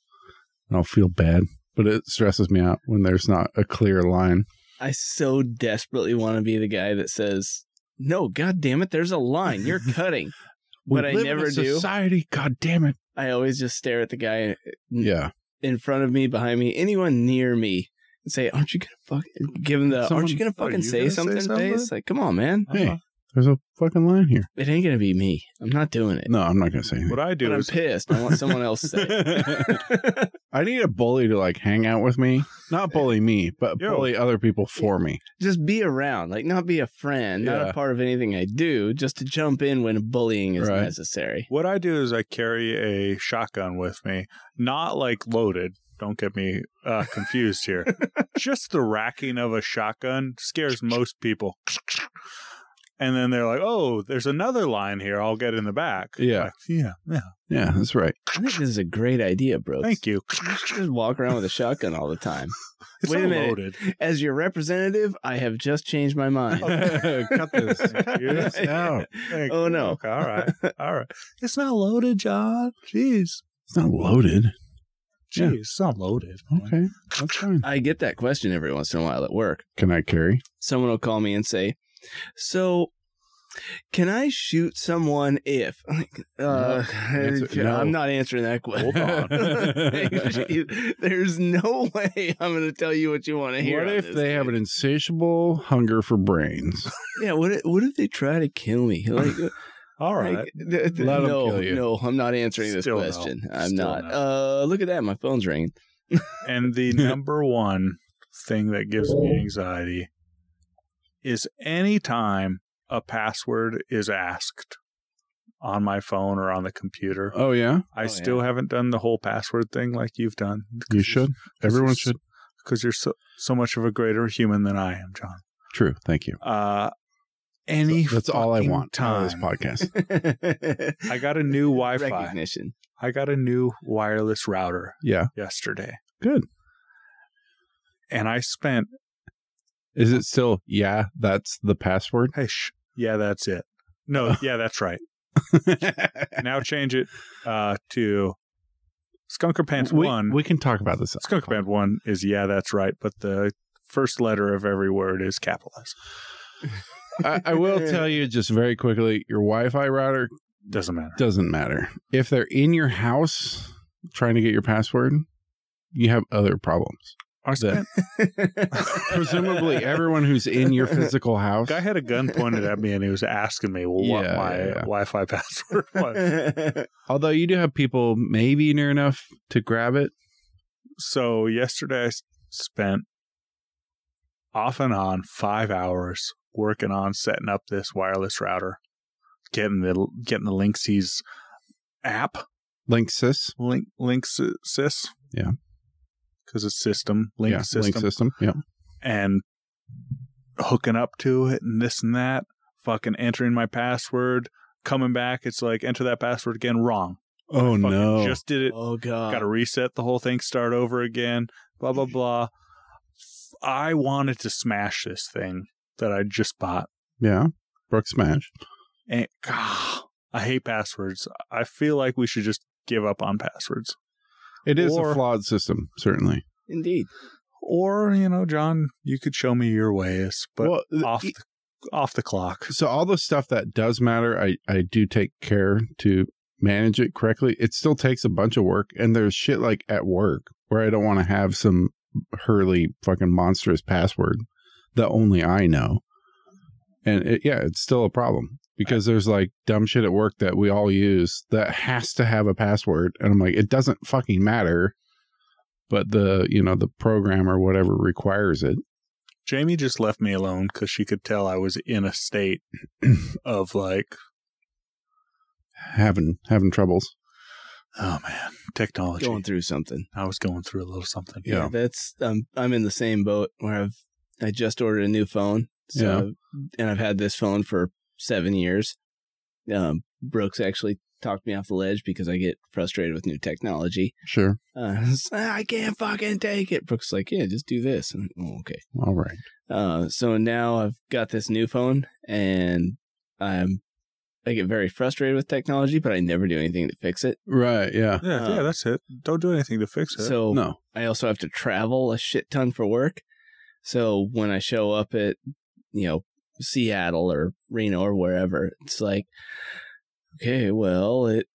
Speaker 2: And I'll feel bad. But it stresses me out when there's not a clear line.
Speaker 3: I so desperately want to be the guy that says, "No, god damn it, there's a line. You're cutting."
Speaker 2: We
Speaker 3: But I
Speaker 2: live in a
Speaker 3: never do.
Speaker 2: Society, god damn it.
Speaker 3: I always just stare at the guy
Speaker 2: Yeah.
Speaker 3: in front of me, behind me, anyone near me, and say, "Aren't you gonna fuck?" Give him the,
Speaker 2: Someone-
Speaker 3: "Aren't you gonna
Speaker 1: are
Speaker 3: fucking
Speaker 1: you
Speaker 3: say,
Speaker 1: gonna say
Speaker 3: something,
Speaker 1: something?
Speaker 3: face?" Like, come on, man.
Speaker 1: Uh-huh.
Speaker 2: Hey, there's a fucking line here.
Speaker 3: It ain't gonna be me. I'm not doing it.
Speaker 2: No, I'm not gonna say anything.
Speaker 1: What I do
Speaker 3: But I'm
Speaker 1: is
Speaker 3: pissed. I want someone else to say. it.
Speaker 2: I need a bully to like hang out with me. Not bully me, but
Speaker 1: Yo.
Speaker 2: bully other people for me.
Speaker 3: Just be around, like not be a friend, not
Speaker 2: Yeah.
Speaker 3: a part of anything I do. Just to jump in when bullying is
Speaker 2: Right.
Speaker 3: necessary.
Speaker 1: What I do is I carry a shotgun with me, not like loaded. Don't get me uh, confused here. Just the racking of a shotgun scares most people. And then they're like, "Oh, there's another line here. I'll get in the back."
Speaker 2: Yeah.
Speaker 1: Like, yeah, yeah.
Speaker 2: Yeah, that's right.
Speaker 3: I think this is a great idea, bro.
Speaker 1: Thank you.
Speaker 3: Just walk around with a shotgun all the time.
Speaker 1: It's
Speaker 3: Wait a minute.
Speaker 1: unloaded.
Speaker 3: As your representative, I have just changed my mind.
Speaker 2: Cut this.
Speaker 1: Thank you.
Speaker 2: Cut this out.
Speaker 1: Thank
Speaker 3: Oh,
Speaker 1: you.
Speaker 3: no.
Speaker 1: Okay, all right. All right. It's not loaded, John. Jeez.
Speaker 2: It's not loaded.
Speaker 1: Jeez,
Speaker 2: Yeah.
Speaker 1: it's not loaded.
Speaker 2: Okay, that's fine.
Speaker 3: I get that question every once in a while at work.
Speaker 2: Can I carry?
Speaker 3: someone will call me and say, "So, can I shoot someone if?" I'm like, uh,
Speaker 2: Answer- no.
Speaker 3: I'm not answering that
Speaker 1: Hold
Speaker 3: question. There's no way I'm going to tell you what you want to hear.
Speaker 2: What
Speaker 3: on
Speaker 2: if
Speaker 3: this,
Speaker 2: they
Speaker 3: dude.
Speaker 2: have an insatiable hunger for brains?
Speaker 3: Yeah. What if, What if they try to kill me? Like,
Speaker 1: All right.
Speaker 3: like, th- th-
Speaker 2: Let 'em
Speaker 3: no,
Speaker 2: kill you.
Speaker 3: no, I'm not answering this
Speaker 1: Still no.
Speaker 3: question. I'm
Speaker 1: Still
Speaker 3: not.
Speaker 1: no.
Speaker 3: Uh, look at that. My phone's ringing.
Speaker 1: And the number one thing that gives me anxiety is anytime a password is asked on my phone or on the computer.
Speaker 2: Oh yeah,
Speaker 1: I
Speaker 3: yeah.
Speaker 1: still haven't done the whole password thing like you've done.
Speaker 2: you should. Everyone should.
Speaker 1: Because you're so, so much of a greater human than I am, John.
Speaker 2: True. Thank you.
Speaker 1: Uh, any
Speaker 2: That's all I
Speaker 1: fucking
Speaker 2: want out of
Speaker 1: Time.
Speaker 2: this podcast.
Speaker 1: I got a new Wi Fi.
Speaker 3: Recognition.
Speaker 1: I got a new wireless router
Speaker 2: Yeah.
Speaker 1: yesterday.
Speaker 2: Good.
Speaker 1: And I spent,
Speaker 2: Is it still? Yeah, that's the password.
Speaker 1: hey, sh- yeah, that's it.
Speaker 2: Oh.
Speaker 1: No, yeah, that's right. now change it uh, to Skunker Pants
Speaker 2: we,
Speaker 1: One.
Speaker 2: we can talk about this.
Speaker 1: Skunker Pants One is yeah, that's right, but the first letter of every word is capitalized.
Speaker 2: I, I will tell you just very quickly. Your Wi-Fi router
Speaker 1: Doesn't matter.
Speaker 2: Doesn't matter. If they're in your house trying to get your password, you have other problems.
Speaker 1: I spent,
Speaker 2: Presumably, everyone who's in your physical house.
Speaker 1: guy had a gun pointed at me and he was asking me well, what
Speaker 2: Yeah,
Speaker 1: my
Speaker 2: yeah, yeah.
Speaker 1: Wi-Fi password was.
Speaker 3: Everyone.
Speaker 2: Although you do have people maybe near enough to grab it.
Speaker 1: so yesterday I s- spent off and on five hours working on setting up this wireless router, getting the getting the Linksys app
Speaker 2: Linksys.
Speaker 1: Link Link sy- Sys.
Speaker 2: Yeah.
Speaker 1: Because it's system link
Speaker 2: yeah,
Speaker 1: system
Speaker 2: Link system. Yeah.
Speaker 1: and hooking up to it and this and that. Fucking entering my password, coming back. It's like enter that password again. Wrong.
Speaker 2: Oh
Speaker 1: Fucking Just did it.
Speaker 3: oh god.
Speaker 1: Got to reset the whole thing. Start over again. Blah blah blah. I wanted to smash this thing that I just bought.
Speaker 2: yeah. Brooke Smash.
Speaker 1: And God, I hate passwords. I feel like we should just give up on passwords.
Speaker 2: It is
Speaker 1: Or-
Speaker 2: a flawed system, certainly.
Speaker 3: Indeed.
Speaker 1: Or, you know, John, you could show me your ways, but
Speaker 2: well, e th-
Speaker 1: off the, off the clock.
Speaker 2: so all the stuff that does matter, I I do take care to manage it correctly. It still takes a bunch of work, and there's shit like at work where I don't want to have some hurly fucking monstrous password that only I know, and it, yeah, it's still a problem because there's like dumb shit at work that we all use that has to have a password, and I'm like, it doesn't fucking matter, but the you know the program or whatever requires it.
Speaker 1: Jamie just left me alone because she could tell I was in a state of like,
Speaker 2: Having having troubles.
Speaker 1: oh man, technology.
Speaker 3: going through something.
Speaker 1: I was going through a little something.
Speaker 2: Yeah.
Speaker 3: that's um, I'm in the same boat where I've I just ordered a new phone. So
Speaker 2: Yeah.
Speaker 3: and I've had this phone for seven years. Um, Brooks actually talked me off the ledge because I get frustrated with new technology.
Speaker 2: Sure.
Speaker 3: Uh, it's, "Ah, I can't fucking take it. Brooks is like, yeah, just do this. And I'm like, oh, okay.
Speaker 2: All right.
Speaker 3: Uh, so now I've got this new phone, and I'm I get very frustrated with technology, but I never do anything to fix it.
Speaker 2: Right. Yeah.
Speaker 1: Yeah,
Speaker 3: Uh,
Speaker 1: yeah, that's it. Don't do anything to fix it.
Speaker 3: So
Speaker 2: No.
Speaker 3: I also have to travel a shit ton for work. So when I show up at, you know, Seattle or Reno or wherever, it's like, okay, well, it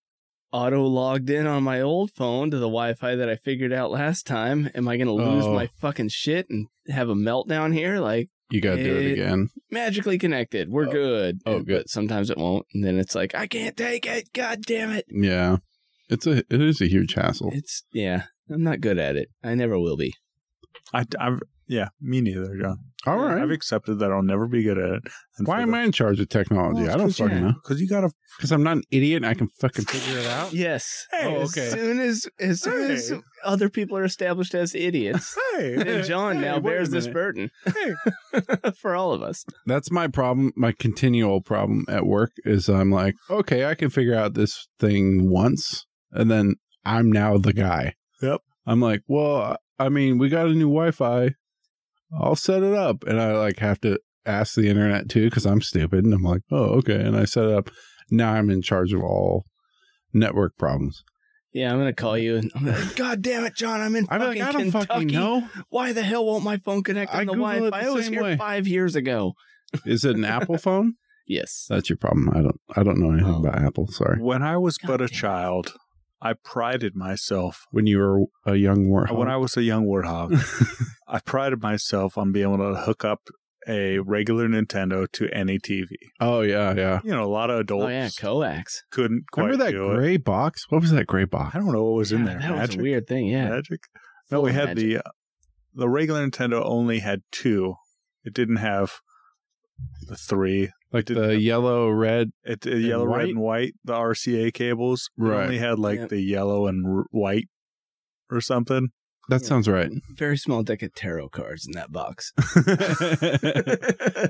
Speaker 3: auto logged in on my old phone to the Wi Fi that I figured out last time. Am I going to lose
Speaker 2: Oh.
Speaker 3: my fucking shit and have a meltdown here? Like,
Speaker 2: You got to do it
Speaker 3: It-
Speaker 2: again.
Speaker 3: magically connected. We're
Speaker 2: Oh.
Speaker 3: good.
Speaker 2: Oh,
Speaker 3: And-
Speaker 2: good.
Speaker 3: But sometimes it won't. And then it's like, I can't take it. God damn it.
Speaker 2: Yeah. It's a it is a huge hassle.
Speaker 3: It's, yeah, I'm not good at it. I never will be.
Speaker 1: I, have yeah, me neither, John.
Speaker 2: All
Speaker 1: I've
Speaker 2: right.
Speaker 1: accepted that I'll never be good at it.
Speaker 2: Why am I in charge of technology? I don't fucking know.
Speaker 1: Because you got to.
Speaker 2: Because I'm not an idiot. and I can fucking figure it out.
Speaker 3: Yes.
Speaker 1: Hey,
Speaker 2: Oh,
Speaker 3: as
Speaker 2: okay.
Speaker 3: soon as as soon as
Speaker 1: Hey.
Speaker 3: other people are established as idiots, then John now bears this burden for all of us.
Speaker 2: That's my problem. My continual problem at work is I'm like, okay, I can figure out this thing once, and then I'm now the guy.
Speaker 1: Yep.
Speaker 2: I'm like, well, I mean, we got a new Wi-Fi. I'll set it up, and I like have to ask the internet too because I'm stupid, and I'm like, oh, okay, and I set it up. Now I'm in charge of all network problems.
Speaker 3: Yeah, I'm gonna call you and I'm like, God damn it, John, I'm in
Speaker 2: I'm
Speaker 3: fucking
Speaker 2: like, I don't
Speaker 3: Kentucky.
Speaker 2: fucking know.
Speaker 3: Why the hell won't my phone connect on
Speaker 2: I
Speaker 3: the
Speaker 2: Google it
Speaker 3: Wi-Fi?
Speaker 2: the
Speaker 3: I was
Speaker 2: same
Speaker 3: here
Speaker 2: way.
Speaker 3: five years ago.
Speaker 2: Is it an Apple phone?
Speaker 3: Yes.
Speaker 2: That's your problem. I don't. I don't know anything
Speaker 3: Oh.
Speaker 2: about Apple. Sorry.
Speaker 1: When I was but
Speaker 3: God
Speaker 1: a
Speaker 3: damn it.
Speaker 1: child, I prided myself.
Speaker 2: When you were a young warhog.
Speaker 1: When I was a young warthog, I prided myself on being able to hook up a regular Nintendo to any TV.
Speaker 2: oh yeah, yeah.
Speaker 1: You know, a lot of adults
Speaker 3: Oh yeah, coax.
Speaker 1: couldn't quite
Speaker 2: Remember that
Speaker 1: do it.
Speaker 2: gray box? What was that gray box?
Speaker 1: I don't know what was in
Speaker 3: Yeah,
Speaker 1: there.
Speaker 3: That
Speaker 1: Magic?
Speaker 3: was a weird thing. Yeah.
Speaker 1: Magic? No, we
Speaker 3: Full
Speaker 1: had
Speaker 3: magic.
Speaker 1: the uh, the regular Nintendo only had two. It didn't have the three.
Speaker 2: Like
Speaker 1: Did-
Speaker 2: the yellow, red.
Speaker 1: It, uh, yellow,
Speaker 2: white?
Speaker 1: red, and white. The RCA cables. It
Speaker 2: Right.
Speaker 1: only had like
Speaker 3: Yep.
Speaker 1: the yellow and r- white or something.
Speaker 2: That
Speaker 3: Yeah.
Speaker 2: sounds right.
Speaker 3: Very small deck of tarot cards in that box.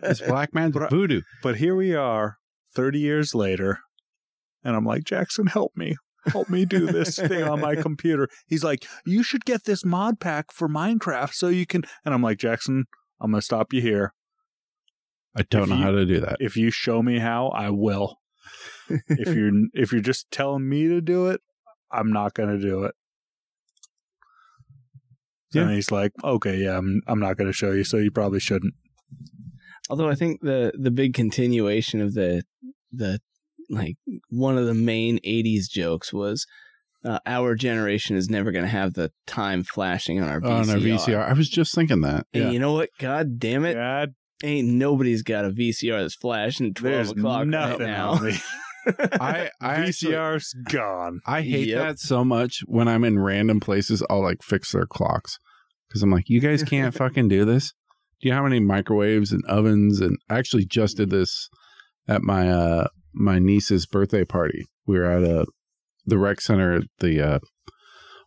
Speaker 2: It's black man's
Speaker 1: But I-
Speaker 2: voodoo.
Speaker 1: But here we are, thirty years later, and I'm like, Jackson, help me. Help me do this thing on my computer. He's like, You should get this mod pack for Minecraft so you can. And I'm like, Jackson, I'm going to stop you here.
Speaker 2: I don't
Speaker 1: If
Speaker 2: know
Speaker 1: you-
Speaker 2: how to do that.
Speaker 1: if you show me how, I will. if you're if you're just telling me to do it, I'm not going to do it.
Speaker 2: Yeah.
Speaker 1: And he's like, "Okay, yeah, I'm I'm not going to show you, so you probably shouldn't."
Speaker 3: Although I think the the big continuation of the the like one of the main '80s jokes was uh, our generation is never going to have the time flashing on our VCR.
Speaker 2: on a VCR. I was just thinking that.
Speaker 3: And
Speaker 2: Yeah.
Speaker 3: you know what? God damn it!
Speaker 1: God,
Speaker 3: Ain't nobody's got a VCR that's flashing twelve
Speaker 1: there's
Speaker 3: o'clock
Speaker 1: nothing
Speaker 3: right now.
Speaker 1: on me.
Speaker 2: I I actually-
Speaker 1: VCR's gone.
Speaker 2: I hate
Speaker 3: Yep.
Speaker 2: that so much. When I'm in random places, I'll like fix their clocks because I'm like, you guys can't fucking do this. Do you know how many microwaves and ovens? And I actually just did this at my uh my niece's birthday party. We were at a the rec center at the uh,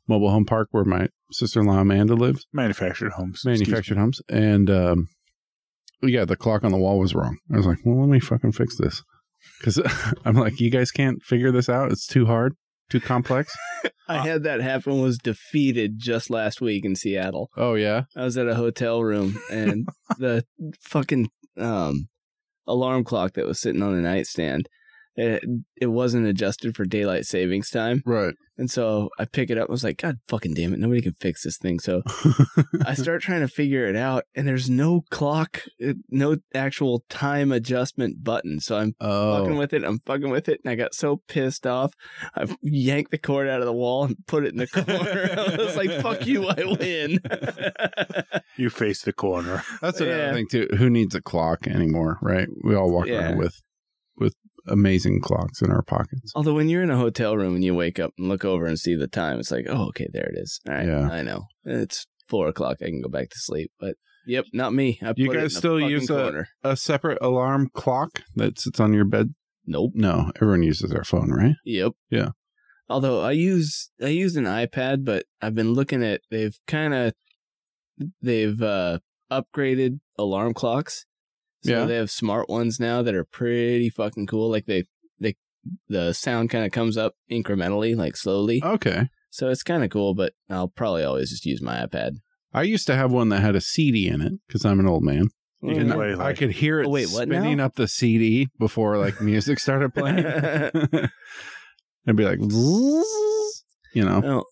Speaker 2: mobile home park where my sister in law Amanda lives
Speaker 1: Manufactured homes.
Speaker 2: manufactured homes and um yeah the clock on the wall was wrong i was like well let me fucking fix this because i'm like you guys can't figure this out it's too hard too complex
Speaker 3: I had that happen. Was defeated just last week in Seattle.
Speaker 2: oh yeah
Speaker 3: I was at a hotel room and the fucking um, alarm clock that was sitting on the nightstand It, it wasn't adjusted for daylight savings time.
Speaker 2: Right.
Speaker 3: And so I pick it up. I was like, God fucking damn it. Nobody can fix this thing. So I start trying to figure it out, and there's no clock, uh, no actual time adjustment button. So I'm fucking
Speaker 2: oh.
Speaker 3: with it. I'm fucking with it. And I got so pissed off. I yanked the cord out of the wall and put it in the corner. I was like, fuck you, I win.
Speaker 1: You face the corner.
Speaker 2: That's another
Speaker 3: Yeah.
Speaker 2: thing too. Who needs a clock anymore, right? We all walk
Speaker 3: Yeah.
Speaker 2: around with with amazing clocks in our pockets.
Speaker 3: Although, when you're in a hotel room and you wake up and look over and see the time, it's like, oh, okay, there it is. All right.
Speaker 2: Yeah.
Speaker 3: I know. It's four o'clock. I can go back to sleep. But yep, not me. I
Speaker 2: You
Speaker 3: put
Speaker 2: guys
Speaker 3: it in the
Speaker 2: still
Speaker 3: fucking
Speaker 2: use a-
Speaker 3: corner.
Speaker 2: A separate alarm clock that sits on your bed?
Speaker 3: Nope.
Speaker 2: No, everyone uses their phone, right?
Speaker 3: Yep.
Speaker 2: Yeah.
Speaker 3: Although I use I used an iPad, but I've been looking at they've kind of they've uh upgraded alarm clocks. So
Speaker 2: Yeah.
Speaker 3: they have smart ones now that are pretty fucking cool. Like they they the sound kind of comes up incrementally, like slowly.
Speaker 2: Okay.
Speaker 3: So it's kind of cool, but I'll probably always just use my iPad.
Speaker 2: I used to have one that had a CD in it because I'm an old man.
Speaker 1: You
Speaker 2: And
Speaker 1: can play,
Speaker 2: I
Speaker 1: like-
Speaker 2: could hear it
Speaker 3: Oh, wait, what now?
Speaker 2: spinning up the CD before like music started playing. It'd be like, "Zzzz," you know,
Speaker 3: Oh,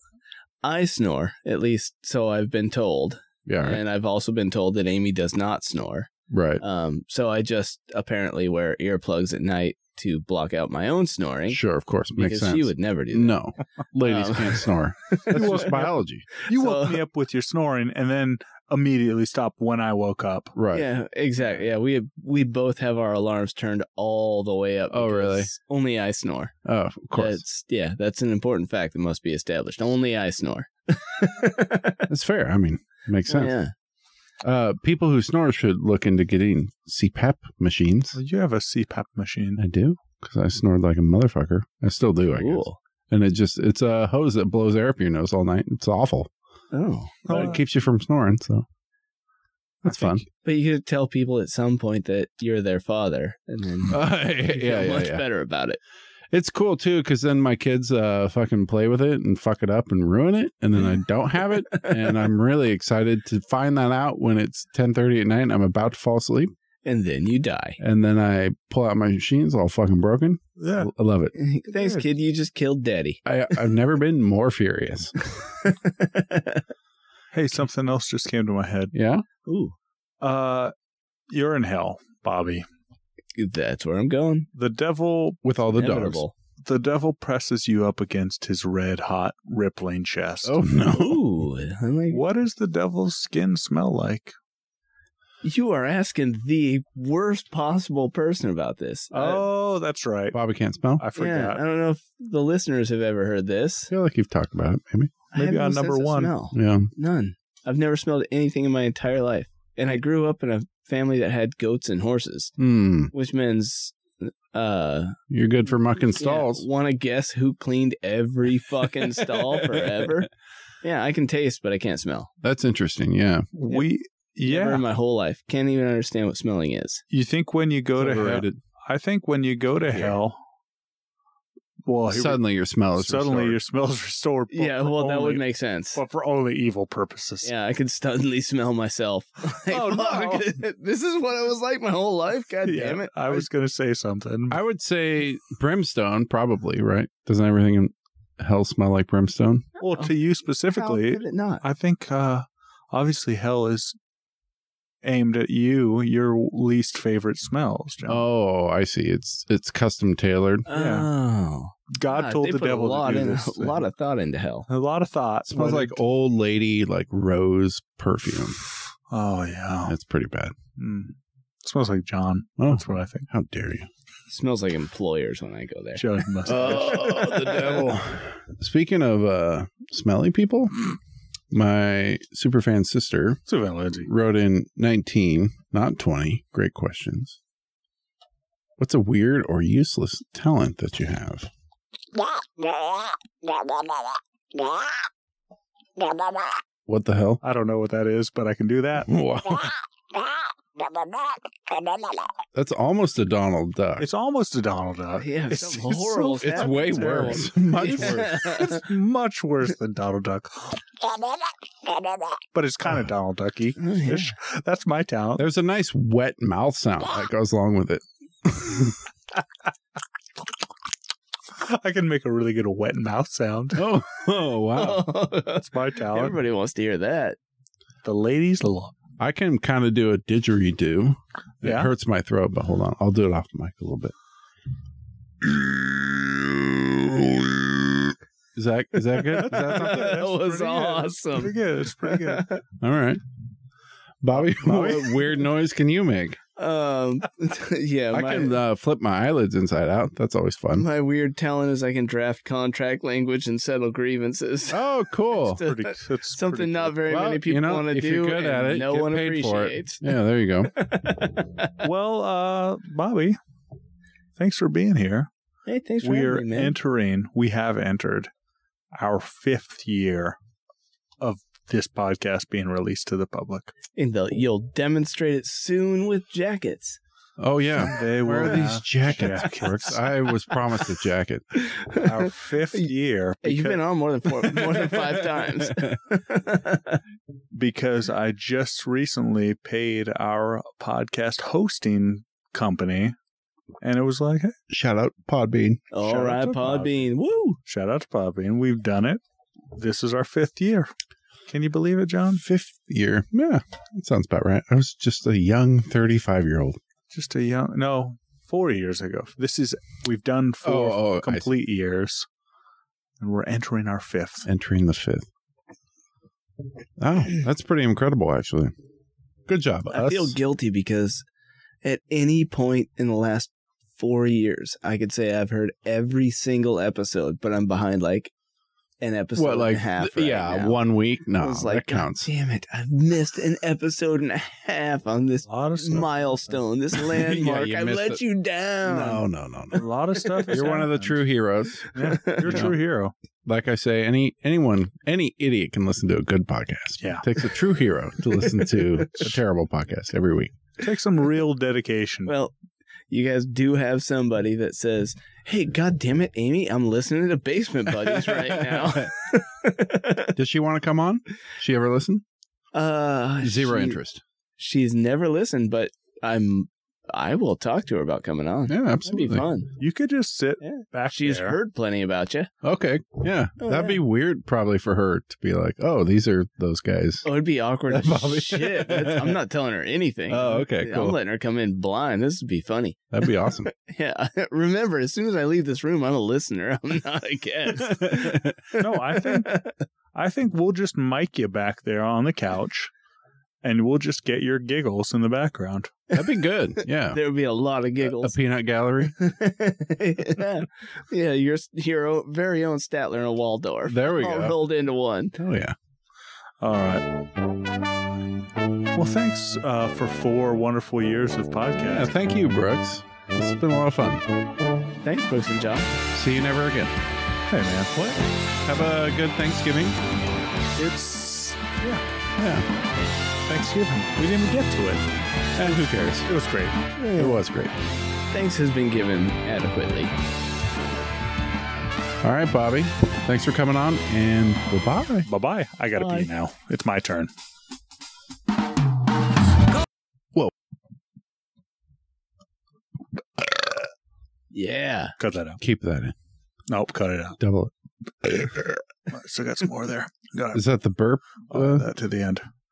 Speaker 3: I snore at least, so I've been told,
Speaker 2: yeah, right.
Speaker 3: and I've also been told that Amy does not snore.
Speaker 2: right.
Speaker 3: Um, so I just apparently wear earplugs at night to block out my own snoring
Speaker 2: Sure, of course, makes
Speaker 3: because
Speaker 2: sense.
Speaker 3: she would never do that.
Speaker 2: no, ladies
Speaker 3: Um,
Speaker 2: can't snore. Oh. That's just biology,
Speaker 1: You
Speaker 3: So-
Speaker 1: woke me up with your snoring and then immediately stopped when I woke up.
Speaker 2: right?
Speaker 3: Yeah, exactly. Yeah, we we both have our alarms turned all the way up.
Speaker 2: Oh, really?
Speaker 3: because Only I snore.
Speaker 2: Oh, of course,
Speaker 3: That's, yeah, that's an important fact that must be established. Only I snore.
Speaker 2: that's fair. I mean, makes sense.
Speaker 3: Yeah.
Speaker 2: Uh, people who snore should look into getting CPAP machines.
Speaker 1: You have a CPAP machine.
Speaker 2: I do because I snored like a motherfucker. I still do, I guess.
Speaker 3: Cool.
Speaker 2: And it just it's a hose that blows air up your nose all night. It's awful.
Speaker 3: Oh.
Speaker 2: But
Speaker 1: Uh,
Speaker 2: it keeps you from snoring, so that's
Speaker 1: I
Speaker 2: fun.
Speaker 1: think-
Speaker 3: But you could tell people at some point that you're their father, and then you
Speaker 2: Uh, yeah,
Speaker 3: feel
Speaker 2: yeah,
Speaker 3: much
Speaker 2: yeah.
Speaker 3: better about it.
Speaker 2: It's cool too because then my kids uh, fucking play with it and fuck it up and ruin it, and then I don't have it, and I'm really excited to find that out when it's 10:30 at night and I'm about to fall asleep,
Speaker 3: And then you die.
Speaker 2: and then I pull out my machines all fucking broken.
Speaker 1: Yeah.
Speaker 2: I love it.
Speaker 3: Thanks,
Speaker 1: Good.
Speaker 3: kid. You just killed daddy.
Speaker 2: I, I've never been more furious.
Speaker 1: Hey, something else just came to my head.
Speaker 2: Yeah,
Speaker 3: Ooh.
Speaker 1: Uh, you're in hell, Bobby.
Speaker 3: That's where I'm going.
Speaker 1: The devil,
Speaker 2: with all the dogs.
Speaker 3: Inevitable.
Speaker 1: the devil presses you up against his red hot, rippling chest.
Speaker 2: Oh no!
Speaker 3: Ooh, I'm like,
Speaker 1: What does the devil's skin smell like?
Speaker 3: you are asking the worst possible person about this.
Speaker 2: Uh,
Speaker 3: I-
Speaker 1: Oh, that's right.
Speaker 2: Bobby can't smell.
Speaker 1: I
Speaker 3: yeah,
Speaker 1: forgot.
Speaker 3: I don't know if the listeners have ever heard
Speaker 2: I
Speaker 3: this.
Speaker 2: feel like you've talked about it, maybe.
Speaker 3: I have
Speaker 1: Maybe on
Speaker 3: sense
Speaker 1: number
Speaker 3: of
Speaker 1: one.
Speaker 3: smell.
Speaker 2: Yeah.
Speaker 3: None. I've never smelled anything in my entire life, and I grew up in a family that had goats and horses,
Speaker 2: Hmm.
Speaker 3: which means. Uh,
Speaker 2: You're good for mucking stalls.
Speaker 3: Want to guess who cleaned every fucking stall forever? Yeah, I can taste, but I can't smell.
Speaker 2: That's interesting. Yeah.
Speaker 1: we,
Speaker 3: Never
Speaker 1: yeah.
Speaker 3: in my whole life, can't even understand what smelling is.
Speaker 1: You think when you go
Speaker 2: It's
Speaker 1: to hell,
Speaker 2: overrated.
Speaker 1: I think when you go to
Speaker 3: Yeah.
Speaker 1: hell, well, here we
Speaker 2: Suddenly your smell is
Speaker 1: suddenly
Speaker 2: restored.
Speaker 1: your smells restored. but
Speaker 3: yeah,
Speaker 1: for
Speaker 3: well, that
Speaker 1: only-
Speaker 3: would make sense.
Speaker 1: but for only evil purposes.
Speaker 3: Yeah, I could suddenly smell myself. Like,
Speaker 1: Oh, no.
Speaker 3: fuck, this is what I was like my whole life. God
Speaker 1: Yeah,
Speaker 3: damn it!
Speaker 1: I was gonna say something.
Speaker 3: Mm-hmm.
Speaker 2: I would say brimstone, probably, right? Doesn't everything in hell smell like brimstone?
Speaker 1: well, to you specifically,
Speaker 3: How could it not?
Speaker 1: I think uh, obviously hell is aimed at you, your least favorite smells. John.
Speaker 2: Oh, I see. It's it's custom tailored.
Speaker 3: Oh,
Speaker 1: God
Speaker 3: God,
Speaker 1: told
Speaker 3: they
Speaker 1: the
Speaker 3: put
Speaker 1: devil
Speaker 3: a lot,
Speaker 1: to do
Speaker 3: in,
Speaker 1: this.
Speaker 3: a lot of thought into hell.
Speaker 1: a lot of thought.
Speaker 2: It smells
Speaker 1: but
Speaker 2: like
Speaker 1: it-
Speaker 2: old lady like rose perfume.
Speaker 1: oh yeah,
Speaker 2: That's pretty bad.
Speaker 1: Mm. It smells like John.
Speaker 2: Oh,
Speaker 1: That's what I think.
Speaker 2: how dare you?
Speaker 3: smells like employers when I go there.
Speaker 1: John must.
Speaker 3: Oh, the devil.
Speaker 2: Speaking of uh smelly people, my superfan sister
Speaker 1: Sylvan Lindsay.
Speaker 2: wrote in 19, not 20. Great questions. What's a weird or useless talent that you have? What the hell?
Speaker 1: I don't know what that is, but I can do that.
Speaker 2: Wow. That's almost a Donald Duck.
Speaker 1: It's almost a Donald Duck.
Speaker 3: Oh, Yeah,
Speaker 1: It's-
Speaker 3: something
Speaker 1: it's so-
Speaker 3: horrible.
Speaker 1: it's
Speaker 2: It's
Speaker 3: happened.
Speaker 2: way
Speaker 3: Terrible.
Speaker 2: worse. Much
Speaker 3: Yeah.
Speaker 2: worse.
Speaker 1: it's much worse than Donald Duck, but it's kind of Donald Ducky.
Speaker 3: Oh, yeah.
Speaker 1: Ish. That's my talent.
Speaker 2: There's a nice wet mouth sound that goes along with it.
Speaker 1: I can make a really good wet mouth sound.
Speaker 2: Oh, oh wow.
Speaker 1: That's my talent.
Speaker 3: Everybody wants to hear that.
Speaker 1: The ladies love.
Speaker 2: I can kind of do a didgeridoo. It
Speaker 1: Yeah?
Speaker 2: hurts my throat, but hold on. I'll do it off the mic a little bit. Is that is that good? Is that something?
Speaker 3: That was
Speaker 1: pretty good. That's
Speaker 3: awesome.
Speaker 1: Pretty good. It's pretty good.
Speaker 2: All right. Bobby, what weird noise can you make?
Speaker 3: Um, yeah,
Speaker 2: I
Speaker 3: my,
Speaker 2: can uh, flip my eyelids inside out. That's always fun.
Speaker 3: my weird talent is I can draft contract language and settle grievances.
Speaker 2: Oh, cool.
Speaker 3: Still-
Speaker 1: Pretty- it's pretty
Speaker 3: Something not
Speaker 1: good.
Speaker 3: very
Speaker 2: Well,
Speaker 3: many people
Speaker 2: you know,
Speaker 3: want to
Speaker 2: if
Speaker 3: do.
Speaker 2: you're good
Speaker 3: and
Speaker 2: at it,
Speaker 3: no
Speaker 2: get
Speaker 3: one
Speaker 2: paid for it.
Speaker 3: appreciates.
Speaker 2: Yeah, there you go.
Speaker 1: Well, uh, Bobby, thanks for being here.
Speaker 3: Hey, thanks for
Speaker 1: We're
Speaker 3: having me, man.
Speaker 1: entering, we have entered our fifth year of this podcast being released to the public.
Speaker 3: and the, you'll demonstrate it soon with jackets.
Speaker 2: Oh yeah.
Speaker 1: They
Speaker 2: Where
Speaker 1: will
Speaker 2: are these
Speaker 1: have
Speaker 2: jackets,
Speaker 1: jackets.
Speaker 2: Brooks? I was promised a jacket.
Speaker 1: Our
Speaker 3: hey,
Speaker 1: fifth year.
Speaker 3: you've
Speaker 1: because-
Speaker 3: been on more than four, more than five times.
Speaker 1: because I just recently paid our podcast hosting company, and it was like, hey,
Speaker 2: Shout out Podbean.
Speaker 3: All
Speaker 1: Shout out
Speaker 3: right,
Speaker 1: to Bob.
Speaker 3: Podbean. Woo!
Speaker 1: shout out to Bobby, and we've done it. This is our fifth year. Can you believe it, John?
Speaker 2: Fifth year. Yeah, that sounds about right. I was just a young 35 year old.
Speaker 1: Just a young, no, four years ago. This is we've done four
Speaker 2: Oh, oh, I
Speaker 1: complete years, and we're entering our fifth.
Speaker 2: entering the fifth. Oh, that's pretty incredible, actually. Good job.
Speaker 3: I feel guilty because at any point in the last four years, I could say I've heard every single episode, but I'm behind like an episode
Speaker 2: what, like,
Speaker 3: and a half.
Speaker 2: th-
Speaker 3: right
Speaker 2: yeah,
Speaker 3: now.
Speaker 2: one week?
Speaker 3: I
Speaker 2: No,
Speaker 3: was
Speaker 2: that
Speaker 3: like, "God
Speaker 2: counts.
Speaker 3: Damn it! I've missed an episode and a half on this
Speaker 1: A lot of stuff.
Speaker 3: milestone, this
Speaker 2: Yeah,
Speaker 3: landmark.
Speaker 2: you
Speaker 3: I
Speaker 2: missed
Speaker 3: let
Speaker 2: it.
Speaker 3: you down.
Speaker 2: No, no, no,
Speaker 1: a
Speaker 2: no.
Speaker 1: lot of stuff. has
Speaker 2: You're one of the
Speaker 1: happened.
Speaker 2: true heroes.
Speaker 1: Yeah, you're a
Speaker 2: Yeah.
Speaker 1: true hero.
Speaker 2: Like I say, any anyone, any idiot can listen to a good podcast.
Speaker 1: Yeah.
Speaker 2: It takes a true hero to listen to a terrible podcast every week.
Speaker 1: Take some real dedication.
Speaker 3: Well, you guys do have somebody that says, "Hey, God damn it, Amy, I'm listening to Basement Buddies right now."
Speaker 2: Does she want to come on? She ever listen?
Speaker 3: Uh,
Speaker 2: Zero
Speaker 3: she-
Speaker 2: interest.
Speaker 3: She's never listened, but I'm. I will talk to her about coming
Speaker 2: Yeah,
Speaker 3: on. That'd be
Speaker 2: absolutely.
Speaker 3: fun.
Speaker 1: you could just sit
Speaker 3: Yeah.
Speaker 1: back.
Speaker 3: She's
Speaker 1: there.
Speaker 3: heard plenty about you.
Speaker 2: Okay. Yeah.
Speaker 3: Oh,
Speaker 2: That'd
Speaker 3: yeah.
Speaker 2: be weird probably for her to be like, oh, these are those guys.
Speaker 3: Oh, it'd be awkward as
Speaker 2: Probably.
Speaker 3: shit. That's- I'm not telling her anything.
Speaker 2: Oh, okay, cool.
Speaker 3: I'm letting her come in blind. This would be funny.
Speaker 2: That'd be awesome.
Speaker 3: Yeah. Remember, as soon as I leave this room, I'm a listener. I'm not a guest.
Speaker 1: No, I think I think we'll just mic you back there on the couch, and we'll just get your giggles in the background.
Speaker 2: That'd be good. Yeah.
Speaker 3: there would be a lot of
Speaker 2: A
Speaker 3: giggles.
Speaker 2: peanut gallery.
Speaker 3: yeah. yeah, your your own, very own Statler and a Waldorf.
Speaker 2: There we
Speaker 3: all
Speaker 2: go.
Speaker 3: rolled into one.
Speaker 2: Oh yeah.
Speaker 1: All right. Well, thanks uh, for four wonderful years of
Speaker 2: Yeah,
Speaker 1: podcast.
Speaker 2: thank you, Brooks. It's been a lot of fun.
Speaker 3: Thanks, Brooks and John.
Speaker 2: See you never again.
Speaker 1: Hey, man, what?
Speaker 2: Have a good Thanksgiving.
Speaker 1: It's yeah,
Speaker 2: Yeah.
Speaker 1: Thanksgiving. We didn't even get to it.
Speaker 2: And who cares?
Speaker 1: It was great.
Speaker 2: It was great.
Speaker 3: Thanks has been given adequately.
Speaker 2: All right, Bobby. Thanks for coming on and goodbye.
Speaker 1: Bye bye. I gotta
Speaker 3: Bye.
Speaker 1: pee now. It's my turn.
Speaker 3: Yeah.
Speaker 1: Cut that out.
Speaker 2: Keep that in.
Speaker 1: Nope, cut it out.
Speaker 2: Double
Speaker 1: All right, still got some more there. Got
Speaker 2: it. Is that the burp?
Speaker 1: I'll add
Speaker 2: Uh,
Speaker 1: that to the end.